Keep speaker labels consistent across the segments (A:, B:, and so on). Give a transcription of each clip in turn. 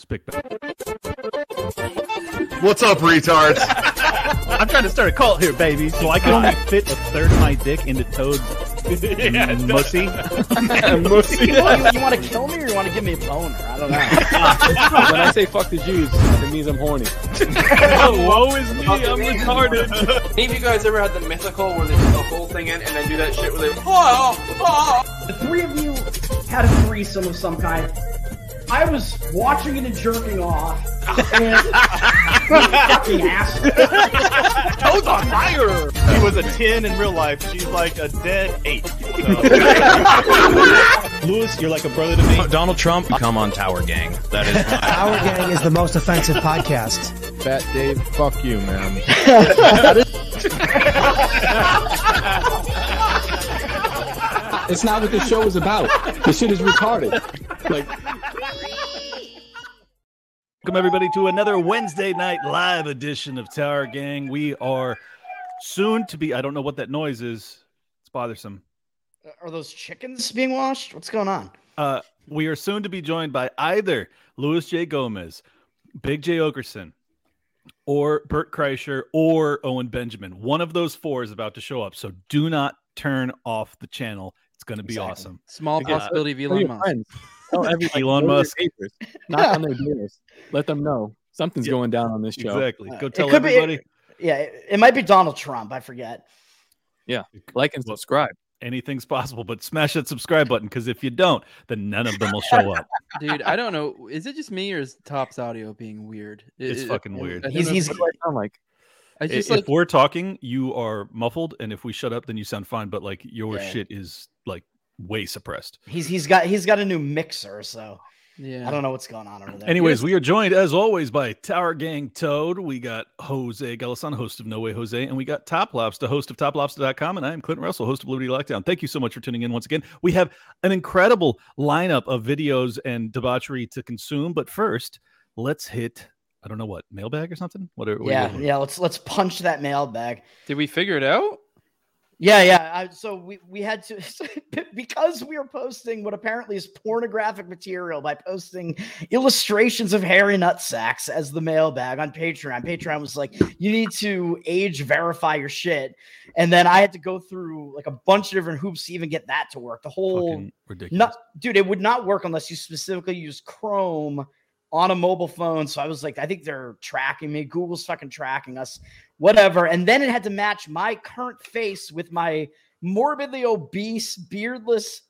A: spectacular.
B: What's up, retards?
A: I'm trying to start a cult here, baby. So I can only fit a third of my dick into Toad's mussy.
C: you, want to kill me or you want to give me a boner? I don't know.
D: when I say fuck the Jews, it means I'm horny.
E: Woe is me, I'm retarded.
F: Any of you guys ever had the mythical where they put the whole thing in and then do that shit where they, oh, oh.
C: the three of you had a threesome of some kind. I was watching it and jerking off. And fucking asshole.
G: Toad's on fire! He was a 10 in real life. She's like a dead 8. So,
H: Lewis, you're like a brother to me.
I: Donald Trump, come on, Tower Gang. That is my
J: Our Gang is the most offensive podcast.
D: Fat Dave, fuck you, man. it's not what the show is about. This shit is retarded. Like,
A: Welcome everybody to another Wednesday night live edition of Tower Gang. We are soon to be. I don't know what that noise is. It's bothersome.
C: Are those chickens being washed? What's going on?
A: Uh, we are soon to be joined by either Louis J. Gomez, Big J. Okerson, or Bert Kreischer, or Owen Benjamin. One of those four is about to show up, so do not turn off the channel. It's going to be
C: Exactly.
A: awesome.
E: Small
A: Yeah.
E: possibility of
D: tell
E: Elon
D: your
E: Musk.
D: friends. Tell everybody.
A: Elon
D: go to your
A: Musk.
D: neighbors. Knock on their doors. Let them know something's
A: Yeah.
D: going down on this show.
A: Exactly.
C: Uh,
A: Go
C: it
A: tell
C: could be-
A: everybody.
C: Yeah, it, it might be Donald Trump. I forget.
D: Like and subscribe.
A: Anything's possible, but smash that subscribe button because if you don't, then none of them will show up.
E: Dude, I don't know. Is it just me or is Top's audio being weird? It-
A: It's
E: it-
A: fucking
E: I
A: weird.
E: don't
C: He's
E: know.
C: he's
D: What do I sound like?
E: It's just
A: I- if
E: like
A: we're talking, you are muffled, and if we shut up, then you sound fine. But like your
C: Yeah.
A: shit is like way suppressed.
C: he's he's got he's got a new mixer, so
E: yeah.
C: I don't know what's going on over there.
A: Anyways, we are joined as always by Tower Gang Toad. We got Jose Galasan, host of No Way Jose, and we got Top Lops, the host of TopLobster.com. And I am Clint Russell, host of Liberty Lockdown. Thank you so much for tuning in once again. We have an incredible lineup of videos and debauchery to consume. But first, let's hit, I don't know what, mailbag or something? What are, what are you
C: yeah,
A: doing?
C: yeah. Let's let's punch that mailbag.
E: Did we figure it out?
C: Yeah, yeah. I, so we we had to because we were posting what apparently is pornographic material by posting illustrations of hairy nut sacks as the mailbag on Patreon. Patreon was like, you need to age verify your shit, and then I had to go through like a bunch of different hoops to even get that to work. The whole
A: Fucking ridiculous.
C: not, dude, it would not work unless you specifically use Chrome on a mobile phone. So I was like, I think they're tracking me. Google's fucking tracking us, whatever. And then it had to match my current face with my morbidly obese, beardless,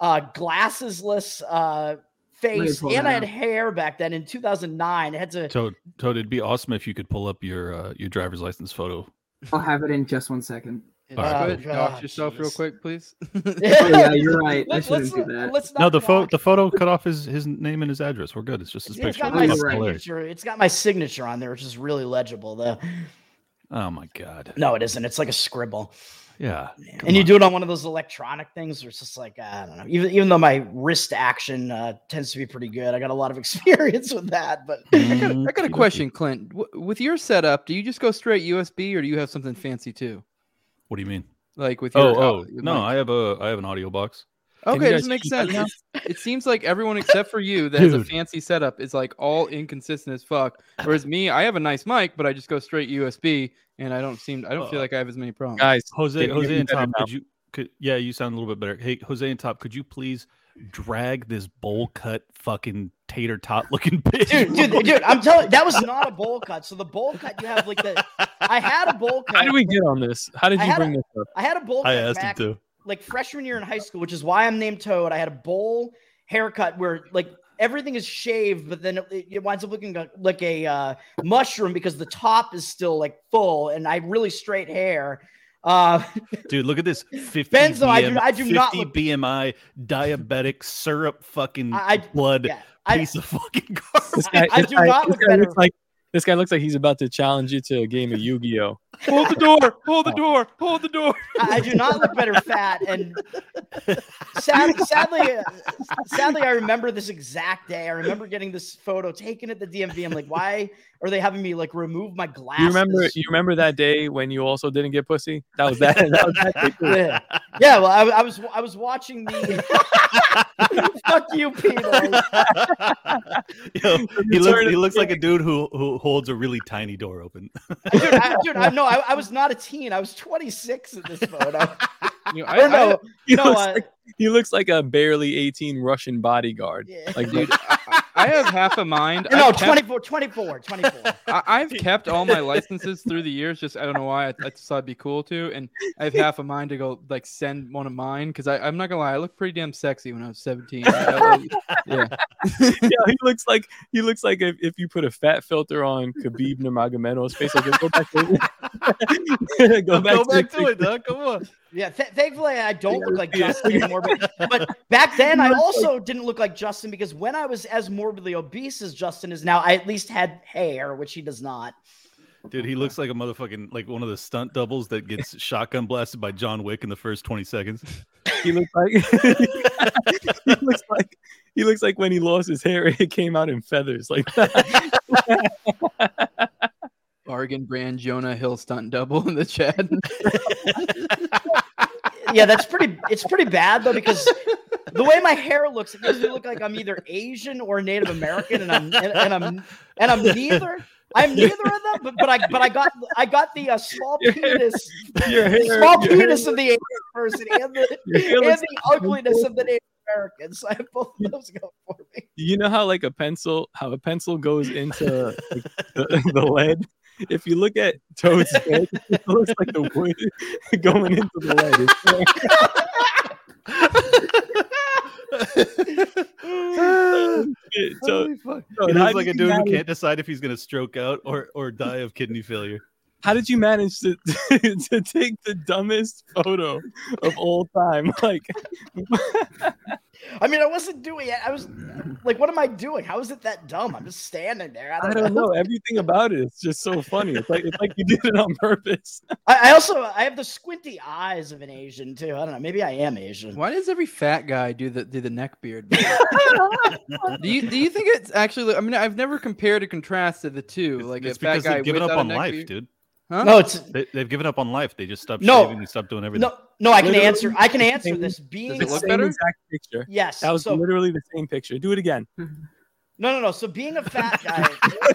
C: uh, glassesless uh, face.
E: pull
C: And
E: that
C: I had
E: out.
C: hair back then in 2009. It had to.
A: Toad, Toad, it'd be awesome if you could pull up your uh, your driver's license photo.
K: I'll have it in just one second.
A: All
C: right.
E: Quit,
C: Oh,
E: dox
C: God,
E: yourself real
C: Jesus.
E: quick, please.
K: Oh, yeah, you're right. I
C: Let's-
K: shouldn't
C: let's-
K: do that.
C: let's
A: No, the
C: not
A: photo
C: knock-
A: the photo cut off his his name and his address. We're good. It's just his
C: It's
A: picture.
C: got,
K: Oh,
C: my
A: Fucking
K: you're right.
A: hilarious.
C: signature, it's got my signature on there, which is really legible, though.
A: Oh my god.
C: No, it isn't. It's like a scribble.
A: Yeah.
C: Yeah,
A: Come
C: and you
A: on.
C: do it on one of those electronic things where it's just like uh, I don't know. Even even though my wrist action uh, tends to be pretty good, I got a lot of experience with that. But
E: I got,
A: Mm,
E: I got a
A: okey-dokey.
E: question, Clint. W- with your setup, do you just go straight USB or do you have something fancy too?
A: What do you mean?
E: Like with your
A: Oh, oh
E: uh, your
A: no,
E: mic?
A: I have a I have an audio box.
E: Okay, it
D: you guys
E: doesn't make
D: speak right
E: sense.
D: now?
E: It's- It seems like everyone except for you that has a
A: Dude.
E: fancy setup is like all inconsistent as fuck. Whereas me, I have a nice mic, but I just go straight USB, and I don't seem I don't feel
A: Uh,
E: like I have as many problems.
D: Guys,
A: Jose,
D: Can you hear
A: Jose
D: me
A: and
D: better
A: Top,
D: now?
A: could you could yeah, you sound a little bit better. Hey, Jose and Top, could you please drag this bowl cut fucking tater tot looking bitch?
C: dude, dude, dude, I'm telling that was not a bowl cut. So the bowl cut you have like the I had a bowl cut.
D: how do we get on this? How did
C: I
D: you
C: had
D: bring
C: a-
D: this up?
C: I had a
B: Oh,
C: bowl cut
A: I asked him
C: back,
A: to.
C: like freshman year in high school, which is why I'm named Toad. I had a bowl haircut where like everything is shaved, but then it, it winds up looking like- like a uh, mushroom because the top is still like full, and I have really straight hair. Uh,
A: Dude, look at this 50
C: Benzo, I do- I do
A: 50
C: not look-
A: BMI diabetic syrup fucking
C: I- I-
A: blood
C: yeah, I,
A: piece of fucking garbage.
D: This guy,
C: I
D: this
C: do
D: guy-
C: not
D: this
C: look
D: guy
C: better.
D: looks like this guy looks like he's about to challenge you to a game of Yu-Gi-Oh. Oh.
E: hold the door, hold the door, hold the door.
C: I, I do not look better fat, and sad, sadly, uh, sadly, I remember this exact day. I remember getting this photo taken at the DMV. I'm like, why are they having me like remove my glasses?
D: You remember? You remember that day when you also didn't get pussy? That was that. that was that day.
C: Yeah. yeah, well, I, I was I was watching the fuck you, Peter.
B: Yo, he looks he looks like a dude who who holds a really tiny door open.
C: Dude, I, dude, I, no, I, I was not a teen. I was 26 at this photo.
E: You know,
C: I don't
E: I- I-
C: know.
D: He,
C: no,
D: looks
C: uh,
D: like, he looks like a barely 18 Russian bodyguard.
C: Yeah.
D: Like,
E: dude, I, I have half a mind.
C: no,
E: I've kept,
C: 24, 24, 24.
E: I, I've kept all my licenses through the years. Just I don't know why. I, I just thought it'd be cool to, and I have half a mind to go like send one of mine because I'm not gonna lie. I looked pretty damn sexy when I was 17. yeah,
D: yeah, he looks like he looks like if, if you put a fat filter on Khabib Nurmagomedov's face, like, go back to it. go back,
B: Go
D: to,
B: back to it, Doug. Come on.
C: Yeah, th- thankfully I don't look like Justin anymore. But, but back then I also didn't look like Justin because when I was as morbidly obese as Justin is now, I at least had hair, which he does not.
B: Dude, he looks like a motherfucking like one of the stunt doubles that gets shotgun blasted by John Wick in the first 20 seconds.
D: He looks like he looks like he looks like when he lost his hair, it came out in feathers. Like
E: bargain brand Jonah Hill stunt double in the chat.
C: Yeah, that's pretty. It's pretty bad though because the way my hair looks, it makes me look like I'm either Asian or Native American, and I'm and, and I'm and I'm neither. I'm neither of them. But, but I but I got I got the uh, small
D: Your hair-
C: penis,
D: your hair,
C: small
D: your hair-
C: penis of the Asian person, and the
D: your hair
C: and
D: looks-
C: the ugliness of the Native American. So I have both of those going for me.
D: you know how like a pencil, how a pencil goes into like, the, the lead. If you look at Toad's head, it looks like the wood going into the lead. It's- it- so-
B: Holy fuck.
D: so
B: He
D: how
B: looks
D: did
B: like a
D: you
B: dude who
D: manage-
B: can't decide if he's gonna stroke out or or die of kidney failure.
D: How did you manage to to take the dumbest photo of all time? Like,
C: I mean, I wasn't doing it. I was like, what am I doing? How is it that dumb? I'm just standing there. Mm. I
D: I
C: don't,
D: don't
C: know.
D: know. Everything about it is just so funny. It's like it's like you did it on purpose.
C: I, I also I have the squinty eyes of an Asian too. I don't know. Maybe I am Asian.
E: Why does every fat guy do the do the neck beard? do you do you think it's actually? I mean, I've never compared or contrasted the two.
B: It's-
E: like
B: it's
E: a fat
B: because
E: guy
B: they've given up
E: without a
B: on
E: neck
B: life,
E: beard-
B: dude.
E: Huh?
C: No, it's
B: They, they've given up on life. They just stopped
C: No.
B: shaving. They stopped doing everything.
C: no, no. I can
D: Literally,
C: answer. I can
D: it's the
C: answer
D: same-
C: this.
E: Does
C: Being
E: it
D: The
E: look
D: same
E: better?
D: exact picture.
C: yes.
D: That was
C: so,
D: literally the same picture. Do it again.
C: no, no, no. So being a fat guy,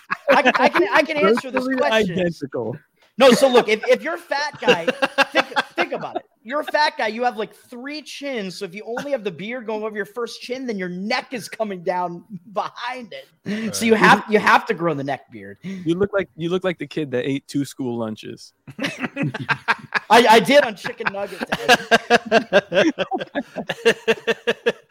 C: I, can- I can I can answer this
D: Virtually
C: question.
D: Identical.
C: No, so look, if, if you're a fat guy, think, think about it. You're a fat guy. You have like three chins. So if you only have the beard going over your first chin, then your neck is coming down behind it. So you have you have to grow the neck beard.
D: You look like you look like the kid that ate two school lunches.
C: I, I did on chicken nugget day.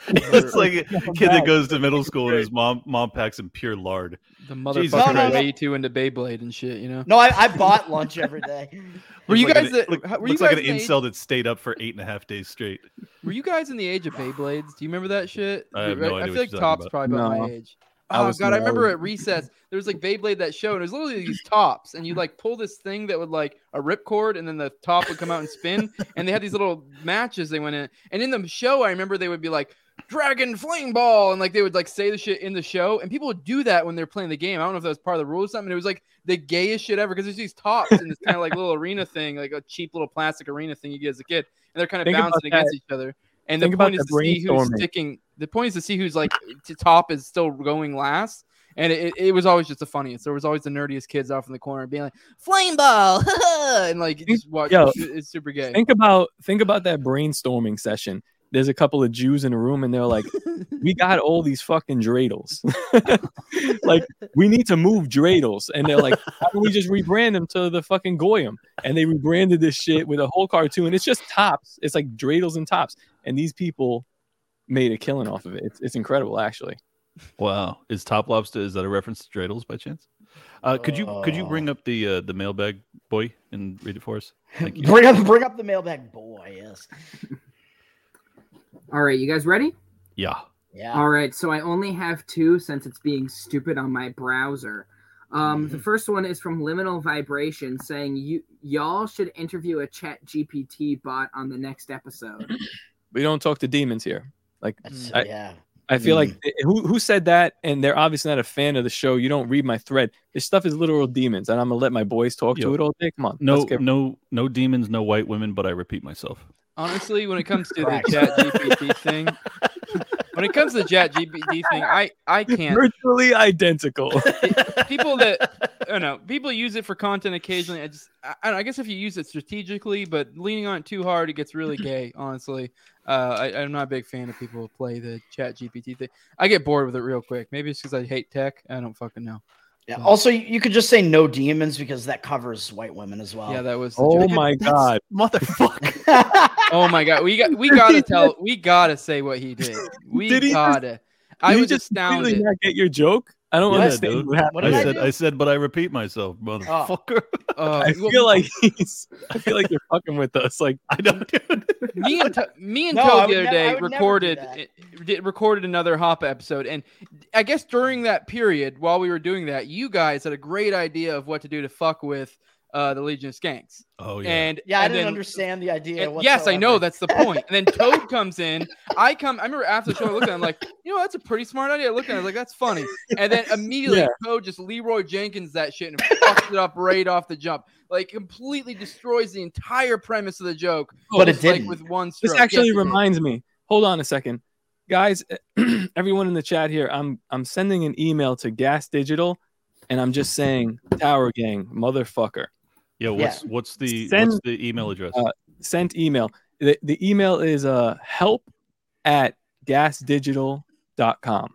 B: it's like a kid that goes to middle school and his mom mom packs him pure lard.
E: The
B: Jesus
E: motherfucker
C: Christ.
E: way too into Beyblade and shit. You know.
C: No, I, I bought lunch every day.
E: Were
B: Looks
E: you
B: like
E: guys
B: an-
E: the-
B: look-
E: how- were you
B: looks like an
E: guys the age-
B: incel that stayed up for eight and a half days straight.
E: Were you guys in the age of Beyblades? Do you remember that shit?
B: I have
E: Right?
B: no idea what
E: feel like
B: you're talking
E: Top's
B: about.
E: probably about my
D: No.
E: age.
D: I
E: Oh
D: was-
E: god, I
D: no, I
E: remember
D: was-
E: at recess there was like Beyblade that show, and it was literally these tops, and you like pull this thing that would like a ripcord, and then the top would come out and spin, and they had these little matches they went in, and in the show I remember they would be like Dragon Flame Ball, and like they would like say the shit in the show, and people would do that when they're playing the game. I don't know if that was part of the rule or something. It was like the gayest shit ever because there's these tops in this kind of like little arena thing, like a cheap little plastic arena thing you get as a kid, and they're kind of
D: Think about
E: bouncing against each other. And the
D: Think about
E: point is
D: the
E: to see who's
D: brainstorming.
E: sticking. The point is to see who's like to top is still going last. And it, it was always just the funniest. There was always the nerdiest kids off in the corner being like flame ball, and like just watch.
D: Yo,
E: it's super gay.
D: Think about think about that brainstorming session. There's a couple of Jews in a room and they're like, "We got all these fucking dreidels. like, we need to move dreidels." And they're like, "How do we just rebrand them to the fucking goyim?" And they rebranded this shit with a whole cartoon. It's just tops. It's like dreidels and tops. And these people made a killing off of it. It's, it's incredible, actually.
B: Wow, is Top Lobster is that a reference to dreidels by chance? Uh, could you could you bring up the uh, the mailbag boy and read it for us? Thank you.
C: Bring up bring up the mailbag boy, yes.
L: All right, you guys ready?
B: Yeah.
C: Yeah.
L: All right, so I only have two since it's being stupid on my browser. Um,
C: Mm-hmm.
L: the first one is from Liminal Vibration saying you y'all should interview a Chat GPT bot on the next episode.
D: We don't talk to demons here.
C: That's-
D: I-
C: yeah.
D: I feel like who who said that, and they're obviously not a fan of the show. You don't read my thread. This stuff is literal demons, and I'm gonna let my boys talk
B: Yo.
D: to it all day. Come on,
B: No
D: let's get-
B: no no demons, no white women, but I repeat myself.
E: Honestly, when it comes to the
B: Correct.
E: Chat GPT thing, when it comes to the Chat GPT thing, I I can't.
D: Virtually identical.
E: people that I don't know people use it for content occasionally. I just I, I don't know, I guess if you use it strategically, but leaning on it too hard, it gets really gay. Honestly, uh, I, I'm not a big fan of people who play the Chat GPT thing. I get bored with it real quick. Maybe it's because I hate tech. I don't fucking know.
C: Yeah. Also, you- you could just say no demons because that covers white women as well.
E: Yeah, that was. the
D: Oh
E: joke.
D: my god.
B: Motherfucker.
E: Oh my god, we got we gotta tell we gotta say what he did. We
D: Did he just-
E: gotta. I
D: Did you
E: was
D: just completely
E: astounded.
D: not get your joke? I don't
B: Yeah,
D: understand
B: dude.
D: what happened.
C: did
B: I
C: I
B: said,
C: do? Oh.
B: I said, but I repeat myself, motherfucker.
E: Uh,
D: I
E: well,
D: feel like he's. I feel like you're fucking with us. Like
B: I don't.
E: me and To- me and
C: No, I
E: Toad
C: would
E: the other
C: nev- I
E: day
C: would never do
E: recorded
C: that.
E: it- did, recorded another Hop episode, and I guess during that period while we were doing that, you guys had a great idea of what to do to fuck with uh, the Legion of Skanks.
B: Oh yeah.
E: And
C: Yeah, I
E: and
C: didn't
E: then-
C: understand the idea.
E: and- yes, I know
C: whatsoever.
E: that's the point. And then Toad comes in. I come. I remember after the show, I looked at him like, you know, that's a pretty smart idea. I looked at him like, that's funny. And then immediately
D: Yeah.
E: Toad just Leroy Jenkins that shit and fucks it up right off the jump. Like completely destroys the entire premise of the joke.
C: But it
E: just, like,
C: didn't.
E: with one. Stroke.
D: this actually
E: Yes, it did.
D: reminds me. Hold on a second, guys. everyone in the chat here, I'm I'm sending an email to Gas Digital, and I'm just saying Tower Gang motherfucker.
B: Yeah. What's what's the what's
D: Send-
B: the email address?
D: Uh, Sent email. The, the email is uh help at gasdigital.com.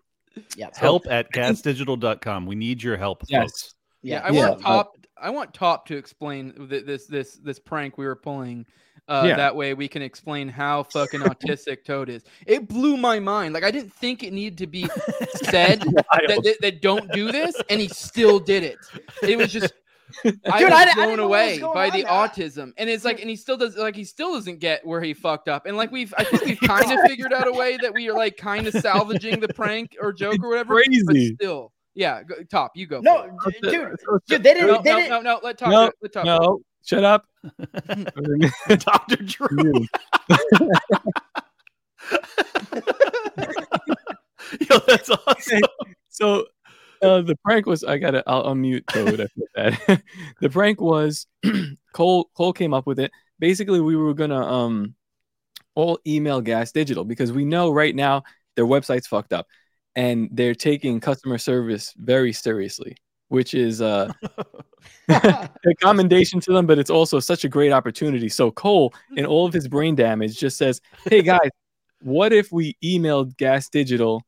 C: Yeah.
B: help at gasdigital.com. We need your help, folks.
D: Yes.
E: Yeah,
C: Yeah.
E: I
D: Yeah,
E: want
D: but-
E: top. I want top to explain th- this this this prank we were pulling. Uh,
D: Yeah.
E: That way we can explain how fucking autistic Toad is. It blew my mind. Like I didn't think it needed to be said that, that, that don't do this, and he still did it. It was just. I
C: Dude,
E: was
C: I di- I didn't
E: blown
C: know what was
E: away
C: going
E: by
C: on
E: the
C: there.
E: autism, and it's like, and he still does, like, he still doesn't get where he fucked up, and like we've, I think we've kind of figured out a way that we are like kind of salvaging the prank or joke or whatever. But
D: Crazy.
E: still, yeah, go, top, you go. for it.
C: No, d- dude, dude, they didn't.
E: No,
C: they
E: no,
C: didn't
E: no, no, let talk.
D: No,
E: let- let talk.
D: No, shut up.
B: Dr. Drew. Yo, that's awesome.
D: so uh, the prank was I gotta I'll unmute Toad. I put that. the prank was Cole Cole came up with it. Basically, we were gonna um all email Gas Digital because we know right now their website's fucked up and they're taking customer service very seriously, which is uh a commendation to them, but it's also such a great opportunity. So Cole, in all of his brain damage, just says, "Hey guys, what if we emailed Gas Digital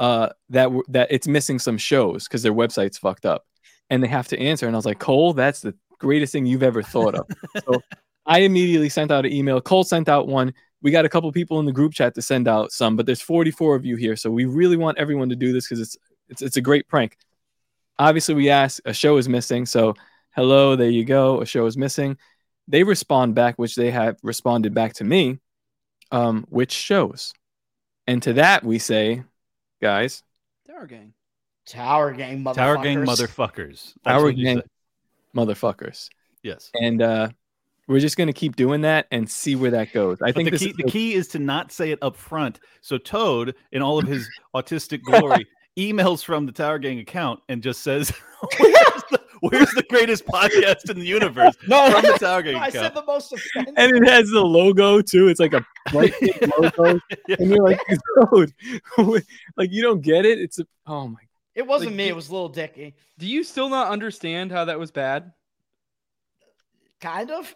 D: uh, that w- that it's missing some shows because their website's fucked up, and they have to answer?" And I was like, "Cole, that's the greatest thing you've ever thought of." so I immediately sent out an email. Cole sent out one. We got a couple people in the group chat to send out some, but there's 44 of you here, so we really want everyone to do this because it's it's it's a great prank. Obviously, we asked a show is missing, so hello there you go a show is missing they respond back which they have responded back to me um which shows and to that we say guys
E: Tower gang.
C: Tower gang motherfuckers.
B: Tower gang motherfuckers. That's
D: Tower
B: what you
D: gang.
B: said.
D: motherfuckers
B: Yes.
D: and uh we're just going to keep doing that and see where that goes i
B: I
D: think
B: think the
D: this
B: key,
D: is
B: the key is to not say it up front. So Toad, in all of his autistic glory, emails from the Tower Gang account and just says, "Where's the, where's the greatest podcast in the universe?"
C: No,
B: From the Tower Gang
C: I said
B: account.
C: the most offensive.
D: and it has the logo too it's like a bright pink logo and you're like dude like you don't get it it's a, oh my
C: It wasn't
E: Like,
C: me.
E: you-
C: It was little Dicky.
E: Do you still not understand how that was bad?
C: Kind of.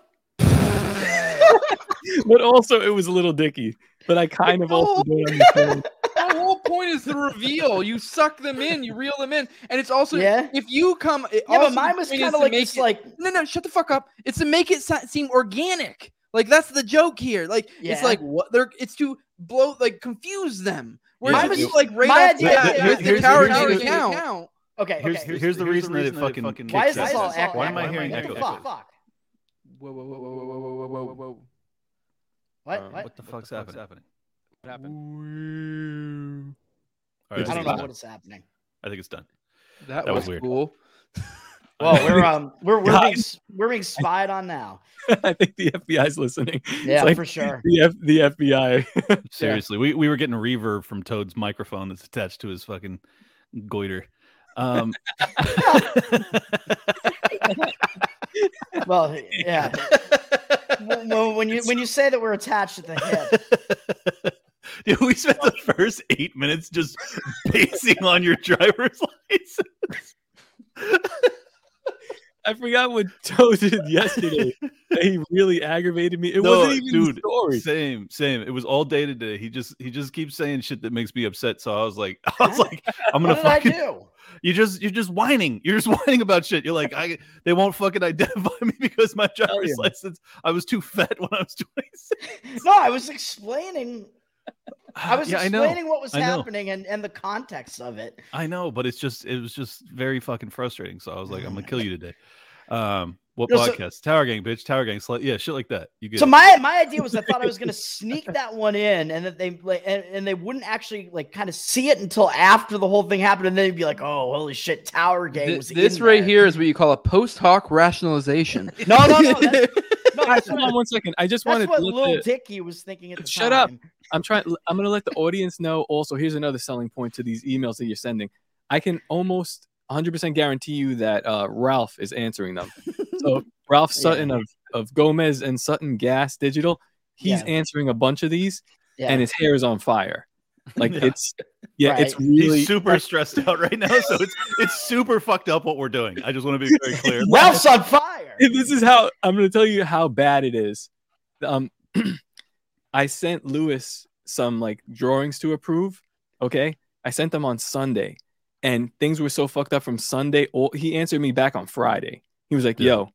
D: but also it was a little dicky but i kind of also don't understand
E: The whole point is the reveal. You suck them in, you reel them in, and it's also
C: Yeah.
E: if you come. It
C: Yeah,
E: also
C: but mine was
E: the point
C: kind
E: is
C: of
E: to
C: like
E: make
C: this,
E: it-
C: like
E: no, no, shut the fuck up. It's to make it so- seem organic. Like that's the joke here. Like
C: Yeah.
E: it's like what they're. It's to blow, like confuse them. Whereas
B: Mine
E: if
B: was-
E: you, like right
C: my
E: off the
C: idea-
E: bat,
B: Here-
E: with the
B: here's-
E: Tower
B: here's-
E: Gang
B: here's-
E: account,
C: okay.
B: Here's,
C: okay.
B: here's, the reason that it fucking.
C: why is
B: kicks
C: this
B: ass.
C: all echo?
B: Why am I
C: echoing?
B: hearing
C: What the
B: echo?
C: Fuck, fuck.
E: Whoa, whoa, whoa, whoa, whoa, whoa, whoa, whoa, whoa.
C: What?
B: Um,
C: what?
B: What the fuck's happening?
E: What happened?
B: All right,
C: I
B: I
C: don't
B: think
C: know
B: it's done.
C: what is happening.
B: I think it's done.
E: That,
B: That was
E: was,
B: weird.
E: cool.
C: Well, we're um, we're we're being,
D: Guys.
C: s- we're being spied on now.
D: I think the FBI's listening. It's
C: Yeah,
D: like
C: for sure.
D: The, F- the FBI.
B: Seriously, we, we were getting reverb from Toad's microphone that's attached to his fucking goiter. Um,
C: Well, yeah. when, when- when you when you say that we're attached at the hip,
B: Dude, we spent the first eight minutes just basing on your driver's license.
D: I forgot what Toe did yesterday. that he really aggravated me. It
B: No,
D: wasn't even
B: dude,
D: a story.
B: Same, same. It was all day today. He just he just keeps saying shit that makes me upset. So I was like, I was like, I'm
C: what
B: gonna
C: did I
B: fucking
C: do?
B: you just you're just whining. You're just whining about shit. You're like, I they won't fucking identify me because my driver's
D: yeah.
B: license. I was too fat when I was 26.
C: No, I was explaining. I was
B: Yeah, know.
C: explaining what was
B: I know.
C: happening and, and the context of it.
B: I know, but it's just it was just very fucking frustrating. So I was like, I'm gonna kill you today. Um, what
C: No, so-
B: podcast? Tower Gang, bitch. Tower Gang. Sli- yeah, shit like that. You get
C: So
B: it.
C: my my idea was I thought I was going to sneak that one in, and that they like, and, and they wouldn't actually like kind of see it until after the whole thing happened, and then you'd be like, "Oh, holy shit, Tower Gang
E: Th-
C: was
E: this
C: in
E: right
C: there."
E: here is what you call a post hoc rationalization.
C: No, no, no. That's, no,
D: Guys,
C: that's
D: hold
C: what,
D: on one second. I just
C: that's
D: wanted
C: what
D: to let
C: Lil
D: the-
C: Dicky was thinking at the
D: Shut up.
C: time.
D: I'm trying. I'm gonna let the audience know. Also, here's another selling point to these emails that you're sending. I can almost 100% guarantee you that uh, Ralph is answering them. So Ralph Sutton of, of Gomez and Sutton Gas Digital, he's
C: Yeah.
D: answering a bunch of these,
C: Yeah.
D: and his hair is on fire. Like
B: Yeah.
D: it's yeah, it's
C: Right.
D: really
B: He's super stressed out right now, so it's it's super fucked up what we're doing. I just want to be very clear.
C: Ralph's on fire.
D: this is how I'm going to tell you how bad it is. Um, I sent Lewis some like drawings to approve. Okay, I sent them on Sunday, and things were so fucked up from Sunday. All, he answered me back on Friday. He was like,
B: Yeah.
D: "Yo,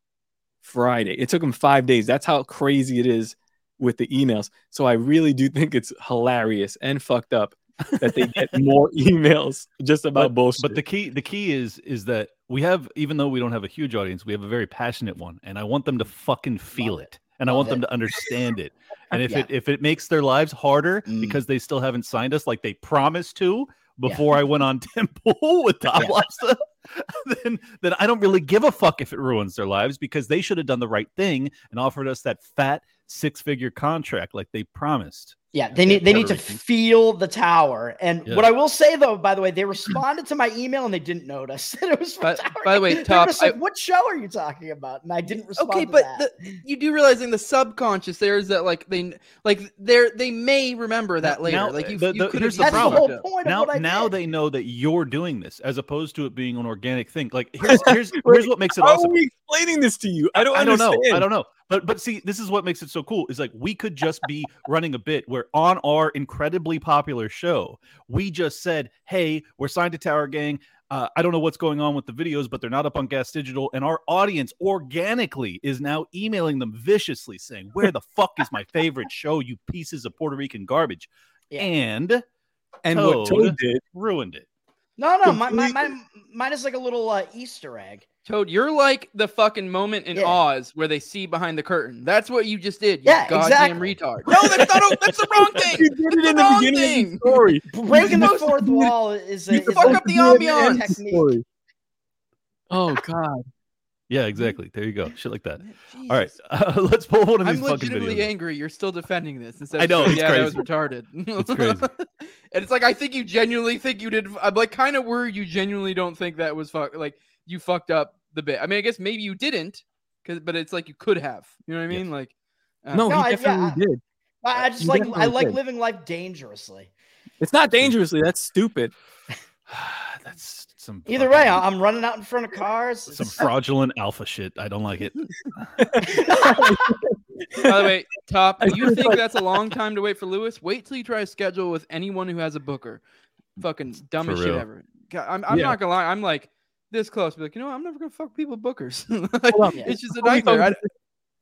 D: Friday." It took him five days. That's how crazy it is with the emails. So I really do think it's hilarious and fucked up that they get more emails just about bullshit.
B: But the key the key is is that we have even though we don't have a huge audience, we have a very passionate one, and I want them to fucking feel
C: Love
B: it, and I
C: Love
B: want them
C: it.
B: to understand it. And if
C: Yeah.
B: it if it makes their lives harder
C: Mm.
B: because they still haven't signed us like they promised to before I went on Temple with Top Lobster, then then I don't really give a fuck if it ruins their lives because they should have done the right thing and offered us that fat six figure contract like they promised.
C: Yeah, they need they need to
B: Federation.
C: feel the tower. And
B: Yeah.
C: what I will say though, by the way, they responded to my email and they didn't notice that it was. From
E: By-
C: tower
E: by the way,
C: They were
E: Top,
C: just
E: I-
C: like, what show are you talking about? And I didn't respond.
E: okay,
C: to
E: but
C: that.
E: the, you do realize in the subconscious there is that like they like they're they may remember that later.
B: Now-
E: like you,
B: the-
E: you
B: the-
E: could
B: here's
E: have
B: the
E: just
C: that's the
B: problem.
E: fucked
C: whole
E: up.
C: point
B: now
C: of what I
B: now
C: did.
B: they know that you're doing this as opposed to it being an organic thing like here's here's, here's what makes it
D: how
B: awesome
D: are we explaining this to you? I don't.
B: I don't know. I
D: understand.
B: don't know. But but see, this is what makes it so cool is like we could just be running a bit where on our incredibly popular show, we just said, "Hey, we're signed to Tower Gang. Uh, I don't know what's going on with the videos, but they're not up on Gas Digital." And our audience organically is now emailing them viciously saying, "Where the fuck is my favorite show? You pieces of Puerto Rican garbage!"
C: Yeah.
B: And
D: And what Toad
B: Toad.
D: did
B: ruined it.
C: No, no, my, my, my, mine is like a little uh, Easter egg.
E: Toad, you're like the fucking moment in
C: Yeah.
E: Oz where they see behind the curtain. That's what you just did. You
C: Yeah,
E: goddamn
C: exactly.
E: retard. No, that's not. a- that's the wrong thing.
D: You did it in the
E: Wrong
D: beginning of
E: thing.
D: the story.
C: Breaking the fourth wall is a,
D: You
C: is a
E: fuck up the
D: did it in
E: ambiance.
D: the
C: technique.
D: story. Oh god.
B: Yeah, exactly. There you go. Shit like that.
E: Jesus.
B: All right, let's pull one of
E: I'm
B: these fucking
E: legitimately
B: videos.
E: angry. You're still defending this. Instead
B: I
E: of
B: know,
E: saying,
B: it's
E: yeah, that was
B: crazy.
E: retarded. It's
B: crazy.
E: and it's like I think you genuinely think you did. I'm like kind of worried you genuinely don't think that was fuck. Like you fucked up the bit. I mean, I guess maybe you didn't, 'cause- but it's like you could have. You know what I mean? Like uh,
D: No,
C: No, I-
D: he
C: yeah,
D: definitely did.
C: I, I just
D: You
C: like I
D: definitely
C: like
D: did.
C: living life dangerously.
D: It's not dangerously. That's stupid.
B: That's some.
C: Either
B: fucking-
C: way, I- I'm running out in front of cars. uh,
B: some fraudulent alpha shit. I don't like it.
E: By the way, Top,
D: I
E: you
D: feel
E: think
D: like-
E: that's a long time to wait for Lewis? Wait till you try to schedule with anyone who has a booker. Fucking dumbest
B: For
E: shit
B: real.
E: ever. God, I'm, I'm
D: Yeah.
E: not gonna lie. I'm like this close. Be like, you know, what? I'm never gonna fuck people with bookers.
D: Hold on.
E: It's just a
D: Before we talk
E: nightmare. I-
D: about this,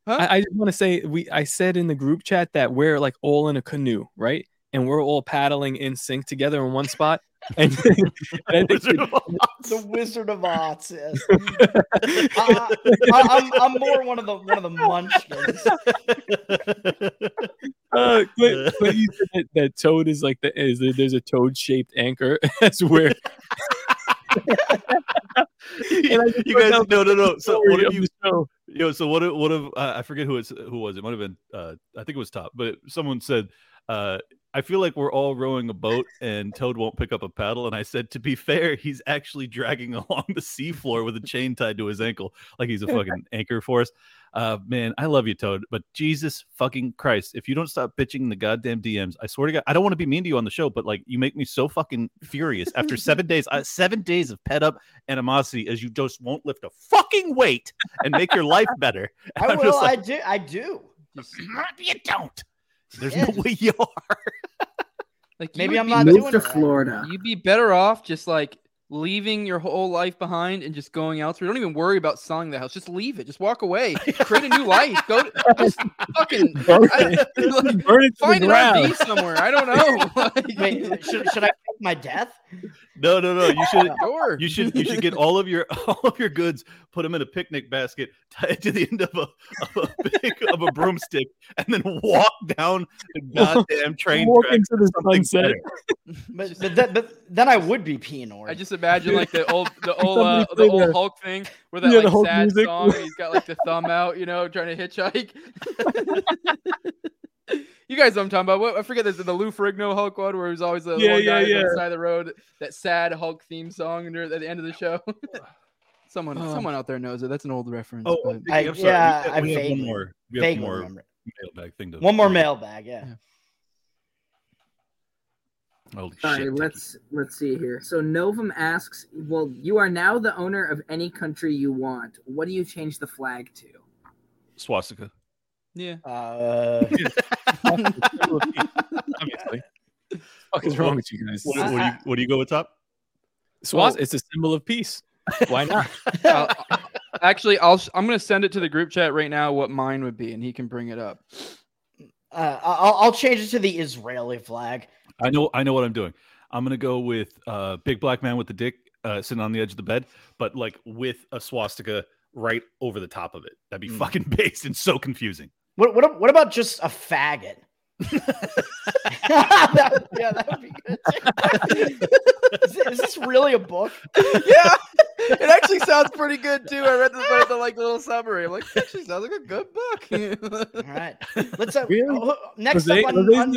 E: Huh?
D: I, I just want to say we. I said in the group chat that we're like all in a canoe, right? And we're all paddling in sync together in one spot. And, and I
B: Wizard
D: think
B: of Oz.
C: the Wizard of Oz. Yes. I, am I'm more one of the one of the munchkins.
D: uh, but, but you said that, that toad is like the is there, there's a toad shaped anchor. That's where And I just
B: you guys,
D: wrote down
B: no, no, no. So
D: story
B: one of
D: of
B: you,
D: the show.
B: yo, so one of one of uh, I forget who it's who was. It might have been uh, I think it was Top, but someone said uh, I feel like we're all rowing a boat and Toad won't pick up a paddle. And I said, to be fair, he's actually dragging along the seafloor with a chain tied to his ankle, like he's a fucking anchor for us. Uh, man, I love you, Toad, but Jesus fucking Christ, if you don't stop bitching in the goddamn DMs, I swear to God, I don't want to be mean to you on the show, but like you make me so fucking furious after seven days, uh, seven days of pet up animosity as you just won't lift a fucking weight and make your life better. And
C: I
B: I'm
C: will.
B: just like,
C: I do. I do.
B: you don't. There's no way you are.
E: Like you
C: Maybe
E: would
C: I'm
E: be-
C: not Move doing to it right.
L: Florida.
E: You'd be better off just like leaving your whole life behind and just going elsewhere. Don't even worry about selling the house. Just leave it. Just walk away. Create a new life. Go to, just fucking
D: Burn
E: I-
D: it. Burn it to
E: find
D: the
E: an
D: ground.
E: RV somewhere. I don't know. Like,
C: Wait, should, should I fake my death?
B: No, no, no. You should
E: sure.
B: you should you should get all of your all of your goods, put them in a picnic basket, tie it to the end of a of a, big, of a broomstick, and then walk down the goddamn train
D: Walk
B: track.
D: into the
B: Something
D: sunset.
B: better.
C: But, but, th- but then I would be peeing
E: I just imagine like the old the old
D: Somebody
E: uh,
D: play
E: the old
D: the-
E: Hulk thing where that
D: Yeah, the
E: like
D: Hulk
E: sad
D: music.
E: song. and He's got like the thumb out, you know, trying to hitchhike. you guys know what I'm talking about. What, I forget this the Lou Ferrigno Hulk one where he's always the
D: Yeah,
E: one
D: yeah,
E: guy on
D: yeah.
E: the side of the road. That sad Hulk theme song near- at the end of the show. someone
D: Oh.
E: someone out there knows it. That's an old reference.
B: Oh,
E: but-
B: Vicky,
C: I-
B: I'm sorry.
C: yeah,
B: we,
C: I
B: have- we have one
C: vaguely-
B: more. We have
C: Vaguely
B: one more
C: remember.
B: mailbag thing to
C: One more mailbag, yeah.
E: Yeah.
B: Holy
L: All
B: shit!
L: right,
B: Vicky.
L: let's let's see here. So Novum asks, "Well, you are now the owner of any country you want. What do you change the flag to?"
B: swastika.
E: yeah.
C: Uh,
D: Obviously. What is wrong with you guys?
B: What, what do you, what do you go with top?
D: Swaz- it's a symbol of peace. Why not?
E: I'll- actually, I'll sh- I'm gonna send it to the group chat right now what mine would be, and he can bring it up.
C: uh, I'll, I'll change it to the Israeli flag.
B: I know I know what I'm doing. I'm gonna go with uh big black man with the dick uh, sitting on the edge of the bed, but like with a swastika right over the top of it. That'd
D: Hmm.
B: be fucking based and so confusing.
C: What what what about just a faggot? That would- yeah, that would be good. too. is, thi- is this really a book?
E: yeah, it actually sounds pretty good too. I read the, read the like little summary. I'm like, that actually sounds like a good book.
C: All right, let's. Uh,
D: Really?
C: oh, next
D: Jose-
C: up on,
D: Jose's-
C: on,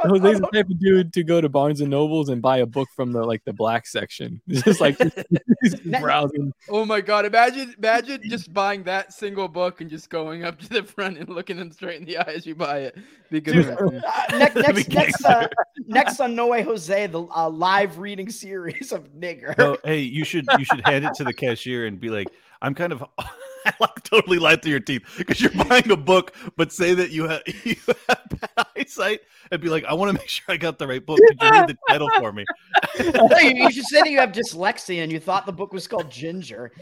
C: on-
D: Jose's the
C: on-
D: type of dude to go to Barnes and Nobles and buy a book from the like the black section. It's Just like he's browsing.
E: oh my god! Imagine, imagine just buying that single book and just going up to the front and looking them straight in the eye as you buy it. Be good. one.
C: uh, next
B: Be
C: next next, uh, next on No Way Jose, the uh, live reading series of nigger.
B: No, hey, you should you should hand it to the cashier and be like, I'm kind of I like totally lied through your teeth because you're buying a book, but say that you have you have bad eyesight and be like, I want to make sure I got the right book. Could you read the title for me?
C: No, you, you should say that you have dyslexia and you thought the book was called Ginger.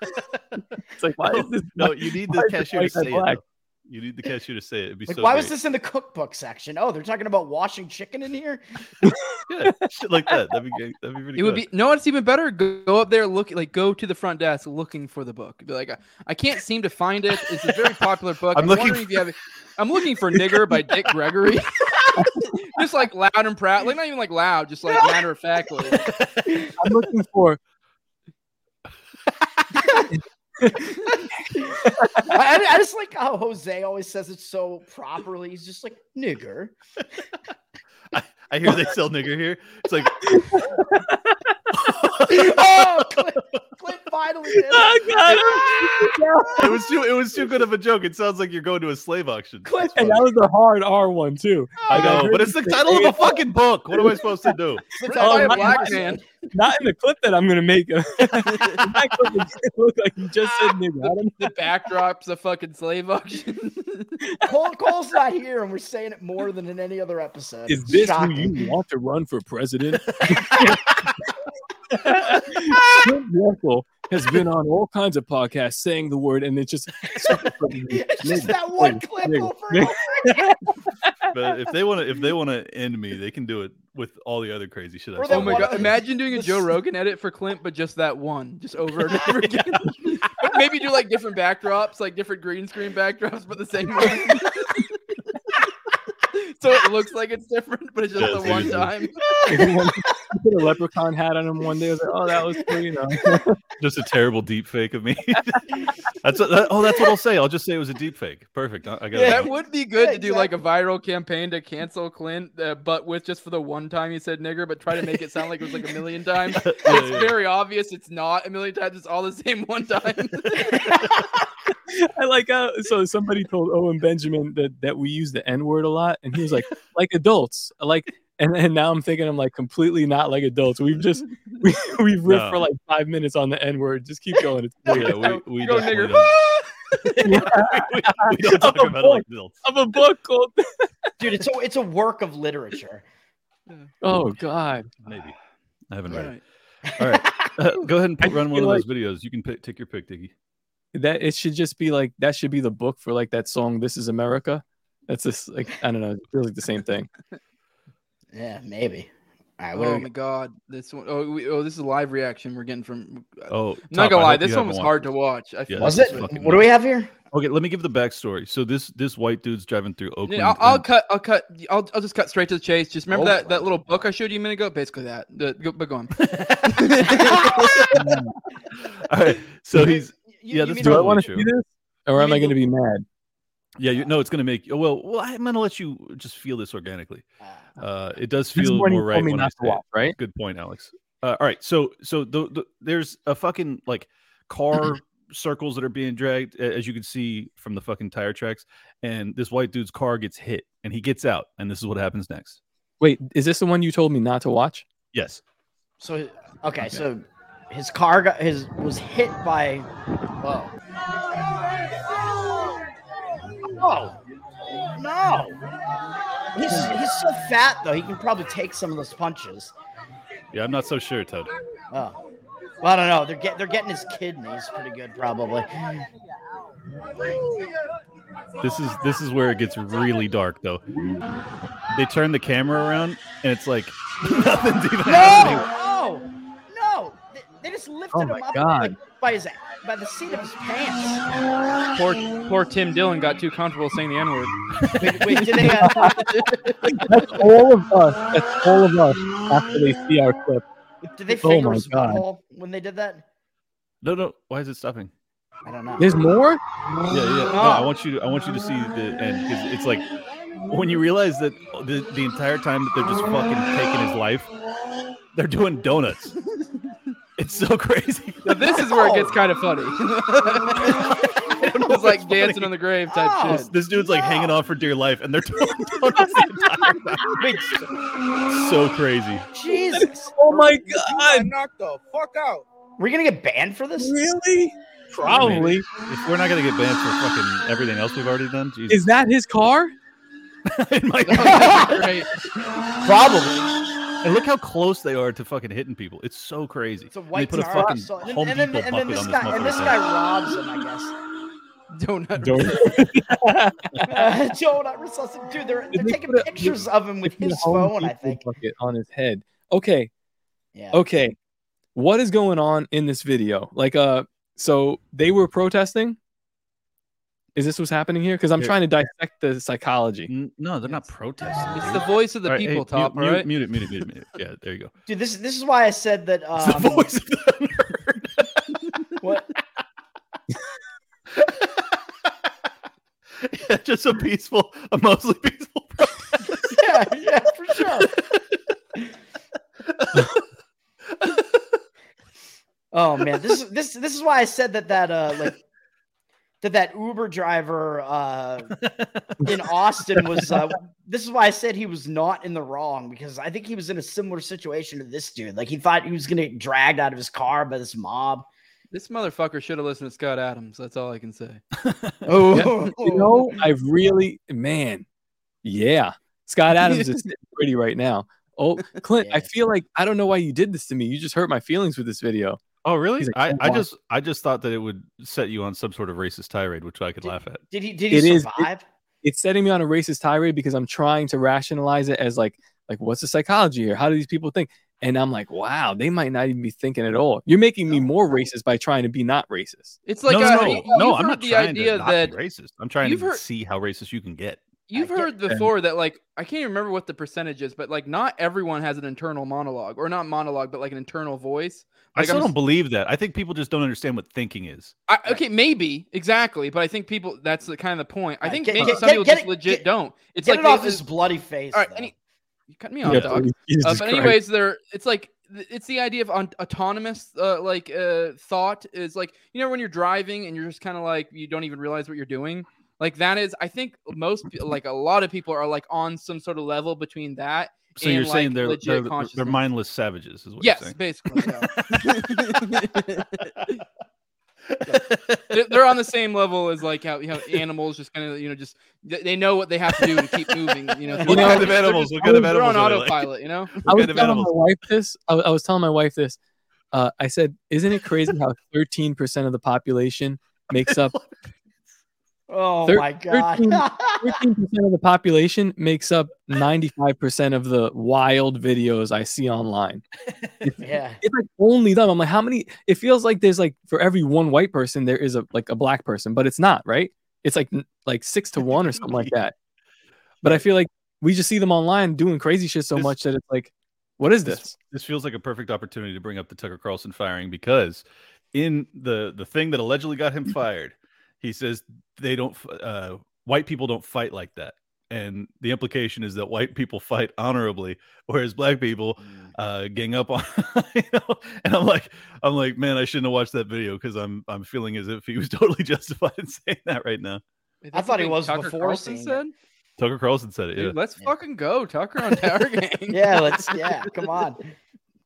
D: It's like why is this?
B: No, you need the
D: Why is it
B: cashier to
D: white and
B: say it.
D: black?
B: though. You need the cashier to say it. It'd be
C: Like,
B: so
C: why
B: great.
C: was this in the cookbook section? Oh, they're talking about washing chicken in here.
B: Yeah, shit like that. That'd be great. That'd be pretty.
E: It would
B: good.
E: be no. It's even better. Go, go up there, look like go to the front desk looking for the book. Be like, I, I can't seem to find it. It's a very popular book.
B: I'm
E: I'm,
B: looking
E: wondering if you have. it." I'm looking for Nigger by Dick Gregory. just like loud and proud, like not even like loud, just like matter of factly.
D: I'm looking for.
C: I, I just like how Jose always says it so properly. He's just like nigger.
B: I hear they sell nigger here. It's like
C: oh, Clint, Clint finally did it.
B: it was too. It was too good of a joke. It sounds like you're going to a slave auction.
C: Clint,
D: And that was the hard R one too.
B: I know, but it's the title of a fucking book. What am I supposed to do?
E: It's
D: Oh,
E: by a
D: my-
E: black
D: my-
E: man.
D: Not in the clip that I'm gonna make. In that clip, it looked like you just said nigga. I don't
E: The backdrop's a fucking slave auction.
C: Cole, Cole's not here, and we're saying it more than in any other episode.
D: Is this
C: Shocking.
D: who you want to run for president? Clint Russell has been on all kinds of podcasts saying the word, and it's just
C: It's just that one clip over and over again.
B: But if they want to, if they want to end me, they can do it with all the other crazy shit. I've
C: Or that
E: oh
B: seen.
E: my
C: one-
E: god! Imagine doing a
C: the
E: Joe
C: s-
E: Rogan edit for Clint, but just that one, just over and over again. But Maybe do like different backdrops, like different green screen backdrops, but the same one. so it looks like it's different, but it's just
B: Yeah, it's
E: the one
B: easy.
E: time.
D: I put a leprechaun hat on him one day. I was like, oh, that was cool, you know.
B: Just a terrible deep fake of me. that's what- that- oh, that's what I'll say. I'll just say it was a deep fake. Perfect. I, I got
E: that
B: it.
E: would be good to do like a viral campaign to cancel Clint, uh, but with just for the one time he said nigger, but try to make it sound like it was like a million times. it's
B: yeah.
E: very obvious it's not a million times. It's all the same one time.
D: I like how so somebody told Owen Benjamin that, that we use the N word a lot, and he was like, like adults, like. And, and now I'm thinking I'm like completely not like adults. We've just we, we've riffed
B: No.
D: for like five minutes on the N word. Just keep going. It's
B: Yeah, we, uh, we
E: Go
B: definitely
E: nigger.
B: don't- we don't talk
D: Of a
B: about it like adults.
D: of a book called
C: dude. It's a it's a work of literature.
D: Oh God.
B: Maybe. I haven't read
E: Right.
B: it. All right. Uh, go ahead and
D: I
B: pick, run one of
D: feel
B: those videos. You can pick, take your pick, Diggy.
D: that it should just be like that should be the book for like that song this is america that's just like i don't know it feels like the same thing
C: Yeah, maybe. All right, what
E: oh
C: are
E: my
C: we-
E: god, this one oh we, oh this is a live reaction we're getting from.
B: Oh,
E: I'm not
B: Top,
E: gonna
B: I
E: lie,
B: hope you
E: this one
B: haven't
E: was
B: watched
E: hard
B: this.
E: to watch. I
B: Yeah,
E: feel-
B: this
C: was
B: is
C: it?
B: fucking
C: What do we have here?
B: Okay, let me give the backstory. So this this white dude's driving through Oakland.
E: Yeah, I'll, I'll
B: and-
E: cut. I'll cut. I'll, I'll just cut straight to the chase. Just remember that, that little book I showed you a minute ago. Basically that. The, go, but go on.
B: all right. So he's
C: You-
B: yeah.
C: you
B: This
C: mean
B: is
D: do i
B: totally
D: want to
B: true.
D: see this or am i going to be mad
B: Yeah, you, no, it's gonna make. Well, well, I'm gonna let you just feel this organically. Uh, it does
D: Ah. This is
B: feel
D: when you
B: more
D: told
B: right
D: me
B: when I
D: not
B: say
D: to watch,
B: it.
D: right?
B: Good point, Alex. Uh, all right, so so the, the, there's a fucking like car circles that are being dragged, a- as you can see from the fucking tire tracks, and this white dude's car gets hit, and he gets out, and this is what happens next.
D: wait is this the one you told me not to watch
B: Yes,
C: So okay, so his car got his was hit by whoa. Oh no. He's he's so fat though, he can probably take some of those punches.
B: yeah, I'm not so sure, Todd.
C: Oh. Well, I don't know. They're get they're getting his kidneys pretty good, probably.
B: This is this is where it gets really dark, though. They turn the camera around, and it's like nothing's even happening.
C: No, no, no. They, they just lifted
D: Oh
C: him
D: my
C: up
D: God.
C: like, by his by the seat of his pants.
E: poor poor Tim Dillon got too comfortable saying the N word.
C: Wait, wait, did they? Uh,
D: that's all of us that's all of us after they see our clip
C: did they
D: Oh
C: finger
D: my
C: his
D: God.
C: butthole when they did that?
B: No, no, why is it stopping?
C: I don't know.
D: there's more
B: Yeah, yeah. No, I want you to. I want you to see the end. 'cause it's like when you realize that the, the entire time that they're just fucking taking his life, they're doing donuts. It's so crazy.
E: Now, this is where it gets kind of funny. it's like dancing on the grave type
C: Oh.
E: shit.
B: This dude's like hanging on for dear life, and they're doing donuts the entire time. It's so crazy.
C: Jesus,
D: oh my god
C: we're gonna get banned for this.
D: really
B: Probably.
D: probably
B: If we're not gonna get banned for fucking everything else we've already done, Jesus.
D: is that his car
B: It might-
E: Great.
B: Probably. And look how close they are to fucking hitting people. It's so crazy.
C: It's a
B: And
C: white
B: they put a
C: car.
B: fucking
C: So- and,
B: Home
C: then- and then,
B: Depot
C: and then
B: bucket
C: this
B: on
C: guy and this
B: motherfucker's
C: guy
B: head.
C: robs him, I
E: Donut.
C: guess. Uh, Donut resuscitation. Dude, they're, they're
D: they
C: taking
D: put a-
C: pictures of him with
D: The
C: his
D: Home
C: phone. I
D: Depot
C: think.
D: bucket on his head okay
C: Yeah.
D: okay what is going on in this video like uh so they were protesting is this what's happening here because i'm
B: Here.
D: trying to dissect the psychology
B: N- Mm, No, they're not protesting.
E: It's
B: dude.
E: the voice of the
B: All right, hey,
E: people, Top.
B: mute,
E: all right.
B: mute, mute it, mute it, mute it. Yeah, there you go.
C: Dude, this this is why I said that. Um,
B: It's the voice of the
C: What?
B: nerd. yeah, just a peaceful, a mostly peaceful. protest.
C: yeah, yeah, for sure. oh man, this is this this is why I said that that uh like that that Uber driver uh in Austin was uh this is why I said he was not in the wrong because I think he was in a similar situation to this dude. Like he thought he was gonna get dragged out of his car by this mob.
E: This motherfucker should have listened to Scott Adams. That's all I can say.
C: Oh,
D: you know i really man yeah scott adams is sitting pretty right now oh clint i
C: Yeah.
D: feel like i don't know why you did this to me you just hurt my feelings with this video
B: Oh, really?
D: He's like,
B: I,
D: "Don't
B: I
D: watch."
B: just, I just thought that it would set you on some sort of racist tirade, which I could laugh at.
C: did he did he
D: It is- it-
C: survive?
D: it's setting me on a racist tirade because i'm trying to rationalize it as like like what's the psychology here how do these people think and i'm like wow they might not even be thinking at all you're making me more racist by trying to be not racist
E: It's like
B: no,
E: uh,
B: no,
E: you-
B: no,
E: you've
B: I'm
E: heard
B: not
E: the
B: trying
E: idea
B: to not
E: that
B: be racist. I'm trying
E: you've
B: to
E: heard-
B: see how racist you can get.
E: You've heard before that, like, I can't even remember what the percentage is, but like, not everyone has an internal monologue, or not monologue, but like an internal voice.
B: I
E: Like,
B: still
E: I'm
B: don't believe that. I think people just don't understand what thinking is.
E: I, okay, maybe exactly, but I think people that's the kind of the point. I think
C: get-
E: maybe
C: get-
E: some
C: get-
E: people
C: get
E: just
C: it-
E: legit
C: get-
E: don't. It's
C: Get
E: like
C: it off
E: they-
C: his bloody face.
E: all right,
C: though.
E: any, you cut me off,
D: Yeah,
E: dog.
D: Jesus
E: Uh, but
D: Christ.
E: anyways, there it's like th- it's the idea of on, autonomous uh, like uh, thought is like you know when you're driving and you're just kind of like you don't even realize what you're doing. Like that is, I think most pe- like a lot of people are like on some sort of level between that.
B: So
E: and,
B: you're saying
E: like,
B: they're
E: legit
B: they're,
E: consciousness.
B: they're mindless savages, is what
E: yes,
B: you're saying.
E: basically. yeah. Yeah. They're- They're on the same level as like how, how animals just kind of you know just they they know what they have to do to keep moving. You know,
B: What
E: through
B: kind
E: life.
B: of
E: They're
B: animals?
E: just-
B: What kind of
E: They're
B: animals
E: on
B: are they like?
E: autopilot. You know,
B: What
D: I was
B: kind of
D: telling
B: animals?
D: my wife this. I, I was telling my wife this. Uh, I said, "Isn't it crazy how 13 percent of the population makes up
C: Oh
D: Thir-
C: my god.
D: 13 percent of the population makes up 95 percent of the wild videos I see online?
C: yeah.
D: It's like only them. I'm like, how many? It feels like there's like for every one white person there is a like a black person, but it's not right. It's like n- like six to one or something like that. But I feel like we just see them online doing crazy shit so
B: This-
D: much that it's like, what is this?
B: This feels like a perfect opportunity to bring up the Tucker Carlson firing because in the the thing that allegedly got him fired, he says they don't f- uh, white people don't fight like that, and the implication is that white people fight honorably, whereas black people uh, gang up on. you know? And I'm like, I'm like, man, I shouldn't have watched that video because I'm I'm feeling as if he was totally justified in saying that right now.
E: Wait,
C: I
E: that's
C: thought he
E: something
C: was
E: Tucker
C: before
E: Carlson
C: seeing it.
E: said,
B: Tucker Carlson said it.
E: Dude,
B: Yeah.
E: let's fucking go, Tucker on Tower Gang.
C: Yeah, let's yeah, come on.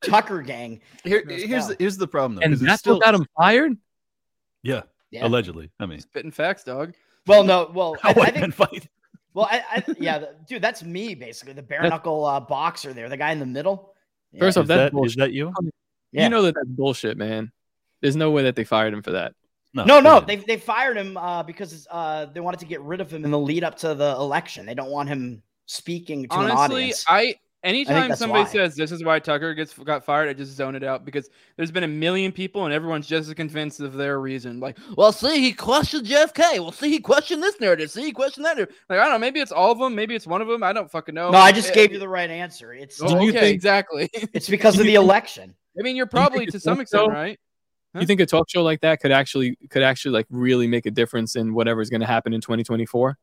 C: Tucker gang.
B: Here,
C: Let's
B: here's
C: go.
B: the, here's the problem though,
D: And
B: 'cause it's
D: that's
B: still
D: what got him fired.
B: yeah,
C: Yeah.
B: allegedly. I mean,
E: Spitting facts, dog.
C: Well, no, well, I,
B: how
C: I
B: white men
C: think,
B: fight.
C: well, I, I yeah, the- dude, that's me basically, the bare
D: That's-
C: knuckle uh, boxer there, the guy in the middle. Yeah.
D: First off,
B: Is
D: that's
B: that, is
D: bullshit.
B: that you?
C: Yeah.
D: You know that that's bullshit, man. There's no way that they fired him for that.
C: no, no,
B: they
C: they they fired him uh, because uh, they wanted to get rid of him in the lead up to the election. They don't want him speaking to an
E: Honestly,
C: audience.
E: I anytime
C: that's
E: somebody
C: why.
E: says this is why Tucker gets got fired, I just zone it out because there's been a million people and everyone's just as convinced of their reason. Like, well, see, he questioned JFK. Well, see, he questioned this narrative. See, he questioned that. Narrative. Like, I don't know. Maybe it's all of them. Maybe it's one of them. I don't fucking know.
C: no, I just
E: Eh,
C: gave you the right answer. It's
E: Oh,
D: Do you
E: okay,
D: think-
E: exactly.
C: it's because of the election.
E: I mean, you're probably to
D: it's
E: some
D: worth
E: extent
D: though?
E: right. Huh?
D: You think a talk show like that could actually could actually like really make a difference in whatever's going to happen in 2024?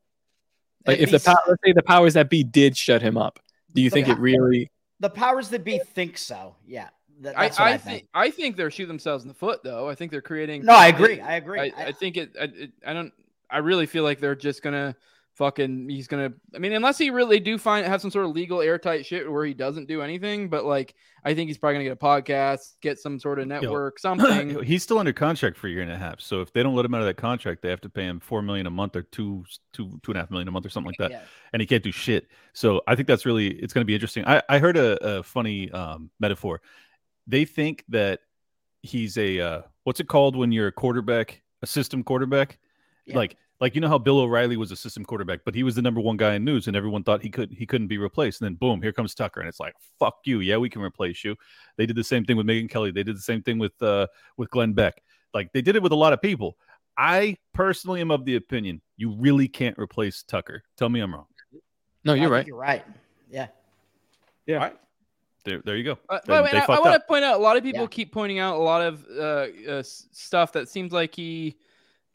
D: Like
C: At
D: if the
C: least
D: pow- let's say the powers that be did shut him up, do you
E: Oh,
C: The
D: think it
C: pow-
D: really?
C: the powers that be think so. Yeah, That-
E: I,
C: that's what
E: I,
C: I,
E: think I think they're shooting themselves in the foot, though. I think they're creating.
C: No, I agree. I agree.
E: I, I think it I, it. I don't. I really feel like they're just gonna fucking. He's gonna. I mean, unless he really do find have some sort of legal airtight shit where he doesn't do anything. But like, I think he's probably gonna get a podcast, get some sort of network, something.
B: He's still under contract for a year and a half. So if they don't let him out of that contract, they have to pay him four million a month or two, two, two and a half million a month or something like that.
C: Yeah.
B: And he can't do shit. So I think that's really it's going to be interesting. I, I heard a, a funny um, metaphor. They think that he's a uh, what's it called when you're a quarterback, a system quarterback,
C: Yeah.
B: like like you know how Bill O'Reilly was a system quarterback, but he was the number one guy in news, and everyone thought he could he couldn't be replaced. And then boom, here comes Tucker, and it's like fuck you, yeah, we can replace you. They did the same thing with Megan Kelly. They did the same thing with uh, with Glenn Beck. Like they did it with a lot of people. I personally am of the opinion you really can't replace Tucker. Tell me I'm wrong.
D: No,
C: I
D: Oh, you're
C: think
D: right.
C: You're right. Yeah.
B: There, there you go.
E: Uh,
B: They-
E: by the way,
B: they
E: I,
B: fucked
E: want to
B: up.
E: point out a lot of people
C: Yeah.
E: keep pointing out a lot of uh, uh, s- stuff that seems like he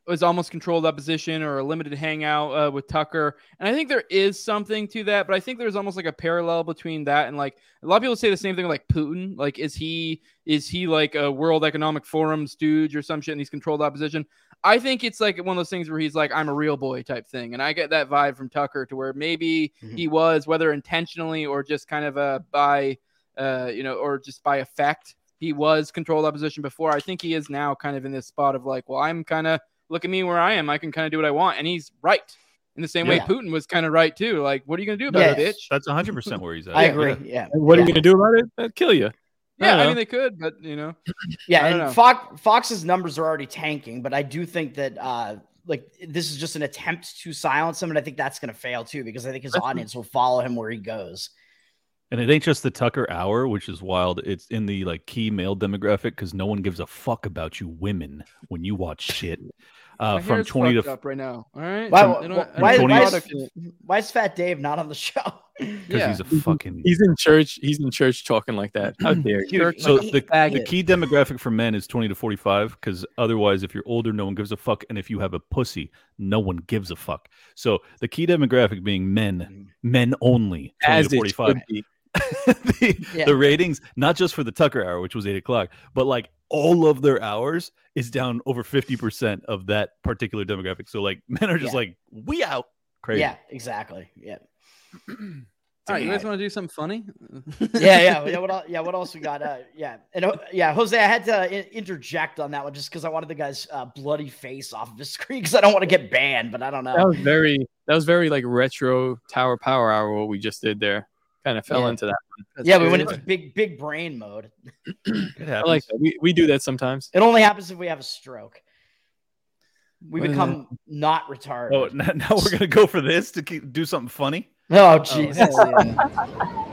E: was almost controlled opposition or a limited hangout uh, with Tucker. And I think there is something to that, but I think there's almost like a parallel between that and like a lot of people say the same thing like Putin. Like, is he is he like a World Economic Forum stooge or some shit and he's controlled opposition? I think it's like one of those things where he's like, I'm a real boy type thing. And I get that vibe from Tucker to where maybe
C: Mhm.
E: he was, whether intentionally or just kind of uh, by, uh, you know, or just by effect, he was controlled opposition before. I think he is now kind of in this spot of like, well, I'm kind of, look at me where I am. I can kind of do what I want. And he's right. In the same way
C: Yeah.
E: Putin was kind of right too. Like, what are you going to do about it,
C: Yes.
E: bitch?
B: That's 100 percent where he's at.
C: I
B: Yeah.
C: agree. Yeah.
D: And What
C: yeah.
D: are you gonna do about it? That'd kill you. I
E: Yeah,
B: Uh-huh.
D: don't
E: I
D: know.
E: mean, they could, but you know.
C: Yeah,
E: I don't
C: and
E: know.
C: Fox Fox's numbers are already tanking, but I do think that uh like this is just an attempt to silence him, and I think that's going to fail too because I think his audience will follow him where he goes.
B: And it ain't just the Tucker hour, which is wild. It's in the like key male demographic because no one gives a fuck about you women when you watch shit. Uh,
E: My hair
B: from
E: is
B: twenty
E: fucked
B: to
E: up right now. All right.
C: Why,
E: So, I don't- I
C: why,
E: don't
C: why,
E: have a
C: why
E: product
C: is,
E: yet.
C: why is Fat Dave not on the show?
B: because he's a fucking
D: He's in church. He's in church talking like that. How dare you?
C: Dude,
B: So
C: like,
B: the, the
C: faggot.
B: key demographic for men is 20 to 45 because otherwise, if you're older, no one gives a fuck. And if you have a pussy, no one gives a fuck. So the key demographic being men, men only, 20
D: As
B: to
D: it
B: 45.
D: should be.
B: the,
C: Yeah.
B: the ratings, not just for the Tucker hour, which was eight o'clock, but like all of their hours is down over 50% of that particular demographic. So like men are just
C: Yeah.
B: like, we out. Crazy.
C: Yeah, exactly. Yeah.
E: All right, you
C: Damn.
E: guys want to do something funny?
C: yeah, yeah, yeah. What else? Yeah, what else we got? Uh, yeah, and uh, yeah, Jose, I had to i- interject on that one just because I wanted the guy's uh, bloody face off of his screen because I don't want to get banned, but I don't
D: That
C: know.
D: was very. That was very like retro Tower Power Hour. What we just did there kind of fell
C: Yeah.
D: into that.
E: That's
C: Yeah, we went
E: good.
C: into big, big brain mode.
B: It
D: I
B: happens.
D: like that. We we do that sometimes.
C: It only happens if we have a stroke. We
D: Well-
C: become not retarded.
B: oh, now, now we're going to go for this to keep, do something funny.
C: oh, Jesus.
E: Hell yeah.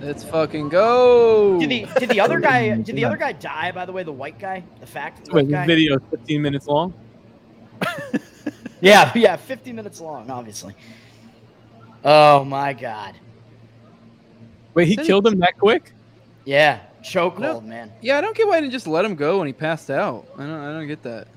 E: Let's fucking go.
C: Did the did the other guy did the other guy die? By the way, the white guy, the fact white
D: Wait, this
C: guy.
D: video is 15 minutes long.
C: Yeah, yeah, fifty minutes long, obviously. Oh my god,
D: Wait, he
E: Did he-
D: killed him that quick?
C: yeah, chokehold,
E: No.
C: man.
E: Yeah, I don't get why I didn't just let him go when he passed out. I don't. I don't get that.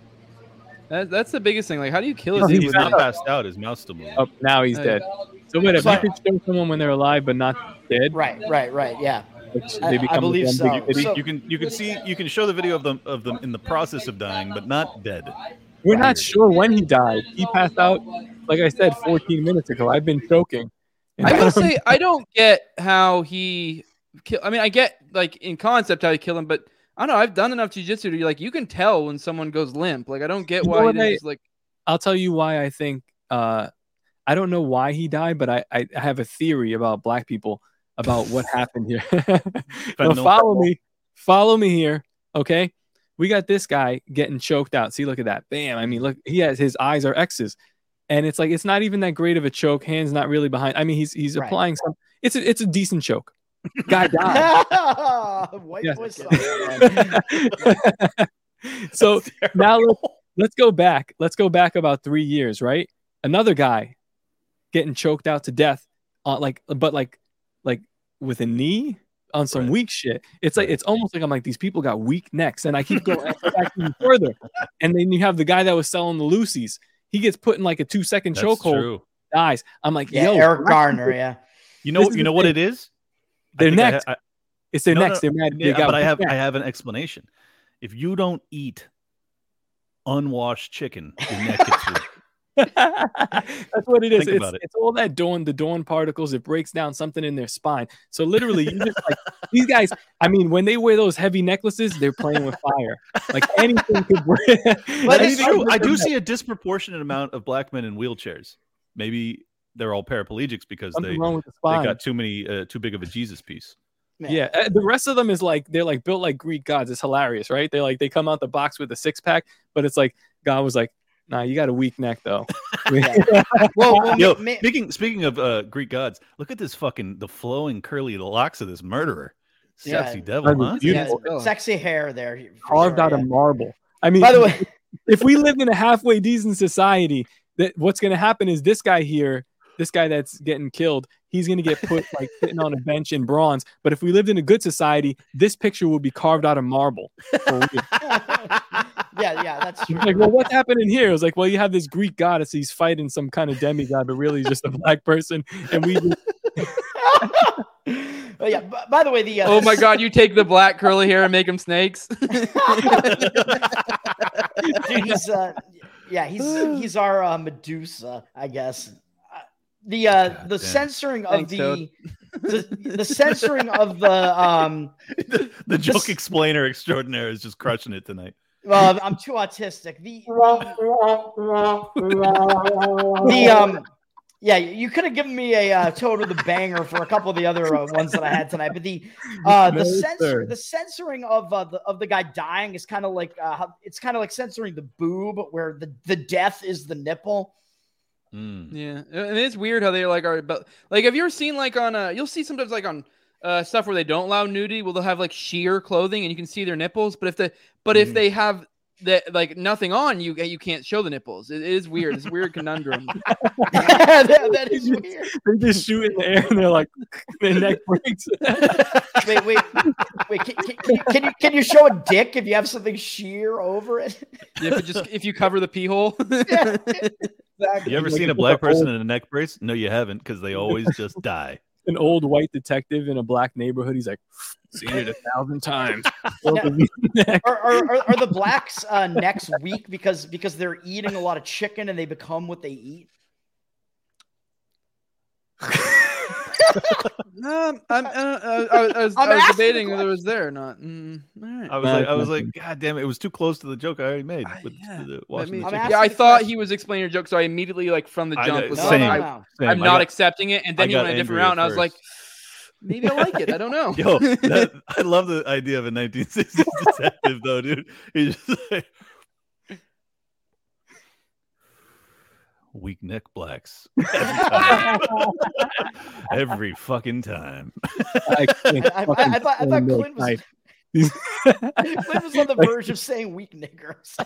E: that that's the biggest thing. Like, how do you kill a
D: No,
E: dude?
B: He's
E: with
D: was
B: not
D: out.
E: that?
B: passed out. His mouth's still moving.
D: Oh, now he's
E: Oh,
D: dead. So wait, if
C: So-
D: you could show someone when they're alive but not dead,
C: Right, right, right. Yeah,
D: like,
C: I- I
D: they become
C: believe
D: the
C: so.
D: ambiguity.
B: Maybe
C: So-
B: you can you can see you can show the video of them of them in the process of dying, but not dead.
D: We're not sure when he died. He passed out, like I said, 14 minutes ago. I've been choking. And
E: I will say I don't get how he kill. I mean, I get like in concept how you kill him, but I don't know. I've done enough jujitsu to like you can tell when someone goes limp. Like I don't get
D: You know
E: why he
D: what
E: didn't
D: I-
E: just like
D: I'll tell you why I think. Uh, I don't know why he died, but I, I I have a theory about black people about what happened here. now
B: Fentanyl.
D: follow me, follow me here, okay? We got this guy getting choked out. See, look at that, bam! I mean, look, he has his eyes are X's, and it's like it's not even that great of a choke. Hands not really behind. I mean, he's he's
C: Right.
D: applying some. It's a, it's a decent choke. Guy died.
C: white
D: Ah. Yes.
C: boy song.
D: so now let's, let's go back. Let's go back about three years, right? Another guy getting choked out to death, on like, but like, like with a knee on some
B: Right.
D: weak shit. It's like
B: Right.
D: it's almost like I'm like these people got weak necks, and I keep going back even further. And then you have the guy that was selling the Lucy's. He gets put in like a two second
B: That's
D: chokehold,
B: true.
D: dies. I'm like,
C: Yeah,
D: yo,
C: Eric Garner. Yeah,
B: You know
D: This is
B: you
D: the
B: know what
D: thing.
B: it is. I
D: Their
B: think I
D: necks.
B: ha- I-
D: it's their
B: No, no,
D: necks. They're mad.
B: yeah,
D: they got
B: but I
D: weak
B: have
D: necks.
B: I have an explanation. If you don't eat unwashed chicken, your neck gets weak.
D: That's what it is.
B: Think
D: It's,
B: about it.
D: it's all that dawn, the dawn particles. It breaks down something in their spine. So literally, you just like these guys. I mean, when they wear those heavy necklaces, they're playing with fire. Like anything could break.
B: But it's
D: anything
B: true.
D: could
B: I do
D: break
B: see a disproportionate amount of black men in wheelchairs. Maybe they're all paraplegics because
D: something
B: they, they
D: wrong with the spine.
B: got too many uh, too big of a Jesus piece.
C: Man.
D: yeah, uh, the rest of them is like they're like built like Greek gods. It's hilarious, right? They're like they come out the box with a six pack, but it's like God was like, "Nah, you got a weak neck though."
C: Well, well
B: Yo,
C: ma- ma-
B: Speaking speaking of uh, Greek gods, look at this fucking the flowing curly locks of this murderer,
C: Yeah.
B: sexy devil, huh?
C: yeah,
D: beautiful.
C: sexy hair there. for
D: Carved
C: sure,
D: out
C: yeah.
D: of marble. I mean,
C: By the way,
D: if we lived in a halfway decent society, that what's going to happen is this guy here, this guy that's getting killed, he's going to get put like sitting on a bench in bronze. But if we lived in a good society, this picture will be carved out of marble. For real.
C: yeah, yeah, that's true.
D: like, well, what's happening here? It was like, well, you have this Greek goddess, he's fighting some kind of demigod, but really he's just a black person, and we just-
C: oh yeah. b- by the way, the uh,
E: Oh my god, you take the black curly hair and make them snakes.
C: dude, he's uh, yeah, he's he's our uh, Medusa, I guess. Uh, The uh,
B: God
C: the
B: damn.
C: censoring of
E: Thanks,
C: the,
E: Toad.
C: the the censoring of the um.
B: the, the joke
C: This-
B: explainer extraordinaire is just crushing it tonight.
C: Well, I'm too autistic. The the
D: Oh.
C: um. Yeah, you could have given me a uh, toad with a banger for a couple of the other uh, ones that I had tonight, but the uh, the
D: No,
C: censor,
D: sir.
C: the censoring of uh, the of the guy dying is kind of like uh, how- it's kind of like censoring the boob, where the the death is the nipple.
B: Mm.
E: Yeah, and it's weird how they like are, but like, have you ever seen like on uh, you'll see sometimes like on uh, stuff where they don't allow nudity, well, they'll have like sheer clothing and you can see their nipples. But if the but
B: Mm-hmm.
E: if they have that like nothing on, you you can't show the nipples. It is weird. It's a weird conundrum.
C: that, that is weird.
D: They just shoot in the air and they're like, their neck breaks.
C: Wait, wait, wait. Can, can, can you, can you can you show a dick if you have something sheer over it?
E: if it just if you cover the pee hole.
C: yeah, exactly.
B: You ever seen a black person in a neck brace? No, you haven't, because they always just die.
D: An old white detective in a black neighborhood. He's like, seen it a thousand times.
C: Are, are, are, are the blacks uh, next week because because they're eating a lot of chicken and they become what they eat?
E: Um, I'm, I, don't- I, I, I was,
C: I'm
E: I was
C: asking the
E: debating whether it was there or not. Mm, all right.
B: I was like, I was like, God damn it! It was too close to the joke I already made. With
E: Ah, yeah.
B: the,
E: Let
B: washing
E: me-
B: the
C: I'm
B: chicken.
C: asking
E: yeah, I
C: the
E: thought
C: question.
E: he was explaining your joke, so I immediately, like from the
B: I
E: jump,
B: know,
E: was
C: No,
B: same,
E: like, I,
C: no.
B: same.
E: I'm
B: I
E: not
B: got-
E: accepting it. And
B: I
E: then he
B: got
E: went a different
B: angry at
E: route, and I was like,
B: first.
E: maybe I like it. I don't know.
B: Yo, that, I love the idea of a 1960s detective, though, dude. He's just like, weak neck blacks every fucking time.
D: I, can't
C: I- I-
D: fucking
C: I thought- I thought
D: stand those
C: Clint was-
D: types.
C: Clint was on the verge of saying weak niggers.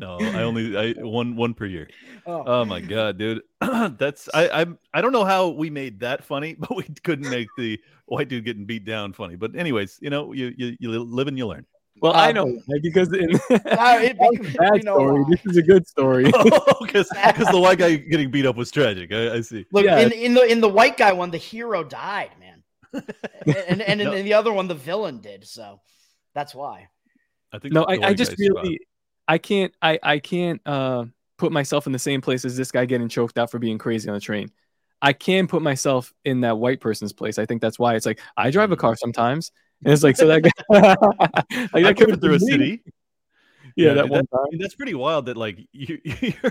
B: No, I only I one one per year.
C: Oh.
B: Oh my god, dude. That's I I'm I don't know how we made that funny, but we couldn't make the white dude getting beat down funny. But anyways, you know, you you, you live and you learn.
D: well, I
C: Um,
D: know like, because in
C: Now, it-
D: bad
C: you know
D: story.
C: why.
D: This is a good story.
B: Because Oh, the white guy getting beat up was tragic. I, I see.
C: Look
D: Yeah.
C: in, in the in the white guy one, the hero died, man, and and, and
B: No.
C: in the other one, the villain did. So that's why.
B: I think
D: no
B: the
D: I, I
B: white
D: just
B: guy's spot.
D: really i can't i i can't uh put myself in the same place as this guy getting choked out for being crazy on the train i can put myself in that white person's place i think that's why it's like i
B: Mm-hmm.
D: drive a car sometimes and it's like so that guy like,
B: I drove
D: that could
B: through a
D: be me.
B: city.
D: yeah,
B: Yeah,
D: that
B: dude,
D: one time
B: I mean, that's pretty wild. That like you, you're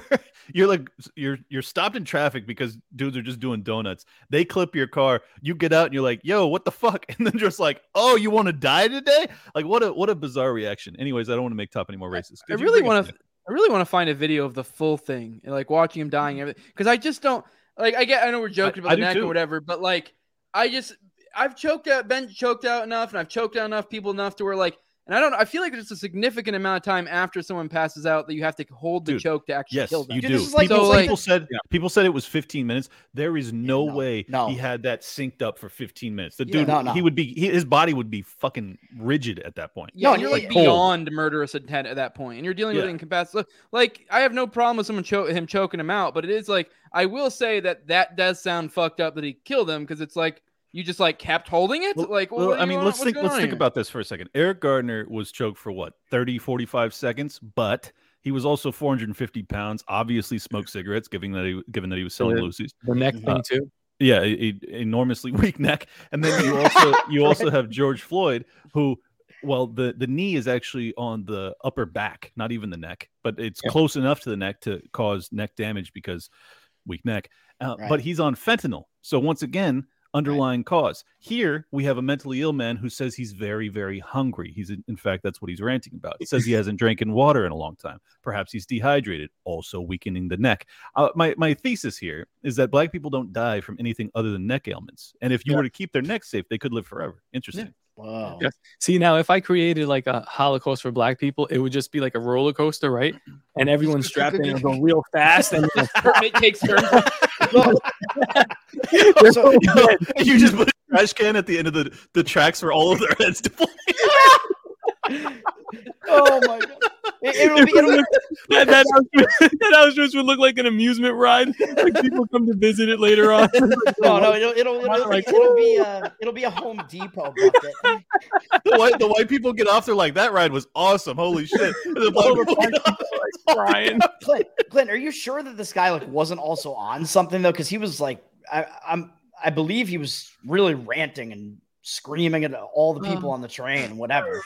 B: you're like you're you're stopped in traffic because dudes are just doing donuts. They clip your car. You get out and you're like, "Yo, what the fuck?" And then just like, "Oh, you want to die today?" Like what a what a bizarre reaction. Anyways, I don't want to make top any more racist.
E: I really want to. I really want to find a video of the full thing, and, like watching him dying, everything. Because I just don't like. I get. I know we're joking
B: I do
E: about the neck
B: too.
E: or whatever, but like, I just I've choked out, been choked out enough, and I've choked out enough people enough to where like, and I don't. I feel like there's a significant amount of time after someone passes out that you have to hold the
B: Dude,
E: choke to actually
B: Yes,
E: kill them.
B: you
C: Dude,
B: do.
C: this is like-
B: people,
E: So, like-
B: people said people said it was 15 minutes. There is no,
C: no,
B: way
C: no.
B: he had that synced up for 15 minutes. The
C: Yeah,
B: dude,
C: no, no.
B: he would be he, his body would be fucking rigid at that point.
E: Yeah,
C: No,
E: and
C: and
E: you're
C: it-
E: like
B: Cold.
E: beyond murderous intent at that point, and you're dealing with
B: Yeah.
E: incapacity. Like, I have no problem with someone cho- him choking him out, but it is like I will say that that does sound fucked up that he killed him because it's like you just like kept holding it.
B: Well-
E: like,
B: well,
E: what do
B: I
E: you
B: mean,
E: want-
B: let's
E: what's
B: think
E: going
B: let's
E: on
B: think
E: here?
B: about this for a second. Eric Gardner was choked for what 30, 45 seconds, but he was also 450 pounds, obviously smoked cigarettes, given that he given that he was selling
D: Yeah.
B: Lucy's.
D: the neck
B: Uh,
D: thing too
B: Yeah, e- e- enormously weak neck. And then you also you also have George Floyd, who well, the, the knee is actually on the upper back, not even the neck, but it's
D: Yeah.
B: close enough to the neck to cause neck damage because weak neck. Uh,
C: Right.
B: But he's on fentanyl. So once again, underlying cause. Here we have a mentally ill man who says he's very, very hungry. He's in fact that's what he's ranting about. He says he hasn't drinking water in a long time. Perhaps he's dehydrated, also weakening the neck. Uh, my my thesis here is that black people don't die from anything other than neck ailments. And if you
D: Yeah.
B: were to keep their neck safe, they could live forever. Interesting.
C: Whoa.
D: Yeah. see now if i created like a holocaust for black people it would just be like a roller coaster right and everyone's strapped in and going real fast and
E: It takes turns.
D: they're
C: So-
D: dead.
B: you just put a trash can at the end of the, the tracks for all of their heads to play.
C: Oh my god. It, it'll be,
D: It would
C: it'll,
D: look- that, that, house, that house just would look like an amusement ride. Like people come to visit it later on.
C: no, no, it'll it'll it'll, it'll,
D: Like,
C: be a it'll be a Home Depot bucket.
B: the white the white people get off. They're like, that ride was awesome. Holy shit! And the black people get off, like,
D: Brian.
C: Clint, Clint, are you sure that this guy like wasn't also on something though? Because he was like, I, I'm I believe he was really ranting and screaming at all the people on the train and whatever.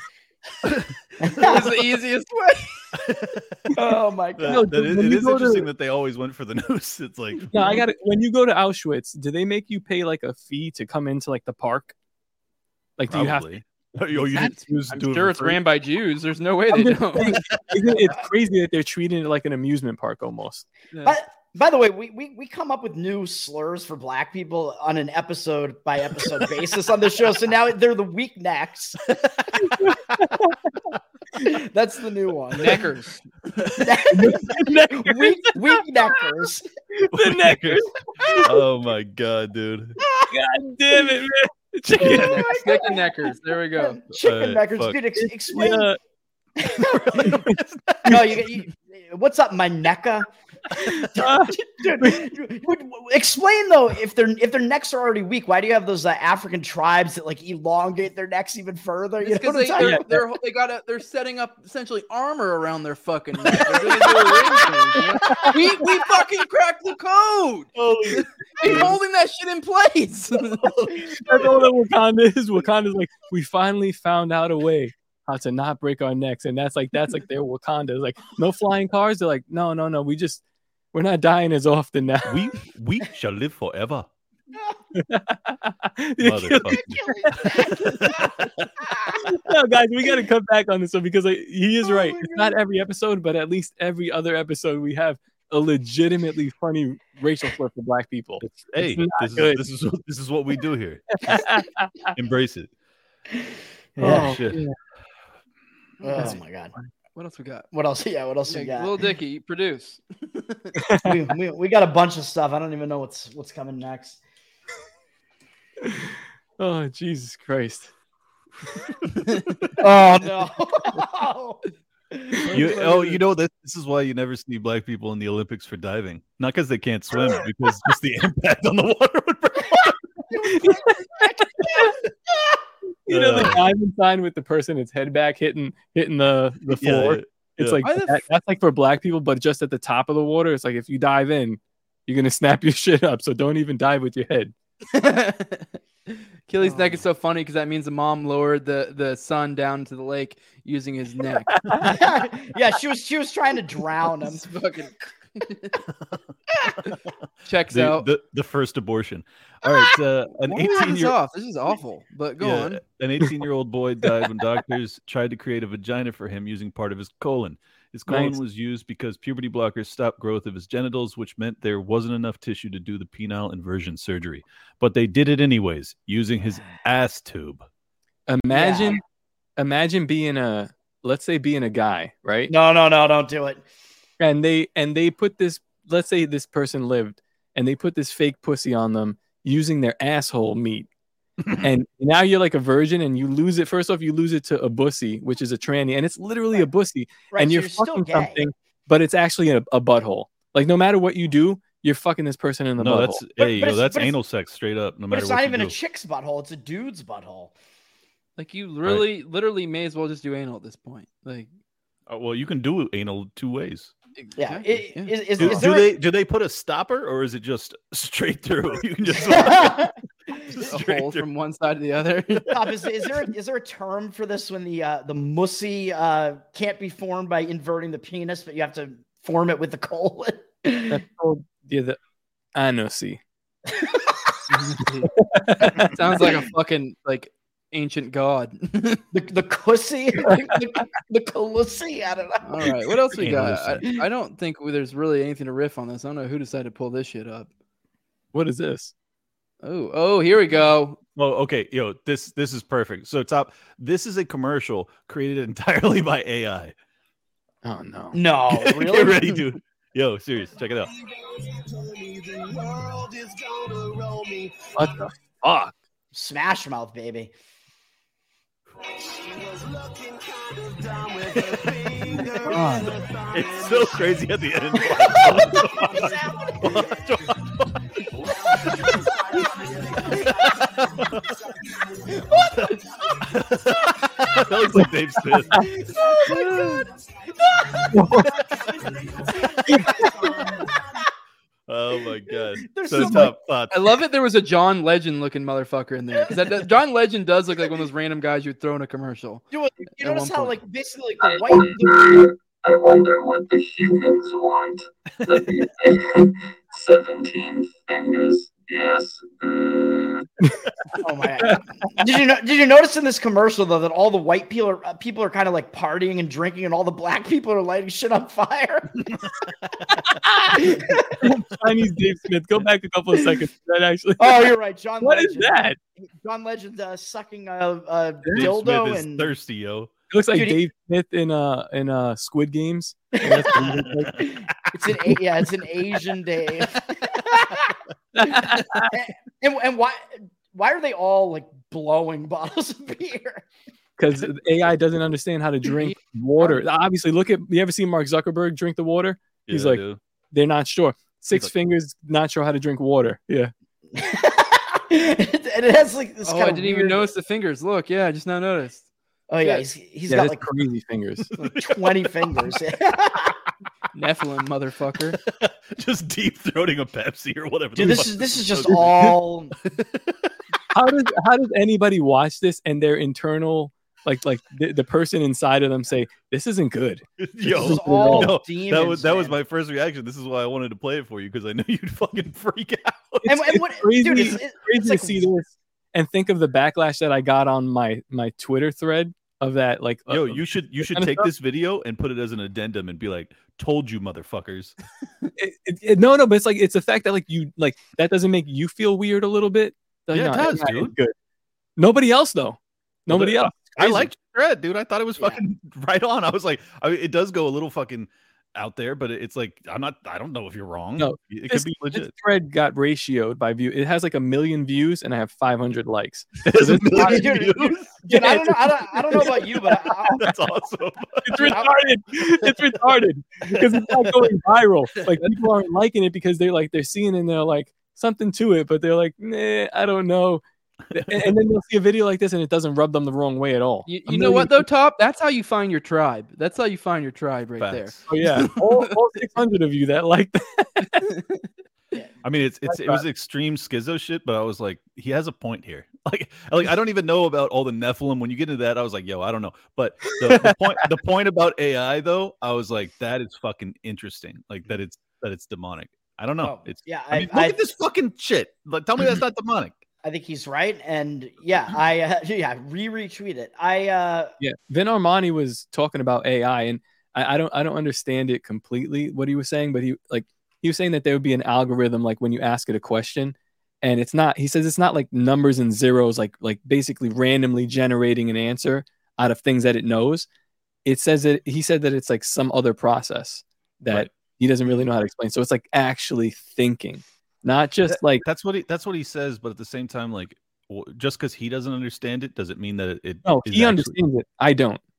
E: It was the easiest way.
C: oh my
B: That-
C: god.
D: No,
B: that is,
D: when
B: it
D: you
B: is
D: go
B: interesting
D: to-
B: that they always went for the nose. It's like
D: No, I got it. When you go to Auschwitz, do they make you pay like a fee to come into like the park? Like, do you have?
B: probably. Yo, you
E: That's-
B: just- you just do
E: I'm
B: it
E: sure
B: for
E: it's
B: free.
E: ran by Jews. There's no way
D: I'm
E: they
D: just
E: don't.
D: saying, isn't it crazy that they're treating it like an amusement park almost?
E: Yeah.
C: But By the way, we, we we come up with new slurs for black people on an episode by episode basis on the show. So now they're the weak necks. That's the new one.
E: Neckers.
C: weak, weak neckers.
B: The neckers. oh my god, dude.
E: God damn it, man. Chicken, chicken neckers. There we go.
C: Chicken
B: Uh,
C: neckers.
B: fuck.
C: Dude, ex- explain. no, you, you, what's up, my necka? Dude, you- you- explain though if their if their necks are already weak, why do you have those uh, African tribes that like elongate their necks even further? You know
E: Because
C: what I'm
E: they,
C: talking
E: they're,
C: about?
E: they're, they got a, they're setting up essentially armor around their fucking neck. They're gonna do a ring thing, you know? we, we fucking cracked the code. Keep holding that shit in place.
D: That's all that Wakanda is. Wakanda's like, we finally found out a way how to not break our necks. And that's like, that's like their Wakanda. It's like, no flying cars. They're like, no, no, no. We just, we're not dying as often now.
B: We we shall live forever.
D: no, guys, we got to cut back on this one because like, he
E: Oh
D: is right. It's not every episode, but at least every other episode, we have a legitimately funny racial slur for black people.
B: Hey,
D: It's not
B: this is,
D: good.
B: this is what- this is what we do here. Embrace it.
C: Yeah.
B: Oh shit.
C: oh my god.
E: What else we got?
C: What else? Yeah, what else we got?
E: Little Dicky, produce.
C: we, we, we got a bunch of stuff. I don't even know what's what's coming next.
D: Oh, Jesus Christ.
C: Oh no.
B: Um, You, oh, you know that this is why you never see black people in the Olympics for diving. Not because they can't swim, because just the impact on the water would break.
D: You know the
B: Uh.
D: diamond sign with the person its head back hitting hitting the the
B: Yeah,
D: floor.
B: yeah,
D: It's
B: yeah.
D: like
E: Why the
D: that- that's like for black people, but just at the top of the water. It's like if you dive in, you're gonna snap your shit up. So don't even dive with your head.
E: Achilles' neck is so funny because that means the mom lowered the, the son down to the lake using his neck.
C: yeah, she was she was trying to drown him.
E: It's fucking checks
B: The,
E: out.
B: the, the first abortion. All right, uh, an
E: Why do we have
B: eighteen
E: this
B: year
E: off? This is awful. But go
B: Yeah,
E: on.
B: An 18 year old boy died when doctors tried to create a vagina for him using part of his colon. His colon
D: Nice.
B: was used because puberty blockers stopped growth of his genitals, which meant there wasn't enough tissue to do the penile inversion surgery. But they did it anyways, using his ass tube.
D: Imagine, imagine being a let's say being a guy, right?
C: No, no, no, don't do it.
D: And they and they put this. Let's say this person lived, and they put this fake pussy on them using their asshole meat. and now you're like a virgin, and you lose it. First off, you lose it to a bussy, which is a tranny, and it's literally a bussy.
C: Right,
D: and
C: so
D: you're,
C: still
D: fucking
C: gay.
D: something, but it's actually a, a butthole. Like no matter what you do, you're fucking this person in the
B: No,
D: butthole.
B: that's
C: But-
B: hey,
C: but
B: yo,
C: it's-
B: that's
C: but it's-
B: anal sex straight up, no
C: But
B: matter
C: it's
B: what.
C: not
B: you
C: even a
B: do.
C: chick's butthole; it's a dude's butthole.
E: Like you really, literally may as well just do anal at this point. Like
B: Uh, well, you can do anal two ways.
C: Yeah.
E: exactly,
C: i- Is, is,
B: Do,
C: is
B: do
C: there?
B: they do they put a stopper or is it just straight through? You can just
C: a-
E: a
B: straight
E: hole
B: through.
E: from one side to the other.
C: Bob, is, is there a, is there a term for this when the uh, the mussy uh, can't be formed by inverting the penis, but you have to form it with the colon?
D: that's called yeah, the anosy.
E: Sounds like a fucking like ancient god.
C: The the cussy, the, the, the colossy. I don't know.
E: All right, what else we got?
B: Anal-sy.
E: I, I don't think there's really anything to riff on this. I don't know who decided to pull this shit up.
D: What is this?
E: Oh, oh, here we go.
B: Well, okay, yo, this this is perfect. So top, this is a commercial created entirely by AI.
D: Oh no.
C: No, really.
B: Get ready, dude. Yo, serious, check it out.
D: What the fuck?
C: Smash mouth, baby.
B: It's so crazy at the end. that looks like Dave Smith. Oh my god.
C: There's
B: so
C: so
B: top uh, thoughts.
E: I love it. There was a John Legend looking motherfucker in there because that, that- John Legend does look like one of those random guys you'd throw in a commercial.
C: You, you
E: At
C: notice
E: one
C: how,
E: point.
C: like, basically, like, the white.
M: I wonder what the humans want. The 17 fingers
F: Yes.
C: Oh my god! did you know, did you notice in this commercial though that all the white people are uh, people are kind of like partying and drinking, and all the black people are lighting shit on fire?
D: Chinese Dave Smith. Go back a couple of seconds. That actually.
C: Oh, you're right, John.
D: What is
C: Legend.
D: that?
C: John Legend uh, sucking a, a
B: Dave
C: dildo
B: Smith is
C: and
B: thirsty, yo.
D: It looks like
C: Dude, he-
D: Dave Smith in uh in uh Squid Games. That's what he looks like.
C: It's an A- yeah, it's an Asian Dave. and and why why are they all like blowing bottles of beer?
D: because AI doesn't understand how to drink water. Obviously, look at you ever seen Mark Zuckerberg drink the water? He's
B: Yeah,
D: like,
B: dude.
D: They're not sure. Six
B: like-
D: fingers, not sure how to drink water. Yeah,
C: and it has like this
E: oh,
C: kind
E: I
C: of
E: didn't even
C: weird-
E: notice the fingers. Look, yeah, I just now noticed.
C: Oh yeah,
E: Yeah.
C: he's he's
D: yeah,
C: got
D: that's
C: like
D: crazy fingers.
C: twenty fingers.
E: Nephilim, motherfucker.
B: just deep throating a Pepsi or whatever.
C: Dude,
B: the
C: this
B: fuck.
C: is this is just all
D: how does how does anybody watch this and their internal like like the, the person inside of them say this isn't good?
C: this is
B: yo.
C: all
B: no,
C: demons.
B: That was that was
C: man.
B: my first reaction. This is why I wanted to play it for you because I knew you'd fucking freak out.
C: And, and
D: it's
C: what,
D: crazy-
C: dude, it's, it's
D: Crazy
C: like-
D: to see this and think of the backlash that I got on my my Twitter thread of that like
B: Yo,
D: uh,
B: you should you should
D: kinda
B: take
D: stuff.
B: this video and put it as an addendum and be like, "Told you, motherfuckers."
D: it, it, it- no no but it's like it's the fact that like you like that doesn't make you feel weird a little bit Like,
B: Yeah, it
D: no,
B: does,
D: it's
B: dude.
D: good nobody else though nobody
B: the-
D: else
B: I
D: Crazy.
B: liked the thread, dude. I thought it was
C: Yeah.
B: fucking right on. I was like, I mean, it does go a little fucking out there, but it- it's like I'm not. I don't know if you're wrong.
D: No,
B: it
D: this,
B: could be
D: this
B: legit.
D: thread got ratioed by view it has like a million views and i have 500 likes
B: There's a
D: this-
B: million
C: Dude,
B: views.
C: Dude, I don't know. I don't, I don't know about you, but I,
B: That's awesome.
D: it's retarded it's retarded because it's not going viral like people aren't liking it because they're like they're seeing and they're like something to it but they're like nah, i don't know and, and then they'll see a video like this and it doesn't rub them the wrong way at all
E: You,
D: A
E: you know what
D: million
E: though, Top? That's how you find your tribe. That's how you find your tribe right there.
B: Facts.
D: Oh yeah, all, all 600 of you that like
B: I mean, it's it's it was extreme schizo shit, but I was like, he has a point here. Like, like I don't even know about all the Nephilim. When you get into that, I was like, yo, I don't know. But the, the point the point about AI though, I was like, that is fucking interesting. Like that it's that it's demonic. I don't know.
C: oh,
B: It's
C: yeah.
B: I mean, look
C: I,
B: at this fucking shit. Like, tell me that's not demonic.
C: I think he's right, and yeah, I uh, yeah re retweet it. I uh,
D: Yeah, Vin Armani was talking about AI, and I, I don't I don't understand it completely what he was saying, but he like he was saying that there would be an algorithm like when you ask it a question, and it's not. He says it's not like numbers and zeros, like like basically randomly generating an answer out of things that it knows. It says that he said that it's like some other process that
B: Right.
D: he doesn't really know how to explain. So it's like actually thinking, not just like
B: That's what he that's what he says, but at the same time, like w- just because he doesn't understand it doesn't mean that it, it
D: no,
B: is
D: he
B: actually-
D: understands it. I don't.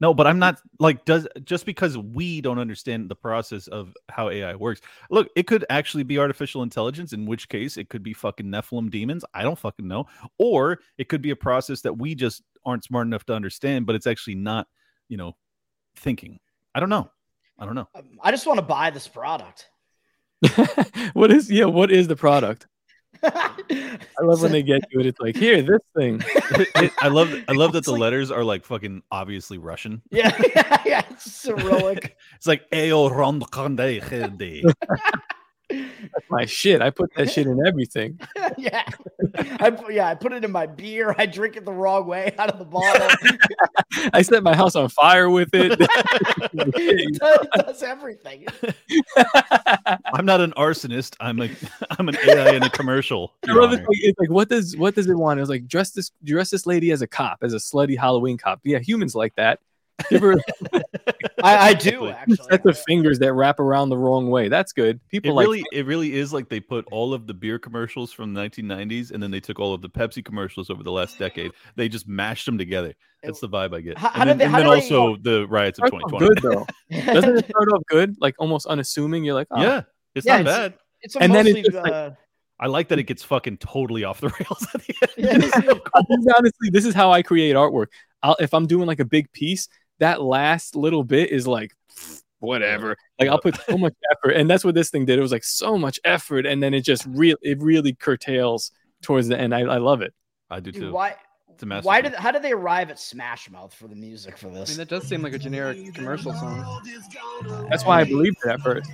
B: No, but I'm not like does just because we don't understand the process of how AI works. Look, it could actually be artificial intelligence, in which case it could be fucking Nephilim demons. I don't fucking know. Or it could be a process that we just aren't smart enough to understand, but it's actually not, you know, thinking. I don't know. I don't know.
C: Um, I just want to buy this product.
D: what is yeah? What is the product?
C: I
D: I love when they get to it. It's like, here, this thing.
B: I love I love that the
C: Like-
B: letters are like fucking obviously Russian.
C: Yeah, yeah, yeah. It's Cyrillic.
B: It's like Ayo Rondkande Khelde."
D: My shit. I put that shit in everything.
C: yeah, I pu- yeah. I put it in my beer. I drink it the wrong way out of the bottle.
D: I set my house on fire with it.
C: it, does, it does everything.
B: I'm not an arsonist. I'm a I'm an AI in a commercial.
D: I
B: Your
D: love this
B: Honor.
D: thing. It's like, what does what does it want? It was like, dress this dress this lady as a cop, as a slutty Halloween cop. Yeah, humans like that. Give her
C: I, I do
B: Exactly.
C: actually.
D: set the fingers that wrap around the wrong way. That's good.
B: It
D: People like
B: really, it really is like they put all of the beer commercials from the 1990s, and then they took all of the Pepsi commercials over the last decade. They just mashed them together. That's the vibe I get.
C: How- how
B: and then,
C: did they-
B: and
C: how
B: then
C: did they-
B: also the riots of
D: starts off
B: 2020.
D: good though.
C: yeah,
D: Doesn't it start off good? Like almost unassuming. You're like, oh,
B: Yeah, it's
C: Yeah,
B: not
C: it's-
B: bad.
C: it's a
D: And then it's
C: mostly.
D: just like-
C: uh,
B: I like that it gets fucking totally off the rails at the end.
D: Uh, this is honestly, this is how I create artwork. I'll, if I'm doing like a big piece, that last little bit is like whatever. Like I'll put so much effort, and that's what this thing did. It was like so much effort, and then it just real it really curtails towards the end. I, I love it.
B: I do
C: Dude,
B: too.
C: why
B: to mess.
C: Why
B: with
C: did how did they arrive at Smash Mouth for the music for
E: I
C: this?
E: mean, that does seem like a generic commercial song.
D: That's why I believed it at first.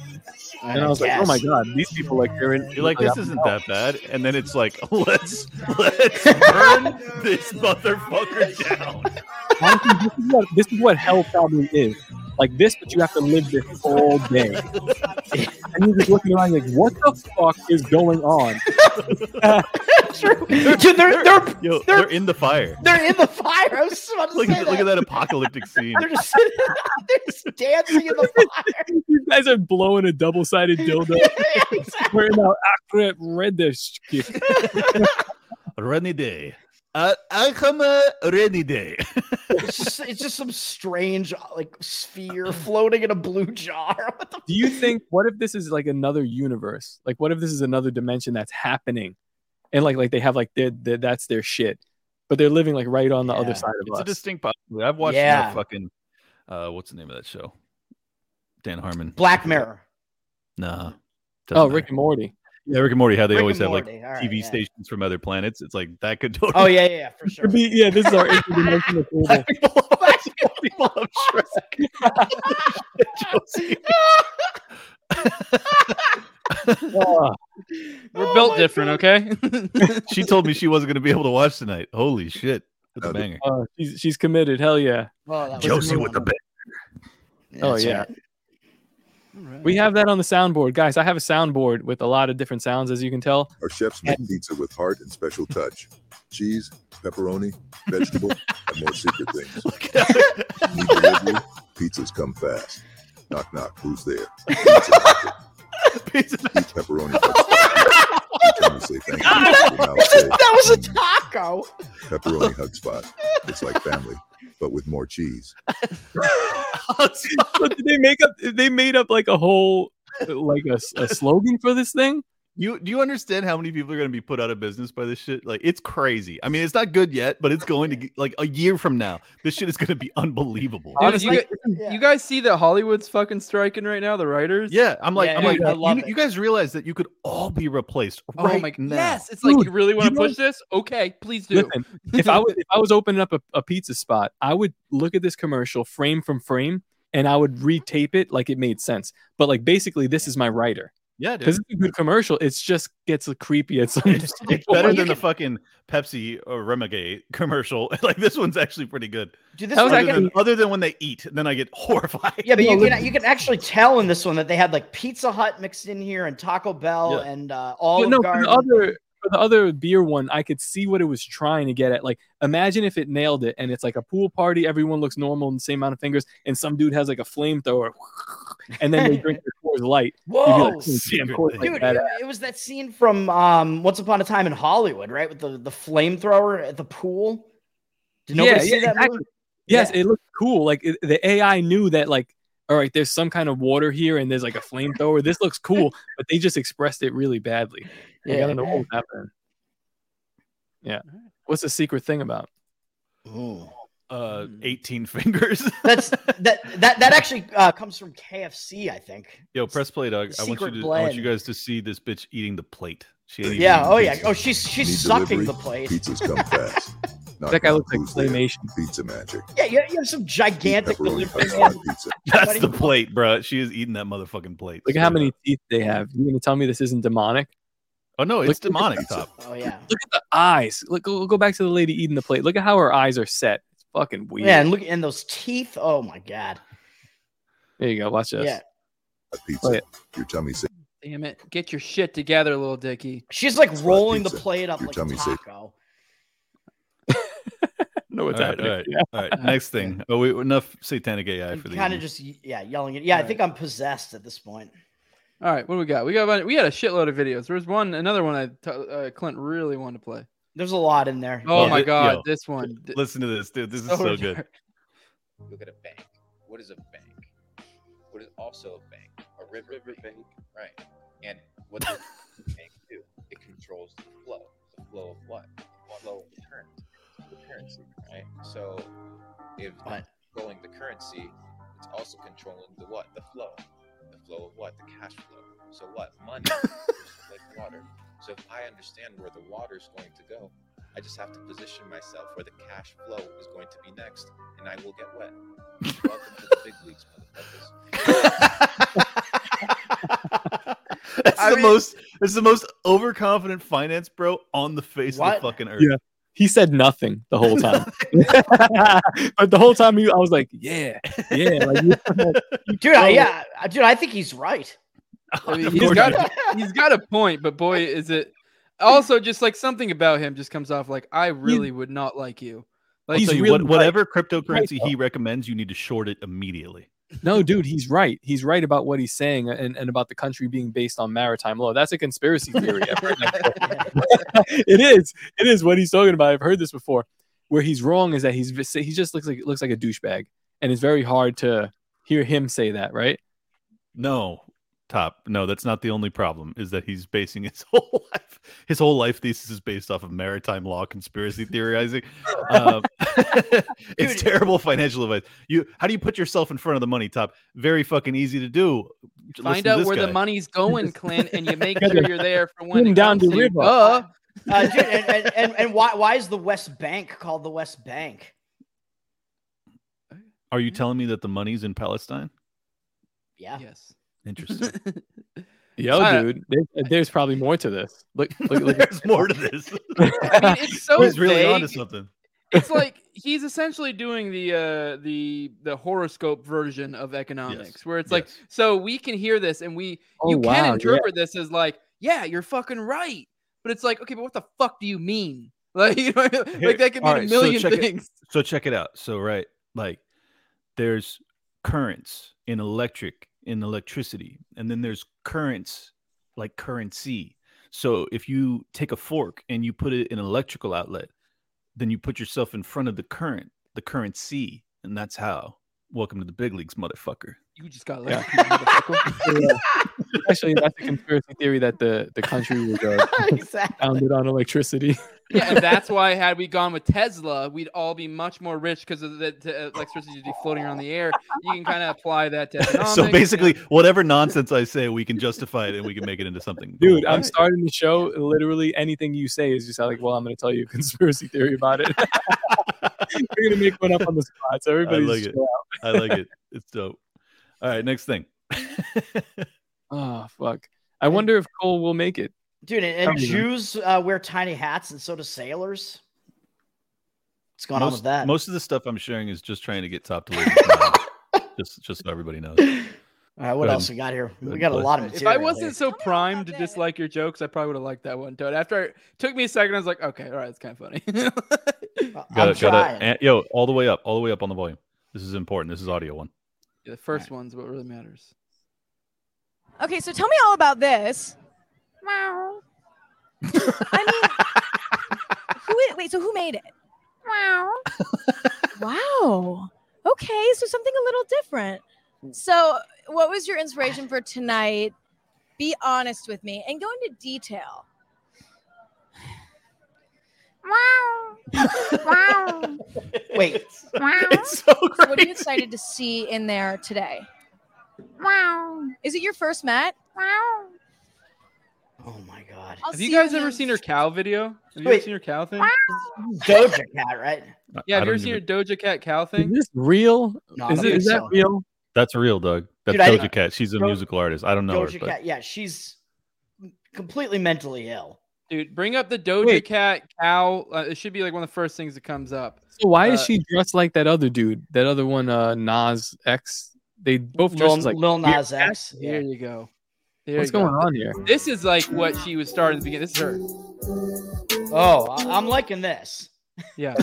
C: I
D: And I was like, oh
C: guess.
D: my god, these people like they're in.
B: You're like, this isn't that bad. And then it's like, let's let's burn this motherfucker down.
D: Honestly, this, is what, this is what hell probably is. Like this, but you have to live this all day. and you're just looking around, like, what the fuck is going on?
C: True. Dude, they're, they're,
B: Yo, they're, in the fire.
C: they're in the fire. I was just about to
B: Look
C: say
B: at
C: that.
B: look at that apocalyptic scene.
C: They're just, sitting, they're just dancing in the fire.
D: You guys are blowing a double-sided dildo. We're now accurate red dish.
B: Rainy day. Uh, I come a rainy day.
C: It's just, it's just some strange uh, like sphere floating in a blue jar. What the
D: Do you think what if this is like another universe? Like what if this is another dimension that's happening? And like like they have like their, their that's their shit. But they're living like right on the
C: Yeah.
D: other side of
B: It's a
D: us.
B: distinct possibility. I've watched
C: Yeah.
B: that fucking uh, what's the name of that show? Dan Harmon.
C: Black Mirror.
B: Nah. doesn't
D: Oh,
B: matter.
D: Rick and Morty.
B: Yeah, Rick and Morty. How they
C: Rick
B: always
C: and
B: have like
C: Morty, all right,
B: TV
C: yeah.
B: stations from other planets. It's like that could totally.
C: Oh yeah, yeah, yeah, for sure.
D: Could be- yeah, this is our interdimensional cable.
C: Oh,
B: people love Shrek.
D: Ah,
E: We're built different, okay?
B: Josie. she told me she wasn't going to be able to watch tonight. Holy shit! That's a banger.
D: ah, she's she's committed. Hell yeah.
C: Oh, that was a
B: Josie
C: good
B: with the
C: one.
B: bang.
D: Oh,
C: that's
D: yeah.
C: right.
D: We have that on the soundboard, guys. I have a soundboard with a lot of different sounds, as you can tell.
M: Our chefs make pizza with heart and special touch. Cheese, pepperoni, vegetable, and more secret things. Need delivery? Pizzas come fast. Knock knock, who's there? Pizza Hut. Eat pepperoni. Each time you say thank you, your mouth
C: This is-
M: says,
C: that was a taco.
M: pepperoni hug spot. It's like family, but with more cheese.
D: But did they make up they made up like a whole like a, a slogan for this thing?
B: You do you understand how many people are going to be put out of business by this shit? Like it's crazy. I mean, it's not good yet, but it's going to get, like a year from now. This shit is going to be unbelievable.
E: Dude, you,
D: Honestly,
E: gu- you guys see that Hollywood's fucking striking right now, the writers?
B: Yeah, I'm like,
C: Yeah,
B: I'm
C: yeah,
B: like,
C: I love
B: you,
C: it.
B: you guys realize that you could all be replaced
E: Oh
B: right
E: my
B: now.
E: Yes. It's like
D: Dude,
E: you really want
D: you
E: to
D: know-
E: push this? Okay, please do.
D: Listen, if I was if I was opening up a, a pizza spot, I would look at this commercial frame from frame and I would retape it like it made sense. But like basically, this is my writer
B: Yeah, dude.
D: because it's a good commercial. It's just gets creepy at some.
B: It's, it's better
D: point.
B: than the fucking Pepsi or Remigade commercial. like this one's actually pretty good.
C: Dude, this
D: That
C: was
D: was
B: Other,
C: like
B: than, other than when they eat, then I get horrified.
C: yeah, but
D: No,
C: you
D: look-
C: can you can actually tell in this one that they had like Pizza Hut mixed in here and Taco Bell
B: Yeah.
C: and uh,
D: But
C: Olive
D: no, for
C: Garden.
D: the other for the other beer one, I could see what it was trying to get at. Like, imagine if it nailed it, and it's like a pool party, everyone looks normal and same amount of fingers, and some dude has like a flamethrower, and then they drink their Coors Light. You'd be
B: Oh,
C: Whoa,
D: like, "Hmm, damn,
B: secret
D: Coors
B: thing."
D: Light
C: dude,
D: badass."
C: it, it was that scene from um, Once Upon a Time in Hollywood, right? With the the flamethrower at the pool. Did nobody
D: Yeah,
C: see
D: yeah,
C: that
D: exactly.
C: movie?
D: Yes,
C: Yeah.
D: it looked cool. Like it, the AI knew that, like, all right, there's some kind of water here, and there's like a flamethrower. This looks cool, but they just expressed it really badly. Like,
C: Yeah.
D: I don't know what was happening. Yeah, what's the secret thing about?
B: Uh,
C: Hmm.
B: 18 fingers.
C: That's that that that actually uh, comes from KFC, I think.
B: Yo, press play, dog. I want you
C: Secret
B: to, I want you
C: blend.
B: guys to see this bitch eating the plate. She ain't
C: Yeah.
B: even-
C: Oh yeah. Oh, she's she's
M: Need
C: sucking
M: delivery?
C: the plate.
M: Pizzas come fast. Knock
D: That guy
M: knock,
D: looks like
M: who's there?
D: claymation.
M: Pizza magic. Eat
C: Yeah, you you have some gigantic
M: pepperoni
C: delivery.
M: hug spot pizza.
B: That's the plate, bro. She is eating that motherfucking plate.
D: Look at how
B: straight
D: many
B: up.
D: teeth they have. You gonna tell me this isn't demonic?
B: Oh no, it's
D: Look at the
B: demonic
M: pizza.
B: top.
C: Oh yeah.
D: Look at the eyes. Look, go, go back to the lady eating the plate. Look at how her eyes are set. It's fucking weird.
C: Yeah, and look and those teeth. Oh my god.
D: There you go. Watch this.
C: Yeah.
M: A pizza.
D: Oh, yeah.
M: Your tummy says
E: Damn it. Get your shit together, little Dicky.
C: She's like
M: Fried
C: rolling the
M: pizza.
C: plate up
M: Your
C: like a
M: tummy's safe.
C: taco.
D: Know what's
B: All right,
D: happening.
B: all right. All right, next thing. Oh, wait, enough satanic AI
C: I'm
B: for the
C: kind of
B: evening.
C: just yeah, yelling it. Yeah, I think I'm possessed at this point.
E: All right, what do we got? We got about- we had a shitload of videos. There was one, another one I t- uh, Clint really wanted to play.
C: There's a lot in there.
E: Oh
B: Yeah.
E: my
B: Yo,
E: god, this one. Th-
B: Listen to this, dude. This is
E: so
B: so
E: retarded.
B: good.
N: Look at a bank. What is a bank? What is also a bank? A river, bank. Right. And what does a bank do? It controls the flow. The flow of what? The flow of currency. currency right? So if
C: What?
N: controlling the currency, it's also controlling the what? The flow. The flow of what? The cash flow. So what? Money. is like water. So if I understand where the water is going to go, I just have to position myself where the cash flow is going to be next, and I will get wet. Welcome to the big leagues, motherfuckers.
B: That's
N: I
B: the
N: mean-
B: most. It's the most overconfident finance bro on the face
D: What?
B: of the fucking earth.
D: Yeah. He said nothing the whole time. but the whole time he, I was like, yeah, yeah. Like,
C: dude.
D: Oh.
C: I, yeah, I- dude. I think he's right.
E: I mean, he's got he's got a point, but boy, is it also just like something about him just comes off like I really would not like you.
B: I'll
E: Like
B: tell you
E: really
B: what, whatever
E: right,
B: cryptocurrency
E: though.
B: he recommends, you need to short it immediately.
D: no, dude, he's right. He's right about what he's saying and, and about the country being based on maritime law. That's a conspiracy theory. I've heard that before. it is. It is what he's talking about. I've heard this before. Where he's wrong is that he's he just looks like looks like a douchebag, and it's very hard to hear him say that, right?
B: No, top. No, that's not the only problem. Is that he's basing his whole life, his whole life thesis is based off of maritime law conspiracy theorizing. Um, it's terrible financial advice. You, how do you put yourself in front of the money? Top. Very fucking easy to do. Listen
E: find
B: to
E: out
B: this
E: where the
B: guy.
E: money's going, Clint, and you make
B: Yeah,
E: sure
B: yeah.
E: you're there for when it
B: Down
E: comes
B: the
E: to you.
B: river.
E: Duh.
C: Uh, dude, and, and, and, and why why is the West Bank called the West Bank?
B: Are you telling me that the money's in Palestine?
C: Yeah.
E: Yes.
B: Interesting.
D: Yo,
B: I-
D: dude, there- there's probably more to this. Look, look, look
B: there's more to this.
E: I mean, it's so
B: he's really
E: vague.
B: onto something.
E: it's like he's essentially doing the uh the the horoscope version of economics where it's like so we can hear this and we
D: Oh,
E: you
D: wow, yeah.
E: can interpret this as like yeah you're fucking right but it's like okay but what the fuck do you mean like you know like that could mean
B: All
E: a
B: right,
E: million
B: check
E: things
B: It, so check it out. So right, like there's currents in electric in electricity, and then there's currents like currency. So if you take a fork and you put it in an electrical outlet, then you put yourself in front of the current, the currency, and that's how. Welcome to the big leagues, motherfucker.
E: you just got
D: Yeah.
E: like motherfucker.
D: Actually, that's a conspiracy theory that the, the country was uh,
C: Exactly.
D: founded on electricity.
E: yeah and that's why had we gone with tesla we'd all be much more rich because of the, the electricity would be floating around the air you can kind of apply that to economics
B: so basically, whatever nonsense I say, we can justify it and we can make it into something.
D: Dude,
B: cool.
D: I'm starting the show. Literally anything you say is just like, well, I'm going to tell you a conspiracy theory about it. We're going to make one up on the spot. So everybody's
B: I like
D: just
B: it.
D: chill
B: I
D: out.
B: like it. It's dope. All right, next thing.
D: oh, fuck. I wonder if Cole will make it.
C: Dude, and, and
D: Probably.
C: Jews uh, wear tiny hats, and so do sailors. What's going on
B: most,
C: with that?
B: Most of the stuff I'm sharing is just trying to get top to leave. his mind. just, just so everybody knows.
C: All right, what
B: Go ahead
C: else
B: and-
C: we got here?
B: go
C: We
B: ahead
C: got a
B: and play.
C: lot of
E: If I
C: material.
E: wasn't
C: here.
E: so primed to dislike your jokes, I probably would have liked that one, Toad. After it took me a second, I was like, okay, all right, it's kind of funny.
B: Got
E: I'm
B: it. Got
E: trying.
B: it. Yo, all the way up, all the way up on the volume. This is important. This is audio one.
E: the first one's what really matters.
O: Okay, so tell me all about this.
P: Wow.
O: Who i- wait, so who made it?
P: Wow.
O: Wow. Okay, so something a little different. So, what was your inspiration for tonight? Be honest with me and go into detail.
P: Wow.
C: Wait.
P: Wow.
O: So what are you excited to see in there today?
P: Wow.
O: Is it your first Met?
P: Wow.
C: Oh God.
E: Have you guys ever seen her cow video? Have you ever
C: Wait.
E: seen her cow thing?
C: Doja Cat, right?
B: I
E: Yeah, have you ever
B: don't
E: seen her Doja Cat cow thing?
D: Is this real?
C: No, I
D: is
C: don't
D: it-
C: think
D: is that
C: so.
D: real?
B: That's real, Doug. That's
C: Dude, I-
B: Doja Cat. She's a
C: Doja-
B: musical artist. I don't know her,
C: Doja
B: but
C: Cat, yeah, she's completely mentally ill.
D: Mm-hmm.
E: Dude, bring up the Doja Cat cow. Uh, it should be like one of the first things that comes up.
D: So why is
E: Uh,
D: she dressed like that other dude? That other one, uh, Nas X. They both dressed
C: Lil,
D: as, like
C: Lil
D: weird
C: Nas X.
E: There you go. There
D: What's
E: you go.
D: going on here?
E: This is like what she was starting to begin. This is her.
C: Oh, I- I'm liking this.
E: Yeah.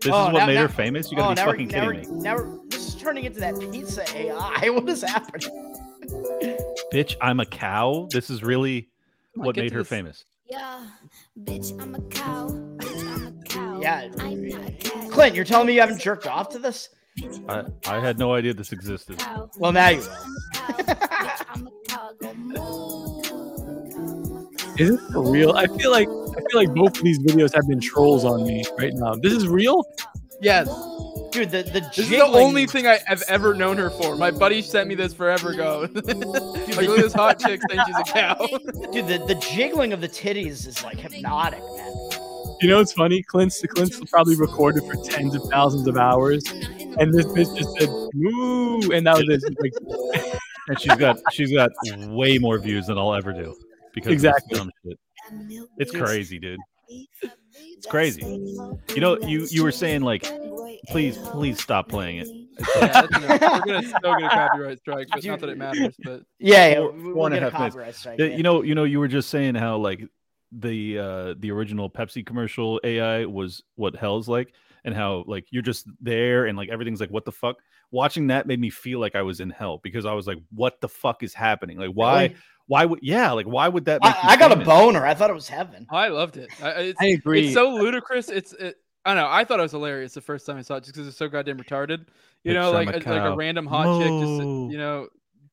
B: this
C: Oh,
B: is what
C: now-
B: made
C: now-
B: her famous. You gotta be
C: oh, now we're-
B: fucking
C: now
B: kidding me,
C: we're- Now we're- this is turning into that pizza AI. What is happening?
B: bitch. I'm a cow. This is really
C: Oh
O: Come on,
B: what
O: get
B: made
O: to
B: her
O: this.
B: famous.
P: Yeah. Bitch, I'm a cow. Bitch, I'm a cow.
C: Yeah.
P: Oh, I'm not a cat.
C: Clint, you're telling me you haven't jerked off to this?
B: I, I had no idea this existed.
C: Well, now you.
D: Is this for real? I feel like I feel like both of these videos have been trolls on me right now. This is real.
E: Yes.
C: Dude, the, the
E: This is the only thing I have ever known her for. My buddy sent me this forever ago.
C: Dude,
E: Like, look at this hot chick saying she's a cow.
C: Dude, the, the jiggling of the titties is like hypnotic, man.
D: You know what's funny? Clint's Clint's probably recorded for tens of thousands of hours, and this bitch just said "woo," and that was it. She's like,
B: and she's got she's got way more views than I'll ever do because
D: Exactly.
B: exactly. shit. It's crazy, dude. It's crazy. You know, you you were saying like, please, please stop playing it.
E: yeah, that's enough. We're gonna still get a copyright strike, but not that it matters. But
B: Four- four and a half minutes. The- You know, you know, you were just saying how like the uh the original Pepsi commercial AI was what hell's like, and how like you're just there and like everything's like what the fuck. Watching that made me feel like I was in hell because I was like, what the fuck is happening? Like, why?
C: Really?
B: Why would yeah? Like, why would that? Make
C: I,
B: you
C: I got a
B: famous?
C: boner. I thought it was heaven.
E: I loved it. I, I- it's,
C: I agree.
E: It's so ludicrous. It's it, I don't know. I thought it was hilarious the first time I saw it, just because it's so goddamn retarded. You
B: Bitch,
E: know, like
B: I'm a
E: a, like a
B: cow.
E: random hot chick just uh,
B: Moo.
E: you know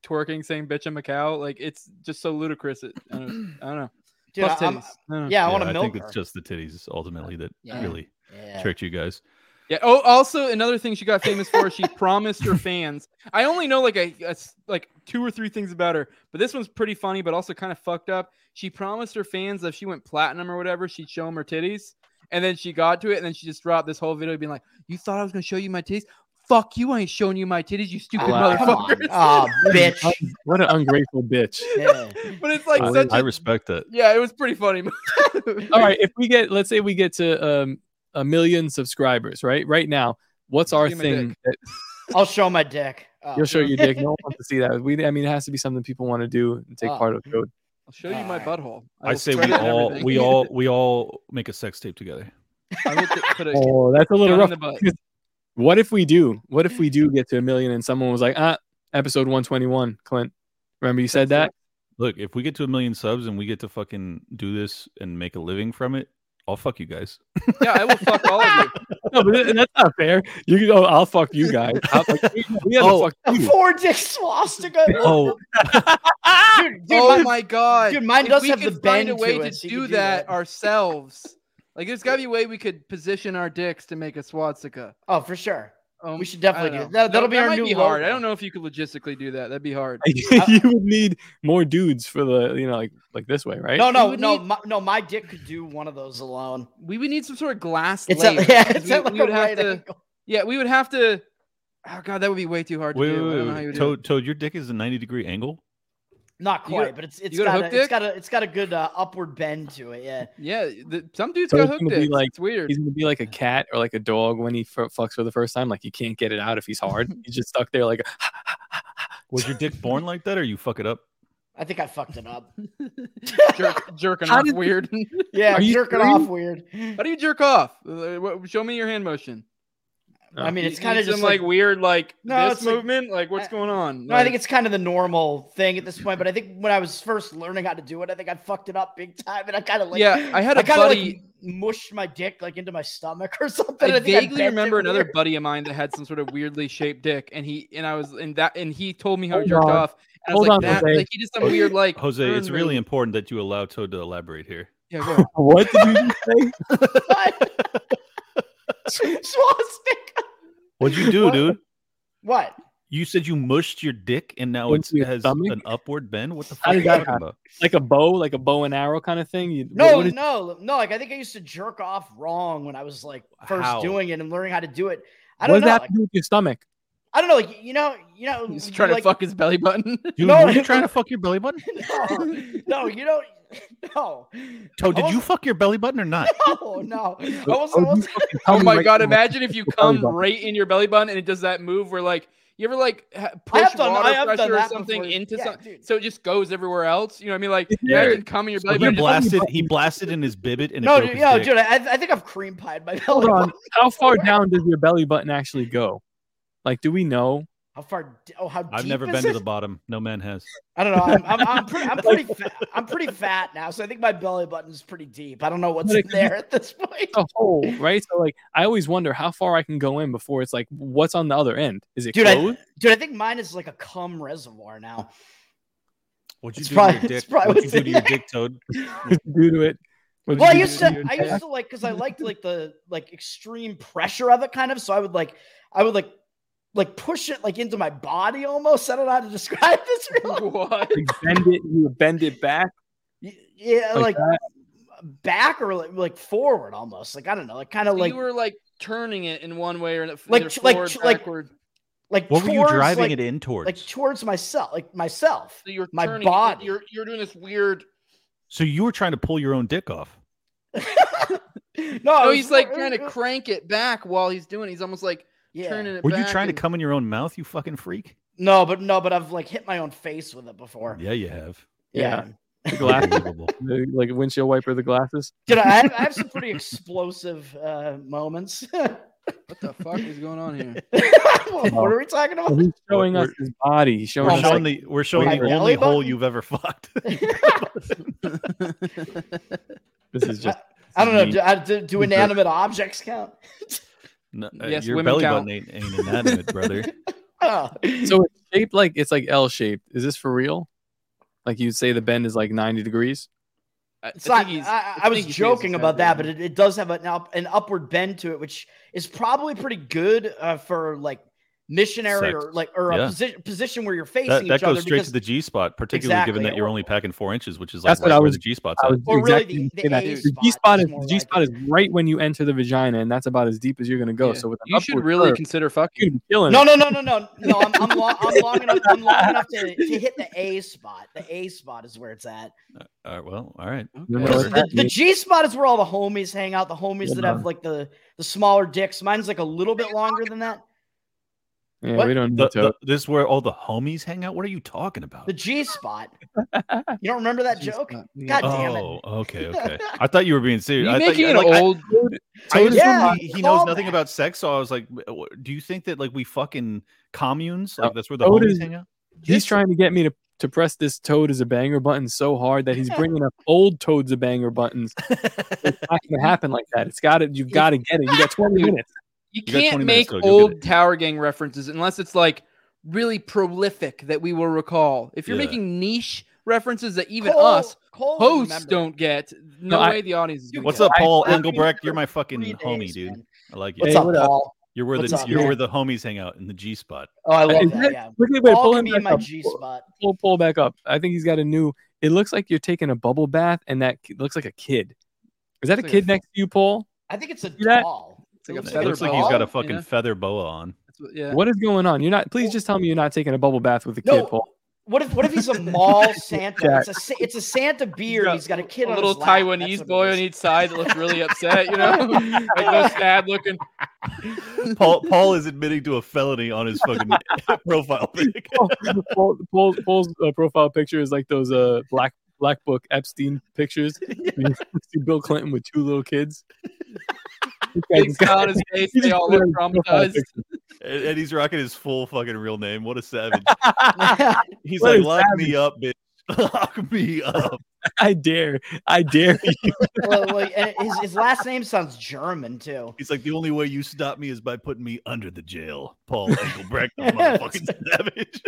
E: twerking, saying "bitch I'm a cow." Like it's just so ludicrous. It, I, don't, I don't know.
C: Dude,
E: Plus
C: I'm-
E: titties. don't know.
B: I think it's just the titties ultimately that
E: Yeah.
B: really
E: Yeah.
B: tricked you guys.
E: Yeah. Oh, also another thing she got famous for, she promised her fans. I only know like a, a s- like two or three things about her, but this one's pretty funny, but also kind of fucked up. She promised her fans that if she went platinum or whatever, she'd show them her titties, and then she got to it, and then she just dropped this whole video being like, "You thought I was gonna show you my titties? Fuck you! I ain't showing you my titties, you stupid
D: Wow.
E: motherfuckers!"
C: Oh, bitch.
D: What an ungrateful bitch.
E: but it's like
D: Oh, I-
E: such.
D: I
E: a-
B: respect that.
E: Yeah, it was pretty funny.
D: All right, if we get, let's say we get to um, a million subscribers, right? Right now, what's our
C: Give me
D: thing? That,
C: I'll show my dick. Oh.
E: Ah.
D: you'll show your dick. No one wants to see that. We, I mean, it has to be something people want to do and take
E: Oh.
D: part of the code.
E: I'll show you my butthole.
B: I,
E: will
B: say
E: spread
B: we
E: it and
B: all
E: everything.
B: we all we all make a sex tape together.
E: I will t- put a-
D: Oh, that's a little
E: gun
D: rough.
E: in the butt.
D: because What if we do? What if we do get to a million and someone was like, ah, episode 121, Clint? Remember you said that?
B: Look, if we get to a million subs and we get to fucking do this and make a living from it, I'll fuck you guys.
E: Yeah, I will fuck all of you.
D: No, but th- that's not fair. You can go, I'll fuck you guys. I'll fuck you. We gotta
B: Oh.
D: fuck you.
C: Four dick swastica.
B: Oh,
C: Dude, dude,
E: oh my god,
C: Dude, mine
E: If
C: does
E: we
C: have
E: could
C: the
E: find
C: bend
E: a way
C: to
E: to,
C: it, so you
E: do
C: could do
E: that
C: that.
E: ourselves. Like, there's got to be a way we could position our dicks to make a swastika.
C: Oh, for sure.
E: Um,
C: we should definitely
E: I
C: do
E: don't
C: that.
E: know.
C: That'll
E: No,
C: be
E: that
C: our
E: might
C: new
E: be hard. I
C: logo.
E: don't know if you could logistically do that. That'd be hard.
D: you would need more dudes for the, you know, like like this way, right?
C: No,
E: We
C: no,
E: would
C: no,
E: need-
C: my, no. My dick could do one of those alone.
E: We would need some sort of glass
C: It's
E: layer.
C: at, yeah,
E: 'cause
C: it's
E: we-
C: at like
E: we
C: a
E: would have
C: right
E: to-
C: angle.
E: Yeah, we would have to. Oh god, that would be way too hard to
B: wait, wait,
E: do. I don't know how
B: wait, wait.
E: you would do it.
B: Toad, Toad, your dick is a ninety degree angle.
C: Not
E: You got-
C: quite, but it's it's
E: you got
C: got,
E: a hook
C: a, it's
E: dick?
C: got a it's got a good uh, upward bend to it. Yeah.
E: Yeah, the, some dudes
D: So
E: got
D: it's
E: hooked.
D: gonna be
E: dicks.
D: like
E: it's weird.
D: he's gonna be like a cat or like a dog when he f- fucks for the first time. Like you can't get it out if he's hard. he's just stuck there. Like
B: Was your dick born like that, or you fuck it up?
C: I think I fucked it up.
E: Jerk, jerking
D: How
E: off
D: did-
E: weird.
C: Yeah,
D: Are you
C: jerking
D: serious?
C: off weird.
E: how do you jerk off? Uh, what- Show me your hand motion.
C: I mean,
E: You-
C: it's
E: uh, you
C: kind
E: need
C: of just
E: some, like, weird, like
C: No,
E: this
C: it's like-
E: movement. Like, what's going on?
C: No, I think it's kind of the normal thing at this point. But I think when I was first learning how to do it, I think I fucked it up big time, and I kind of like
E: Yeah, I had a
C: kinda, like,
E: buddy-
C: mushed my dick like into my stomach or something. and
E: I
C: think
E: vaguely
C: bent it
E: remember another
C: weird.
E: buddy of mine that had some sort of weirdly shaped dick, and he and I was and that and he told me how he
D: Hold
E: jerked
D: on.
E: off. And I was
D: Hold
E: like,
D: on,
E: that,
D: Jose.
E: like he did some weird like
B: Jose, it's
E: turn
B: really
E: move.
B: important that you allow Toad to elaborate here.
E: Yeah, go ahead.
D: what did you just say?
C: swastika.
B: What'd you do,
C: What?
B: dude?
C: What?
B: You said you mushed your dick, and now
D: Went
B: it's-
D: to
B: it
D: your
B: has
D: stomach?
B: an upward bend. What the fuck
D: How
B: are
D: did
B: you
D: that
B: talking
D: happen?
B: about?
D: Like a bow, like a bow and arrow kind of thing. You,
C: No,
D: what is-
C: no, no. Like I think I used to jerk off wrong when I was like first
D: How?
C: doing it and learning how to do it. I
D: what
C: don't
D: does
C: know.
D: that have
C: like-
D: to do with your stomach?
C: I don't know. Like, you know, you know.
E: He's
C: you
E: trying
C: like-
E: to fuck his belly button.
B: Dude,
C: No,
B: were you trying to fuck your belly button?
C: No, no, you don't. No,
B: Toad, did
C: Oh.
B: you fuck your belly button or not?
C: no, no. I was- I
D: Oh,
C: was-
D: you fucking tell
E: oh
D: me
E: my
D: right
E: god!
D: now.
E: Imagine if you
D: Your belly
E: come
D: button.
E: right in your belly button and it does that move where like you ever like ha-
C: I
E: push
C: have done- I
E: water
C: have done
E: pressure or
C: that
E: something
C: before.
E: into
C: Yeah,
E: something,
C: dude.
E: so it just goes everywhere else. You know what I mean? Like
B: Yeah.
E: imagine coming in your
B: So
E: belly
B: he
E: button. just-
B: blasted. He blasted in his bibbit and it
C: no,
B: broke
C: dude,
B: his
C: yeah,
B: dick.
C: dude. I, I think I've cream pied my belly.
D: Hold on.
C: button.
D: How far down does your belly button actually go? Like, do we know?
C: How far? d- Oh, how deep
B: I've never
C: is
B: been to
C: it?
B: the bottom. No man has.
C: I don't know. I'm, I'm, I'm pretty. I'm pretty. Fat. I'm pretty fat now, so I think my belly button's pretty deep. I don't know what's
D: But it
C: in
D: could be-
C: there at this point.
D: A hole, right? So, like, I always wonder how far I can go in before it's like, what's on the other end? Is it
C: Dude, I,
D: closed?
C: dude, I think mine is like a cum reservoir now.
B: What'd you
C: It's
B: do
C: probably-
B: to your
C: it's
B: dick?
C: probably
B: What'd you
C: what's
B: do
C: in
B: to your
C: there.
B: dick, Toad?
D: What'd you do to it? What'd
C: Well, I
D: you do
C: used to,
D: your
C: I
D: back?
C: used to like, cause I liked like the like extreme pressure of it, kind of. So I would like, I would like like push it like into my body almost. I don't know how to describe this. Really.
E: What?
D: Like bend it, you would bend it back.
C: Yeah, like,
D: Like
C: back or like, like forward almost. Like I don't know, like kind of
E: So
C: like
E: you were like turning it in one way or another,
C: Like-
E: either
C: like-
E: forward,
C: like-
E: backward.
C: like
Q: What were you
C: towards,
Q: driving
C: like-
Q: it in towards?
C: Like towards myself, like myself,
E: so you're
C: my
E: turning it-
C: body.
E: You're you're doing this weird.
B: So you were trying to pull your own dick off.
C: No,
E: No,
C: it
E: Oh, he's
C: was-
E: like trying to crank it back while he's doing. it. He's almost like turning it.
B: Were you
E: back
B: trying to
E: and-
B: come in your own mouth, you fucking freak?
C: No, but no, but I've like hit my own face with it before.
B: Yeah, you have.
C: Yeah.
D: The
B: glasses.
D: The, like windshield wiper, the glasses.
C: Did I, I, have, I have some pretty explosive uh, moments.
E: What the fuck is going on here?
C: what are we talking about?
D: He's showing us his body. He's showing
B: We're
D: us
B: showing
D: like-
B: the we're showing
D: My
B: the
D: belly
B: only hole
D: button?
B: you've ever fucked.
D: This is just.
C: I don't know.
B: mean.
C: Do, I, do, do
B: Sure.
C: inanimate objects count?
B: No, uh,
D: Yes,
B: your
D: women
B: belly
D: count.
B: button ain't, ain't inanimate, brother.
C: Oh,
D: So it's shaped like it's like L shaped. Is this for real? Like you'd say the bend is like ninety degrees.
E: I,
C: it's not, I, I, I was
E: think he feels
C: joking about that, but
E: exaggerating.
C: it, it does have an, up, an upward bend to it, which is probably pretty good uh, for like missionary
B: Sex.
C: or like or a
B: Yeah.
C: position position where you're facing
B: That,
C: each
B: that
C: other
B: goes straight
C: because,
B: to the G spot, particularly given
C: Exactly,
B: that you're only packing four inches, which is like
D: That's
B: right
D: what I
B: where
D: was.
B: the G spot's
D: I
B: at.
D: was
C: Or really
D: exactly
C: the- the
D: gonna say
C: A
D: that. the G spot is
C: more
D: the G spot is right when you enter the vagina, and that's about as deep as you're gonna go.
E: Yeah.
D: So with an
E: You should
D: upward
E: really
D: curve,
E: consider fucking.
D: you're gonna be killing
C: no,
D: it.
C: no, no, no, no, no. I'm, I'm, long, I'm long enough. I'm long enough to, to hit the A spot. The A spot is where it's at.
B: All right, well, all right.
D: Remember
B: Whatever.
D: what
C: The,
D: that
C: the
D: means.
C: G spot is where all the homies hang out. The homies that
D: Yeah.
C: have like the the smaller dicks. Mine's like a little bit longer than that.
D: Yeah,
C: what?
D: we don't need
B: The-
D: to.
B: the- this is where all the homies hang out. What are you talking about?
C: The G spot. You don't remember that joke? God damn it!
B: oh, okay, okay. I thought you were being serious.
E: You
B: I thought
E: making
B: you,
E: an
B: like, I-
E: old dude?
B: I assumed
C: Yeah,
B: he, he knows
C: call
B: nothing
C: back.
B: about sex, so I was like, "W- "Do you think that like we fucking communes? Like that's where the
D: Toad
B: homies
D: is-
B: hang out?"
D: He's trying to get me to, to press this toad as a banger button so hard that he's bringing up old toads a banger buttons. it's not going to happen like that. It's got to You've got to get it. You got 20
E: Dude,
D: minutes.
E: You
B: You got 20
E: can't
B: minutes,
E: make
B: so go get
E: old Tower Gang references unless it's like really prolific that we will recall. If you're
B: Yeah.
E: making niche references that even
C: Cole-
E: us
C: Cole will
E: hosts
C: remember.
E: don't get, no,
D: No, I-
E: way the audience is. gonna
B: What's
E: get
B: up,
E: it.
B: Paul
C: I- I-
B: Engelbrecht? You're my fucking
C: three
B: homie,
C: days,
B: dude.
C: man.
B: I like you.
C: What's up,
D: what up?
C: Paul?
B: You're where
C: What's
B: the
C: up,
B: you're
C: man?
B: where the homies hang out in the G spot.
C: Oh, I love
D: Is
C: that.
D: that-
C: Yeah.
D: look at- wait,
C: Paul
D: pull
C: can
D: him
C: be in
D: back
C: my
D: up.
C: G spot.
D: Pull, pull back up. I think he's got a new. It looks like you're taking a bubble bath, and that ki- looks like a kid. Is that a
E: Looks like a
D: kid next to you, Paul?
C: I think it's a
D: that?
C: doll.
E: It's like a
B: It
E: feather
B: looks like he's got a
E: ball,
B: fucking
E: yeah.
B: feather boa on.
E: That's what- yeah.
D: What is going on? You're not. Please just tell me you're not taking a bubble bath with a
C: No,
D: kid, Paul.
C: What if what if he's a mall Santa?
D: Jack.
C: It's a Sa- it's a Santa beard. He's got a kid
E: a
C: on
E: little
C: his lap. That's what
E: Taiwanese
C: it
E: boy
C: is.
E: on each side that looks really upset, you know, like no sad looking.
B: Paul Paul is admitting to a felony on his fucking profile pic.
D: Paul, Paul, Paul's, Paul's uh, profile picture is like those uh black black book Epstein pictures. You see Bill Clinton with two little kids. This guy
E: Big smile
D: just
E: on
D: got-
E: his face.
D: he
E: They
D: just
E: all
D: put
E: look
D: it on his profile
E: traumatized.
D: picture.
B: And, and he's rocking his full fucking real name. What a savage. He's
D: What
B: like,
D: a
B: lock me up, bitch. Lock me up.
D: I dare, I dare you.
C: Well, like, and his, his last name sounds German too.
B: He's like, the only way you stop me is by putting me under the jail. Paul Engelbrecht, the motherfucking savage.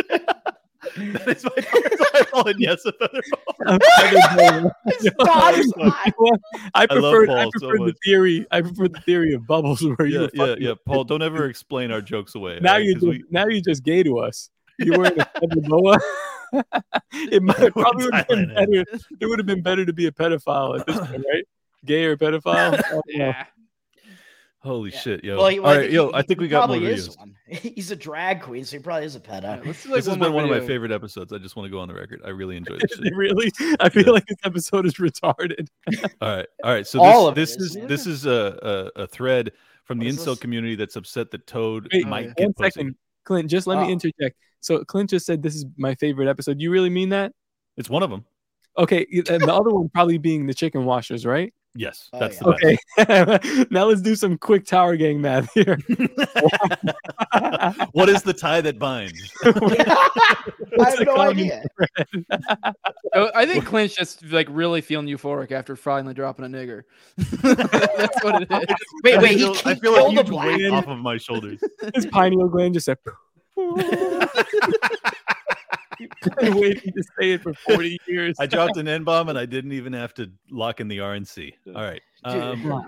B: that is my first time calling yes a feather ball.
D: I'm sorry, no.
C: daughter's
D: You know what? I
B: I love
D: prefer, I
B: Paul so
D: prefer the
B: much.
D: theory. I prefer the theory of bubbles where you
B: Yeah,
D: were
B: yeah,
D: fucking-
B: yeah. Paul, don't ever explain our jokes away.
D: Now
B: alright?
D: you
B: 'Cause
D: just,
B: we-
D: now you just gay to us. You were in a feather boa. it might
B: We're in
D: probably would have been
B: Thailand now.
D: better. It would have been better to be a pedophile at this point, right? Gay or pedophile? I don't know.
E: Yeah.
B: Holy
C: Yeah.
B: shit, yo.
C: Well, he-
B: All
C: well, I
B: right,
C: think
B: yo,
C: he-
B: I think
C: he
B: we got more
C: probably is
B: videos.
C: one. He's a drag queen, so he probably is a pedo.
E: Let's do like
B: This has
E: one
B: been
E: more
B: one of my
E: video.
B: favorite episodes. I just want to go on the record. I really enjoyed this
D: Is
B: shit.
D: it really? I feel
B: Yeah.
D: like this episode is retarded.
B: All right, all right. So
C: All of
B: this,
C: it
B: this
C: is,
B: is this is a a, a thread from the
C: What is
B: incel
C: this?
B: community that's upset that Toad
D: Wait,
B: might
E: yeah.
B: get
D: One
B: pussy. Ah.
D: second, Clint. Just let
C: Oh.
D: me interject. So Clint just said this is my favorite episode. You really mean that?
B: It's one of them.
D: Okay, and the other one probably being the chicken washers, right?
B: Yes,
C: Oh,
B: that's
C: yeah.
B: the best.
D: Okay. now let's do some quick tower gang math here.
B: What is the tie that binds?
C: I have
D: the
C: no
D: common
C: idea.
E: Oh, I think Clint's just like really feeling euphoric after finally dropping a nigger. That's what it is.
C: Wait, wait,
B: I
C: he,
B: feel, I
C: he
B: feel a
C: killed a
B: huge
C: black.
B: weight off of my shoulders.
D: His pineal gland just said. I've been waiting to say it for 40 years.
B: I dropped an N bomb and I didn't even have to lock in the RNC. All right.
C: Dude,
B: Um,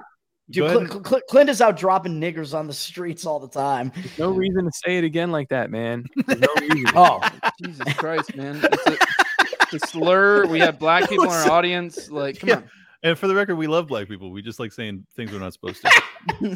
C: Dude,
D: Go ahead.
C: Clint, Clint, Clint is out dropping niggers on the streets all the time.
D: No reason to say it again like that, man.
C: Oh,
E: Jesus Christ, man. It's a, it's a slur. We have black people in our audience. Like, come
B: Yeah.
E: on.
B: And for the record, we love black people. We just like saying things we're not supposed to. Uh,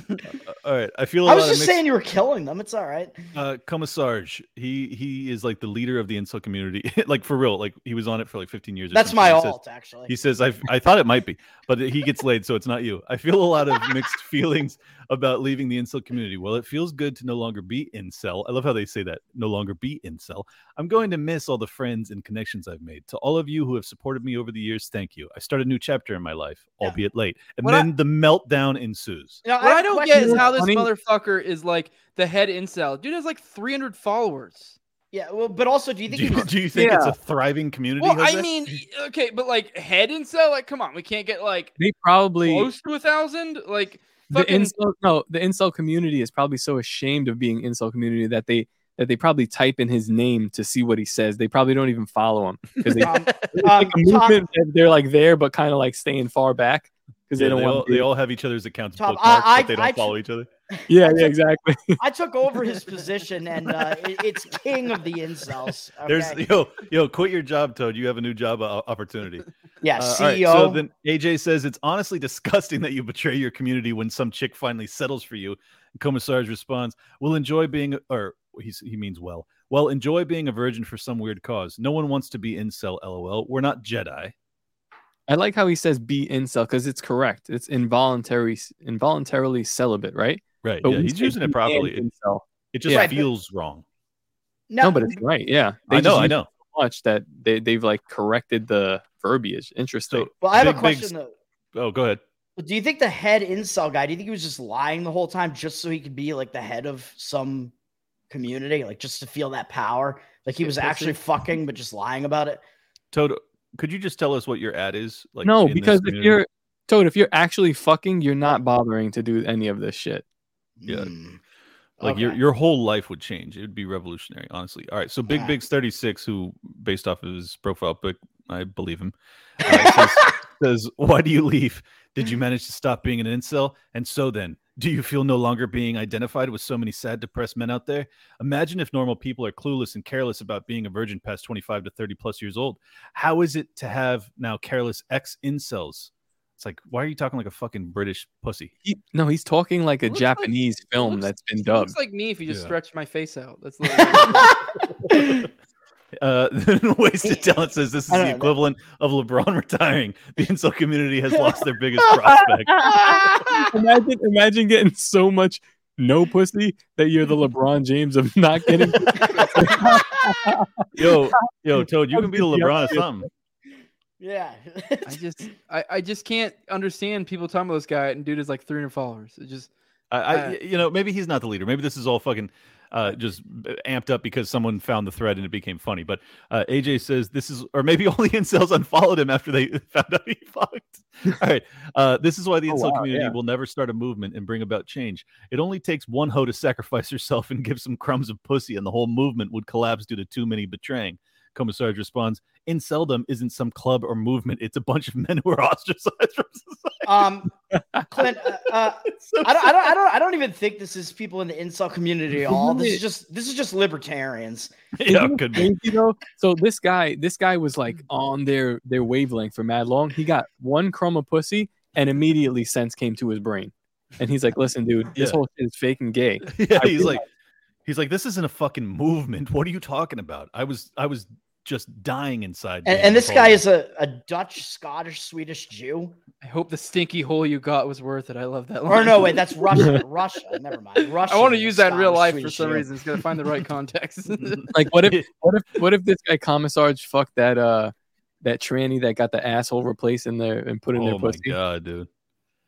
B: all right, I feel. I
C: I was just saying you were killing them. It's all right.
B: uh Commissarge, he he is like the leader of the insult community like for real like he was on it for like 15 years or
C: That's
B: something.
C: my
B: He says-
C: alt, actually.
B: he says i i thought it might be but he gets laid so it's not you i feel a lot of mixed feelings about leaving the insult community well it feels good to no longer be incel i love how they say that no longer be incel i'm going to miss all the friends and connections i've made to all of you who have supported me over the years thank you i start a new chapter in my life albeit late and
E: What I-
B: then the meltdown ensues
E: What
C: I have
E: I,
C: a
E: don't
C: question.
E: get is how this
B: Funny-
E: motherfucker is like the head incel. Dude has like 300 followers.
C: Yeah, well, but also, do you think
B: do you,
C: he was
B: do you think it's
D: Yeah.
B: a thriving community
E: Well, I
B: Jose?
E: mean, okay, but like head incel, like come on, we can't get like
D: They probably
E: close to a thousand. Like
D: the
E: fucking
D: insult no the insult community is probably so ashamed of being insult community that they that they probably type in his name to see what he says. They probably don't even follow him because they
C: Um,
D: it's like a
C: um, Tom-
D: movement that they're like there but kind of like staying far back because
B: Yeah,
D: they don't
B: they all,
D: want
B: they all have each other's accounts
C: Tom,
B: bookmarked,
C: I-
B: but they
C: I-
B: don't
C: I tr-
B: follow each other.
D: yeah yeah exactly.
C: I took over his position, and uh, it- it's king of the incels. Okay?
B: There's yo yo quit your job, Toad. You have a new job uh, opportunity.
C: Yeah,
B: uh,
C: E
B: all
D: E
B: so
C: CEO.
B: then AJ says it's honestly disgusting that you betray your community when some chick finally settles for you. And Commissar's response: We'll enjoy being, or he's, he means well. Well, enjoy being a virgin for some weird cause. No one wants to be incel. LOL. We're not Jedi.
D: I like how he says be incel because it's correct. It's involuntary involuntarily celibate, right?
B: Right.
D: But
B: yeah,
D: we
B: Oh, he's
D: say
B: using
D: be
B: it properly.
D: and
B: It,
D: incel.
B: it just
D: Yeah. Right, but-
B: feels wrong.
D: No, but it's right. Yeah,
B: I know,
D: just
B: I
D: use
B: know.
D: it So much that they they've like corrected the verbiage. Interesting.
C: well, I have a
B: Big, big
C: question though.
B: Oh, go ahead.
C: Do you think the head incel guy? Do you think he was just lying the whole time just so he could be like the head of some community, like just to feel that power? Like he was
B: pussy.
C: actually fucking, but just lying about it.
B: Toad, could you just tell us what your ad is? Like
D: no,
B: in this
D: because if
B: community?
D: you're Toad, if you're actually fucking, you're not bothering to do any of this shit.
B: Yeah.
C: Mm.
B: Like your
D: Okay.
B: your whole life would change. It would be revolutionary, honestly. All right. So Big
D: Yeah.
B: Big's 36, who based off of his profile pic, I believe him. uh, says, says, why do you leave? Did you manage to stop being an incel? And so then, do you feel no longer being identified with so many sad, depressed men out there? Imagine if normal people are clueless and careless about being a virgin past 25 to 30 plus years old. How is it to have now careless ex incels? It's like, why are you talking like a fucking British pussy?
D: He, no, he's talking like a
B: Looks like-
D: Japanese film that's been
E: It
D: dubbed.
E: looks like me if you just
B: Yeah.
E: stretched my face out. That's literally-
B: Uh, wasted talent says this is
E: I don't
B: the
E: know.
B: equivalent of LeBron retiring. The insult community has lost their biggest prospect.
D: imagine, imagine getting so much no pussy that you're the LeBron James of not getting.
B: Yo, yo, Toad, you can be the LeBron or something.
C: Yeah.
E: I just I, I just can't understand people talking about this guy and dude is like 300 followers. It just
B: I, I,
E: Uh,
B: you know, maybe he's not the leader. Maybe this is all fucking uh, just amped up because someone found the thread and it became funny. But uh, AJ says this is, or maybe only incels unfollowed him after they found out he fucked. All right, uh, this is why the
D: Oh,
B: incel
D: wow,
B: community
D: yeah.
B: will never start a movement and bring about change. It only takes one hoe to sacrifice herself and give some crumbs of pussy, and the whole movement would collapse due to too many betraying. Commissarge responds, Inceldom isn't some club or movement. It's a bunch of men who are ostracized from
C: Um, Clint, uh, uh, I, don't, I don't, I don't, I don't even think this is people in the incel community at all. This is just, this is just libertarians.
B: yeah,
D: Isn't it
B: could
D: crazy, though? So this guy, this guy was like on their their wavelength for mad long. He got one crumb of pussy, and immediately sense came to his brain, and he's like, "Listen, dude, this
B: Yeah.
D: whole shit is fake and gay."
B: yeah,
D: I
B: he's
D: feel
B: like, he's like, this isn't a fucking movement. What are you talking about? I was, I was just dying inside.
C: And,
B: being
C: and this guy
B: Napoleon."
C: is a, a Dutch, Scottish, Swedish Jew.
E: I hope the stinky hole you got was worth it. I love that.
C: Or
E: line.
C: no, wait, that's Russia. Russia. Never mind. Russia.
E: I want to use that in real life for
C: Swedish
E: some
C: Jew.
E: reason. It's gonna find the right context.
D: like what if what if what if this guy commissarge fucked that uh that tranny that got the asshole replaced in there and put in
B: Oh
D: their
B: my
D: pussy?
B: god, dude.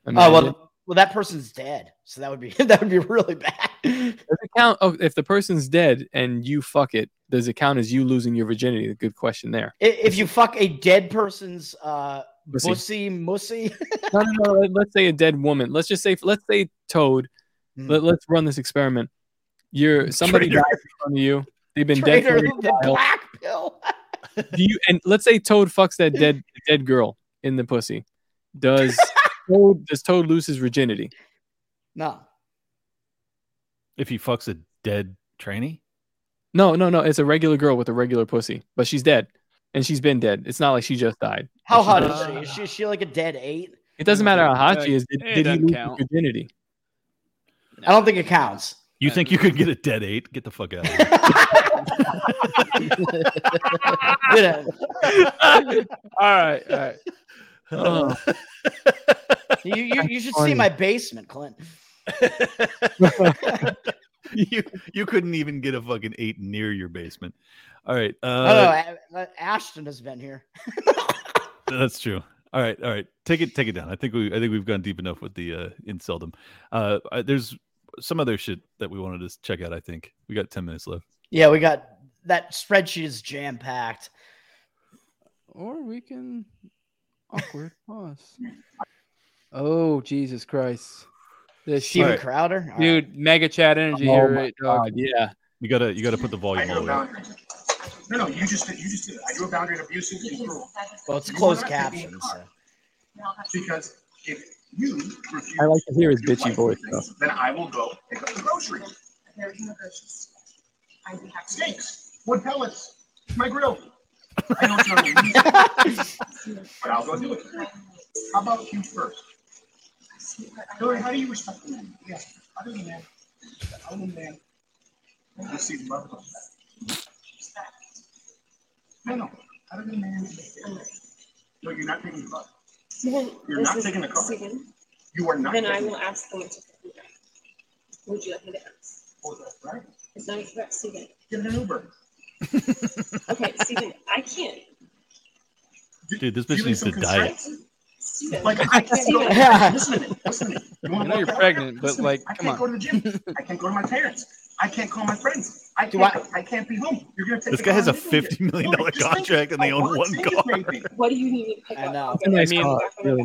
C: Oh
D: Imagine.
C: well, well that person's dead, so that would be that would be really bad.
D: Does it count? Oh, if the person's dead and you fuck it, does it count as you losing your virginity? Good question there.
C: I- If you fuck a dead person's uh,
D: Pussy.
C: pussy, mussy,
D: no, no, no. let- Let's say a dead woman. Let's just say, let's say Toad. Let, let's run this experiment. You're somebody
B: Traitor.
D: dies in front of you. They've been
C: traitor,
D: dead. For
C: the
D: a while.
C: black pill.
D: Do you? And let's say Toad fucks that dead dead girl in the pussy. Does Toad, does Toad lose his virginity?
C: No.
B: If he fucks a dead trainee?
D: No, no, no. It's a regular girl with a regular pussy, but she's dead, and she's been dead. It's not like she just died.
C: How
D: She
C: hot
D: just-
C: is she? Is she, is she like a dead eight?
D: It doesn't matter how hot she
C: Uh,
D: is. Did,
C: it
D: did he
C: doesn't
D: lose
C: count.
D: his virginity?
C: I don't think it counts.
B: You think you could get a dead eight? Get the fuck out of here.
C: You know,
E: all right, all right.
D: Oh.
C: you, you, you should
B: Funny.
C: see my basement, Clint.
B: you you couldn't even get a fucking eight near your basement. All right. Uh,
C: Oh, no, A- Ashton has been here.
B: that's true. All right, all right. Take it take it down. I think we I think we've gone deep enough with the uh inceldom. Uh I, there's some other shit that we wanted to check out, I think. We got 10 minutes left.
C: Yeah, we got that spreadsheet is jam packed.
E: Or we can awkward pause. Oh Jesus Christ! This
C: Steven
E: shit.
C: Crowder? All
E: dude. Mega chat energy
B: Oh
E: here,
B: my
E: right, dog?
B: God, yeah. You gotta you gotta put the volume all the way up.
Q: No, no, you just did. You just did. it. I drew a boundary of abusive and cruel.
C: Well, it's
Q: You
C: closed
Q: are not taking
C: captions,
Q: a card. Because if you refuse,
D: I like to hear his bitchy voice. Though.
Q: then I will go pick up the groceries. There's no groceries. I would have steaks, wood pellets, my grill. I don't know, what you need, but I'll go do it. How about you first? Hillary, how do you respect the man? Yeah, other than man, other than man, you see the love of that. No, no, other than man, no, you're not taking the love. You're not taking the car. You are not.
R: Then I
Q: taking
R: will
Q: the car.
R: ask them to pick me up. Would you like me to ask?
Q: Right?
R: It's not a threat, Steven.
Q: Get an Uber.
R: Okay, Steven, I can't.
B: Dude, this bitch needs to diet.
R: Steven,
Q: Like, I
R: I can't.
Q: can't go. Listen to me. Listen to me. You
E: I
Q: wanna
E: know you're
Q: walk out?
E: pregnant,
Q: Listen
E: but
Q: to me.
E: like,
Q: I
E: come
Q: can't go
E: on.
Q: to the gym. I can't go to my parents. I can't call my friends. I
B: Do
Q: can't. I, can't be home. You're gonna take
B: This
Q: the
B: guy
Q: car
B: has a
Q: and leave
B: fifty million
Q: me.
B: dollar contract and they own one car.
R: What do you need me to pick up?
C: know.
E: I mean,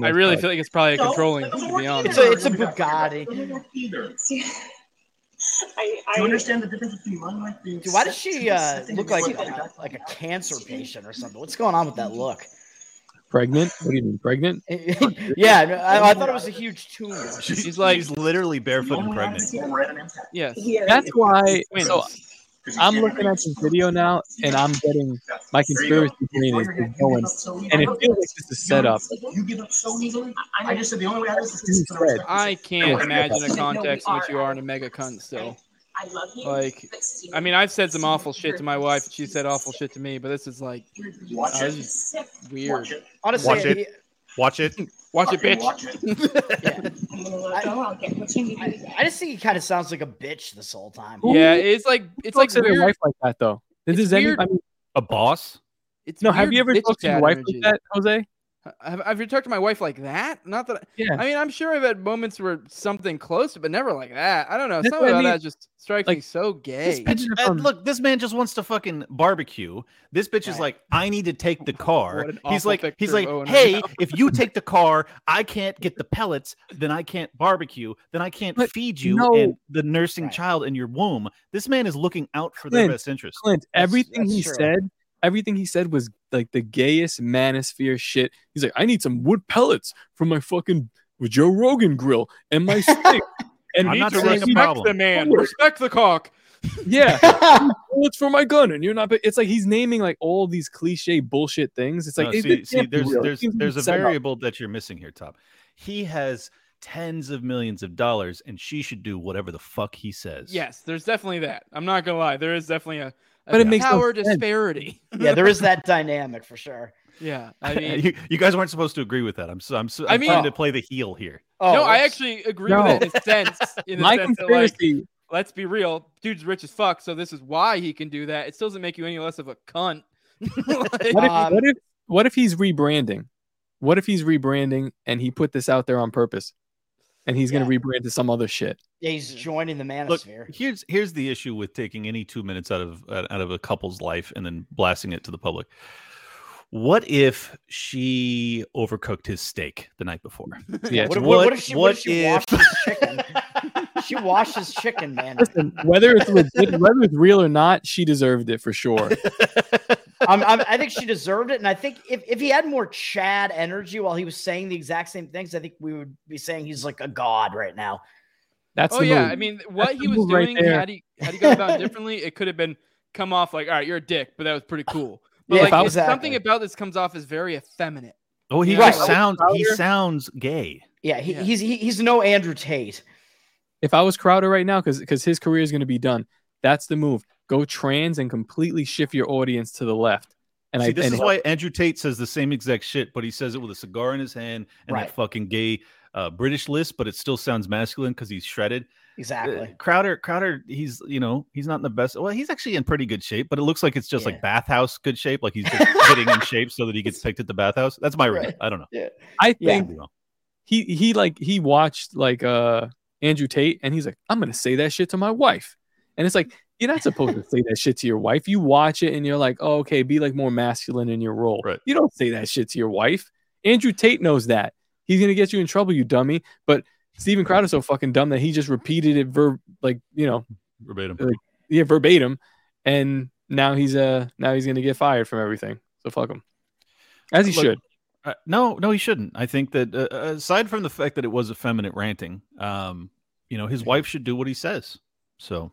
E: I
D: Oh,
E: really feel like it's probably a
R: No,
E: controlling.
R: it doesn't
E: To
R: work
E: be
R: either.
E: honest,
C: It's a, it's a
Q: Doesn't
C: Bugatti.
Q: work either.
R: I, I
Q: Do you understand the difference between my life being?
C: Dude, why does
Q: set
C: she
Q: to
C: uh,
Q: something
C: look
Q: that
C: like
Q: you want?
C: a, like a cancer patient or something? What's going on with that look?
D: Pregnant? What do you mean, pregnant?
C: Yeah, no, I, I thought it was a huge tumor.
B: She's like she's literally barefoot and pregnant.
E: Yes.
D: That's why.
E: Wins.
D: So I'm looking at this video now, and I'm getting my conspiracy brain is is going, and it feels like this is set up.
Q: You give up so easily. I just said the only way out of this
D: He
Q: is to
D: said,
E: I can't
D: Yeah.
E: imagine a
D: No, we
E: context in which
Q: are
E: you are in a mega cunt still.
R: I love you.
E: Like, I mean, I've said some awful shit to my wife. and She said awful shit to me, but this is like,
Q: Watch
E: uh,
Q: it.
E: this is weird.
Q: Watch it.
C: Honestly, Watch it.
B: Watch it.
E: Watch it,
Q: Fucking
E: bitch.
Q: watch it.
C: I, I just think he kind of sounds like a bitch this whole time.
E: Yeah, it's like it's like
D: Talks to their
E: weird.
D: wife like that though. This is any,
E: weird-
D: I mean,
B: a boss.
E: It's
D: no, have
E: weird
D: you ever
E: bitch
D: talked to your
E: chat
D: wife
E: energy.
D: like that, Jose?
E: Have, have you talked to my wife like that? Not that. I,
D: Yeah.
E: I mean, I'm sure I've had moments where something close, but never like that. I don't know.
B: That's
E: Something
B: what I
E: about
B: mean.
E: that just strikes me
B: Like,
E: so
B: This
E: gay.
B: bitch, uh, look, this man just wants to fucking barbecue. This bitch is like, I need to take the car.
E: What an
B: He's
E: awful
B: like,
E: picture
B: he's
E: of
B: like,
E: Owen right
B: hey,
E: now.
B: if you take the car, I can't get the pellets, then I can't barbecue, then I can't feed you
D: no.
B: and the nursing child in your womb. This man is looking out for their best interest.
D: Clint, everything
B: that's
D: he
B: true.
D: said, everything he said was like the gayest manosphere shit. He's like, I need some wood pellets for my fucking Joe Rogan grill and my steak. and
B: I'm
D: he
B: not
D: said,
B: directing
D: "Respect
B: problem.
D: the
E: man. Respect the cock.
D: Yeah, bullets Oh, for my gun, and you're not. But it's like he's naming like all these cliche bullshit things. It's like
B: No,
D: it-
B: see,
D: it
B: see,
D: can't be
B: there's
D: real. It
B: there's
D: can't be
B: there's a
D: set up.
B: variable that you're missing here, Top. He has tens of millions of dollars, and she should do whatever the fuck he says.
E: Yes, there's definitely that. I'm not gonna lie. There is definitely a, a
B: But it makes no
E: power
B: sense.
E: disparity.
C: yeah, there is that dynamic for sure.
E: Yeah, I mean,
B: you, you guys weren't supposed to agree with that. I'm so I'm, so,
E: I
B: I'm
E: mean-
B: trying to play the heel here.
E: no, I
C: Oh, that's-
E: actually agree
B: No.
E: with that in a sense. In the
D: My
E: sense that, like,
D: conspiracy-
E: let's be real, dude's rich as fuck, so this is why he can do that. It still doesn't make you any less of a cunt. Like-
D: What if, what if what if he's rebranding? What if he's rebranding and he put this out there on purpose, and he's gonna rebrand to some other shit?
C: Yeah, he's joining the
B: Look,
C: manosphere.
B: here's here's the issue with taking any two minutes out of out out of a couple's life and then blasting it to the public. What if she overcooked his steak the night before?
D: Yeah.
C: What, if- what,
B: What,
C: what if she, what if she
B: if-
C: washes chicken? she washes chicken, man.
D: Listen, whether it's legit, whether it's real or not, she deserved it for sure.
C: Um, I, I think she deserved it, and I think if, if he had more Chad energy while he was saying the exact same things, I think we would be saying he's like a god right now.
D: That's
E: oh
D: the
E: yeah,
D: move.
E: I mean,
D: That's
E: what
D: the
E: he was
D: move right
E: doing
D: there.
E: had he had he gone about it differently, it could have been come off like, all right, you're a dick, but that was pretty cool. But
B: Yeah,
E: like,
B: if I
E: it's-
B: was- Exactly.
E: something about this comes off as very effeminate.
B: Oh, he
E: Yeah.
B: just
E: Right.
B: sounds he
E: Crowder.
B: sounds gay.
C: Yeah, he, he's he, he's no Andrew Tate.
D: If I was Crowder right now, because because his career is going to be done, that's the move. Go trans and completely shift your audience to the left. And
B: See,
D: I
B: this
D: and
B: is why Andrew Tate says the same exact shit, but he says it with a cigar in his hand and
D: Right.
B: that fucking gay uh, British list, but it still sounds masculine because he's shredded.
C: Exactly.
B: Uh, Crowder, Crowder, he's you know he's not in the best. Well, he's actually in pretty good shape, but it looks like it's just like bathhouse good shape. Like he's just getting in shape so that he gets picked at the bathhouse. That's my read.
D: Right.
B: I don't know.
C: Yeah.
D: I
B: Yeah.
D: think he he like he watched like uh Andrew Tate and he's like, I'm gonna say that shit to my wife. And it's like, you're not supposed to say that shit to your wife. You watch it and you're like, oh, okay, be like more masculine in your role. Right. You don't say that shit to your wife. Andrew Tate knows that. He's gonna get you in trouble, you dummy. But Steven Crowder's so fucking dumb that he just repeated it verb like, you know,
B: verbatim.
C: Uh,
D: yeah, verbatim. And now he's uh now he's gonna get fired from everything. So fuck him. As he
B: Look,
D: should.
B: Uh, no, no, he shouldn't. I think that uh, aside from the fact that it was effeminate ranting, um, you know, his wife should do what he says. So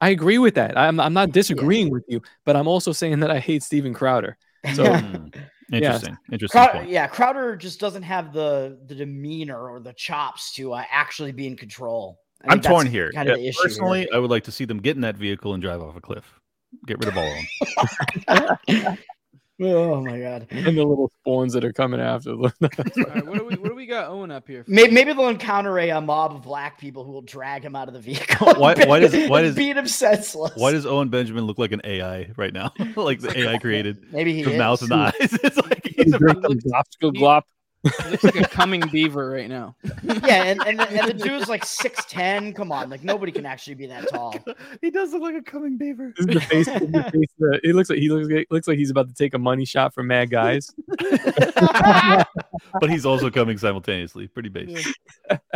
D: I agree with that. I'm, I'm not disagreeing with you, but I'm also saying that I hate Steven Crowder. So
B: hmm, interesting, interesting
C: Crowder,
B: point.
C: yeah, Crowder just doesn't have the the demeanor or the chops to uh, actually be in control. I
B: I'm
C: think that's
B: torn here.
C: Kind
B: Yeah,
C: of the issue. here.
B: personally, I would like to see them get in that vehicle and drive off a cliff. Get rid of all of them.
C: Oh my god.
D: And the little spawns that are coming after them.
E: All right, what do we what do we got Owen up here? for?
C: Maybe, maybe they'll encounter a, uh, mob of black people who will drag him out of the vehicle. and
B: Why- why does-
C: beat-
B: why
C: and
B: does-
C: beat him senseless?
B: Why does Owen Benjamin look like an AI right now? like the AI created
C: Maybe he
B: with
C: is.
B: mouth and eyes. it's like he's a
D: Obstacle glop.
E: He looks like a coming beaver right now.
C: yeah, and, and, the, and the dude's like six ten. Come on, like nobody can actually be that tall.
B: He does look like a coming beaver.
D: This is the face. the face uh, it looks like he looks like, looks like he's about to take a money shot from Mad Guys.
B: but he's also coming simultaneously. Pretty base.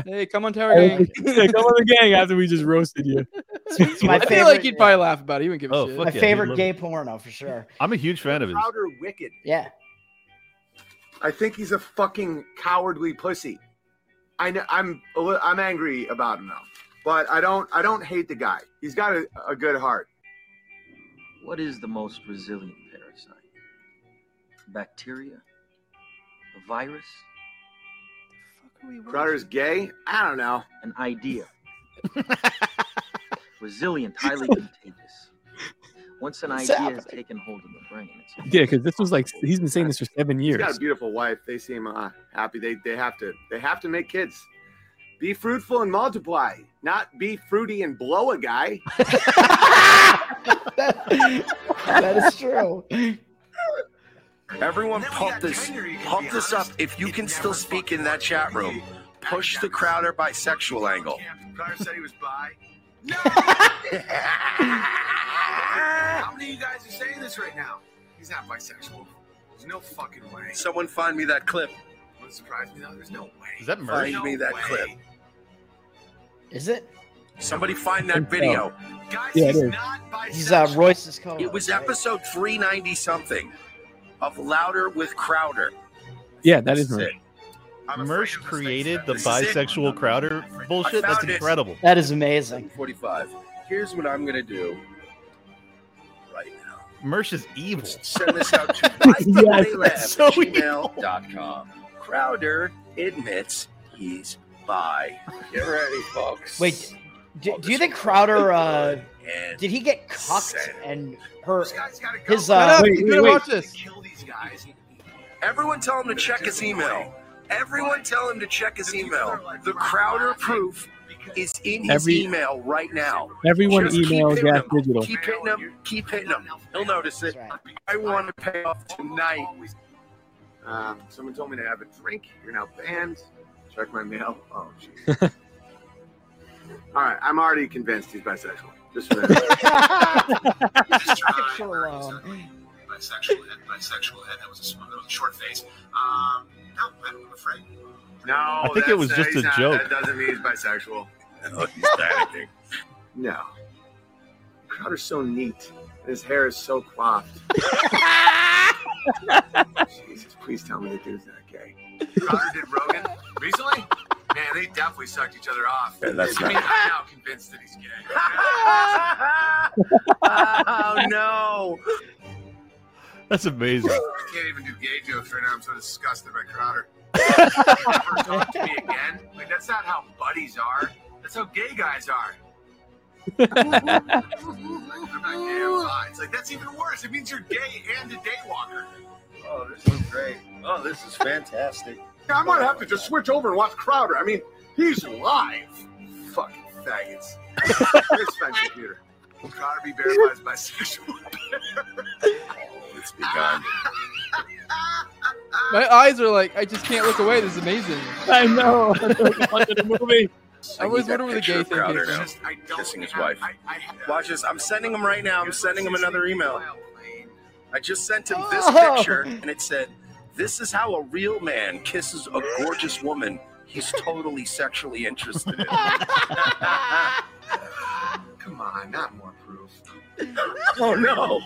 E: Hey, come on, Tower Gang.
D: Yeah, Come on the gang after we just roasted you.
C: my
E: I feel like
C: favorite-
E: he'd probably laugh about it. He wouldn't give a
B: Oh,
E: shit.
B: fuck
C: My
B: yeah, he'd
C: favorite
B: love
C: gay
B: it.
C: porno for sure.
B: I'm a huge fan of his.
A: Crowder wicked.
C: Yeah.
A: I think he's a fucking cowardly pussy. I know I'm a li- I'm angry about him now, but I don't I don't hate the guy. He's got a, a good heart.
S: What is the most resilient parasite? Bacteria? A virus?
A: Crowder's gay. I don't know.
S: An idea. resilient, highly contagious. Once an
A: What's
S: idea has
A: happening?
S: taken hold of the brain, it's
D: Yeah, because this was like he's been saying this for seven
A: He's got
D: years.
A: a beautiful wife. They seem uh, happy. They they have to they have to make kids. Be fruitful and multiply, not be fruity and blow a guy.
C: that is true.
T: Everyone, pump this, pump this up. If you can still speak in that chat room, push the Crowder bisexual angle.
A: Crowder said he was bi. How many of you guys are saying this right now? He's not bisexual. There's no fucking way.
T: Someone find me that clip.
A: Wouldn't surprise me though. There's no way.
B: Is that
T: Find
B: Murray?
T: me that clip.
C: Is it?
T: Somebody find that video.
C: Yeah, it is. He's uh, Royce's co.
T: It was episode 390 something of Louder with Crowder.
D: Yeah, that is
T: it.
B: Mersh created the
T: This is it.
B: bisexual Crowder bullshit.
T: I
B: That's
T: found it.
B: incredible.
C: That is amazing.
T: 45. Here's what I'm gonna do right now.
B: Mersh is evil.
T: Send this out to
B: that's so evil.
T: gmail.com. Crowder admits he's bi. Get ready, folks.
C: Wait,
A: Oh,
C: do, do you think Crowder uh, did he get cucked and her his
T: Shut
C: uh,
T: up, you gotta watch this. Everyone tell him to check his email. Everyone tell him to check his email. The Crowder proof is in his
D: Every-
T: email right now.
D: Everyone
T: Just keep
D: emails
T: hitting
D: Gas
T: him.
D: Digital.
T: Keep hitting him. Keep hitting him. He'll notice it. I want to pay off tonight.
A: Um, someone told me to have a drink. You're now banned. Check my mail. Oh, jeez. All right, I'm already convinced he's bisexual. Just for that.
Q: Bisexual head, bisexual head. That was a, sm- that was a short face. Um, no, I don't- I'm afraid.
A: no,
B: I think it was
A: that's-
B: just
A: he's
B: a
A: not-
B: joke.
A: That doesn't mean he's bisexual.
T: No, he's panicking.
A: No. Crowder's so neat. And his hair is so coiffed. Jesus, please tell me the dude's not gay. Crowder did Rogan recently? Man, they definitely sucked each other off.
T: Yeah, that's
A: I mean,
T: not-
A: I'm now convinced that he's
T: oh
A: gay.
T: no!
B: That's amazing.
A: I can't even do gay jokes right now. I'm so disgusted by Crowder. Never talk to me again. Like that's not how buddies are. That's how gay guys are. Like, I'm not gay. I'm fine. It's like that's even worse. It means you're gay and a day walker.
T: Oh, this is great. Oh, this is fantastic.
A: I might have to just switch over and watch Crowder. I mean, he's live. Fucking faggots. it's my computer. Will Crowder be verified as bisexual?
T: It's begun.
E: My eyes are like, I just can't look away. This is amazing.
D: I know. Watching the movie.
E: I always wonder where the
T: Picture
E: gay
T: of
E: thing came
T: Crowder
E: from.
T: now, kissing his wife. Watch this. I'm sending him right now. I'm sending him another email. I just sent him this
F: Oh.
T: picture, and it said, "This is how a real man kisses a gorgeous woman. He's totally sexually interested in."
A: Come on, not more proof.
T: oh no!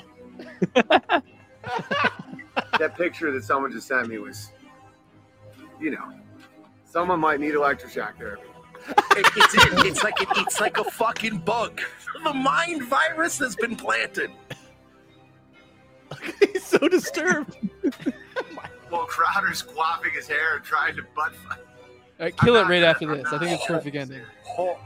A: that picture that someone just sent me was, you know, someone might need electroshock therapy.
T: It- it's, it. it's like it, it's like a fucking bug. The mind virus has been planted.
B: He's so disturbed.
A: Well, Crowder's quaffing his hair and trying to butt fuck.
E: All right, kill it right after this. I think it's perfect ending.
A: Hey,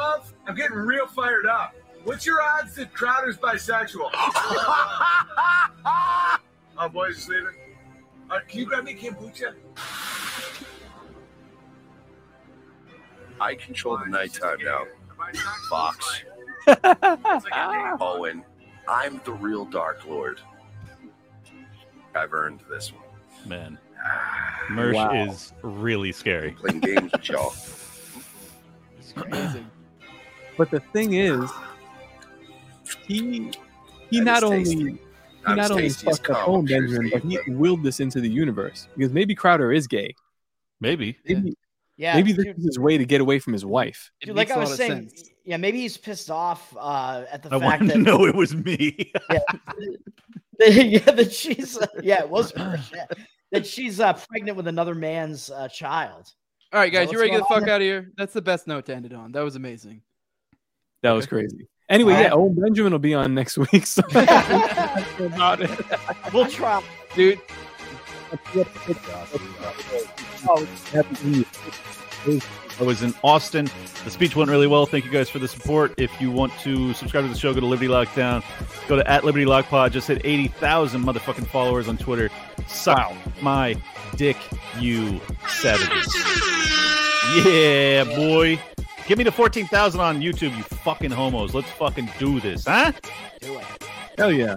A: love, I'm getting real fired up. What's your odds that Crowder's bisexual? oh, boys, just leaving. Uh, can you grab me kombucha?
T: I control the nighttime now. Fox. Owen, I'm the real Dark Lord. I've earned this one.
B: Man, Mersh
T: Wow.
B: is really scary.
T: Playing games with y'all.
D: But the thing is, he he not only he
T: I'm
D: not only
T: tasty as
D: fucked up
T: cum,
D: home
T: cheers
D: Benjamin,
T: to
D: but he willed this into the universe because maybe Crowder is gay.
B: Maybe.
D: Maybe,
C: Yeah,
D: maybe this is his way to get away from his wife.
C: Dude, like I was saying, yeah, maybe he's pissed off uh, at the
D: I
C: fact
D: wanted
C: that
D: to know
B: it was me.
C: yeah, yeah, that she's uh, yeah, it was her. Yeah. That she's uh, pregnant with another man's uh, child.
E: All right,
C: So
E: guys, you
C: what's
E: ready to get the
C: going
E: fuck
C: on?
E: out of here? That's the best note to end it on. That was amazing.
D: That was crazy. Anyway, yeah, Owen Benjamin will be on next week. So about it.
C: We'll try,
E: dude.
B: I was in Austin. The speech went really well. Thank you guys for the support. If you want to subscribe to the show, go to Liberty Lockdown. Go to at Liberty Lock Pod. Just hit 80,000 motherfucking followers on Twitter. Suck my dick, you savages. Yeah, boy. Give me to 14,000 on YouTube, you fucking homos. Let's fucking do this, huh?
C: Do it.
D: Hell yeah.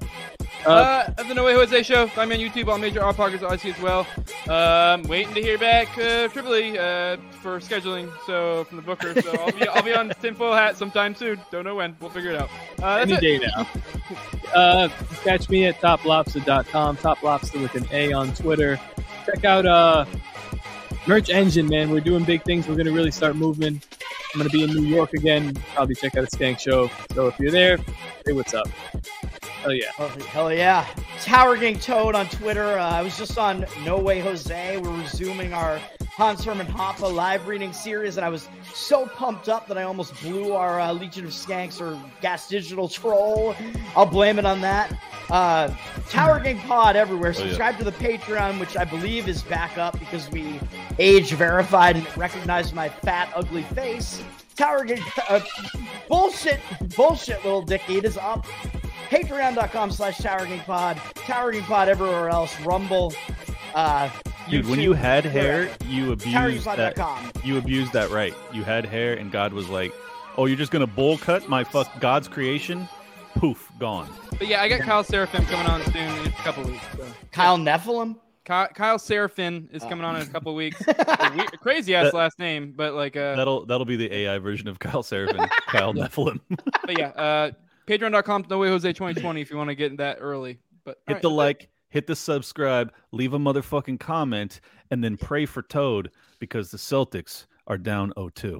E: Uh, at the No Way Jose show, find me on YouTube, all major R pockets, obviously as well. Um, waiting to hear back uh, Triple E uh, for scheduling, so from the booker. So I'll be, I'll be on tinfoil hat sometime soon. Don't know when. We'll figure it out. Uh, that's
D: Any
E: it.
D: day now. Uh, catch me at toplobster.com, toplobster with an A on Twitter. Check out uh, Merch Engine, man. We're doing big things. We're going to really start moving. I'm going to be in New York again. Probably check out a Stank show. So if you're there, say what's up. Hell yeah.
C: Hell, Oh, hell yeah. Tower Gang Toad on Twitter. Uh, I was just on No Way Jose. We're resuming our Hans Herman Hoppe live reading series, and I was so pumped up that I almost blew our uh, Legion of Skanks or Gas Digital troll. I'll blame it on that. Uh, Tower Gang Pod everywhere.
F: Oh, yeah.
C: Subscribe to the Patreon, which I believe is back up because we age verified and it recognized my fat, ugly face. Tower Gang, uh, bullshit, bullshit, little dick eat is up. Patreon.com slash Tower Gang Pod, Tower Gang Pod everywhere else, Rumble, uh,
B: Dude, when
C: YouTube,
B: you had
C: wherever.
B: hair, you abused that.
C: TowerGangPod.com.
B: You abused that right. You had hair, and God was like, "Oh, you're just gonna bowl cut my fuck God's creation." Poof, gone.
E: But yeah, I got Kyle Serafin coming on soon in a couple weeks. So.
C: Kyle Nephilim?
E: Kyle, Kyle Serafin is coming on in a couple weeks. A we- crazy ass
B: That-
E: last name, but like, uh,
B: That'll that'll be the AI version of Kyle Seraphin, Kyle Nephilim.
E: but yeah, uh, Patreon.com, No Way Jose 2020 if you want to get in that early. But all
B: Hit
E: right,
B: the
E: that's it.
B: like, hit the subscribe, leave a motherfucking comment, and then pray for Toad because the Celtics are down 0-2.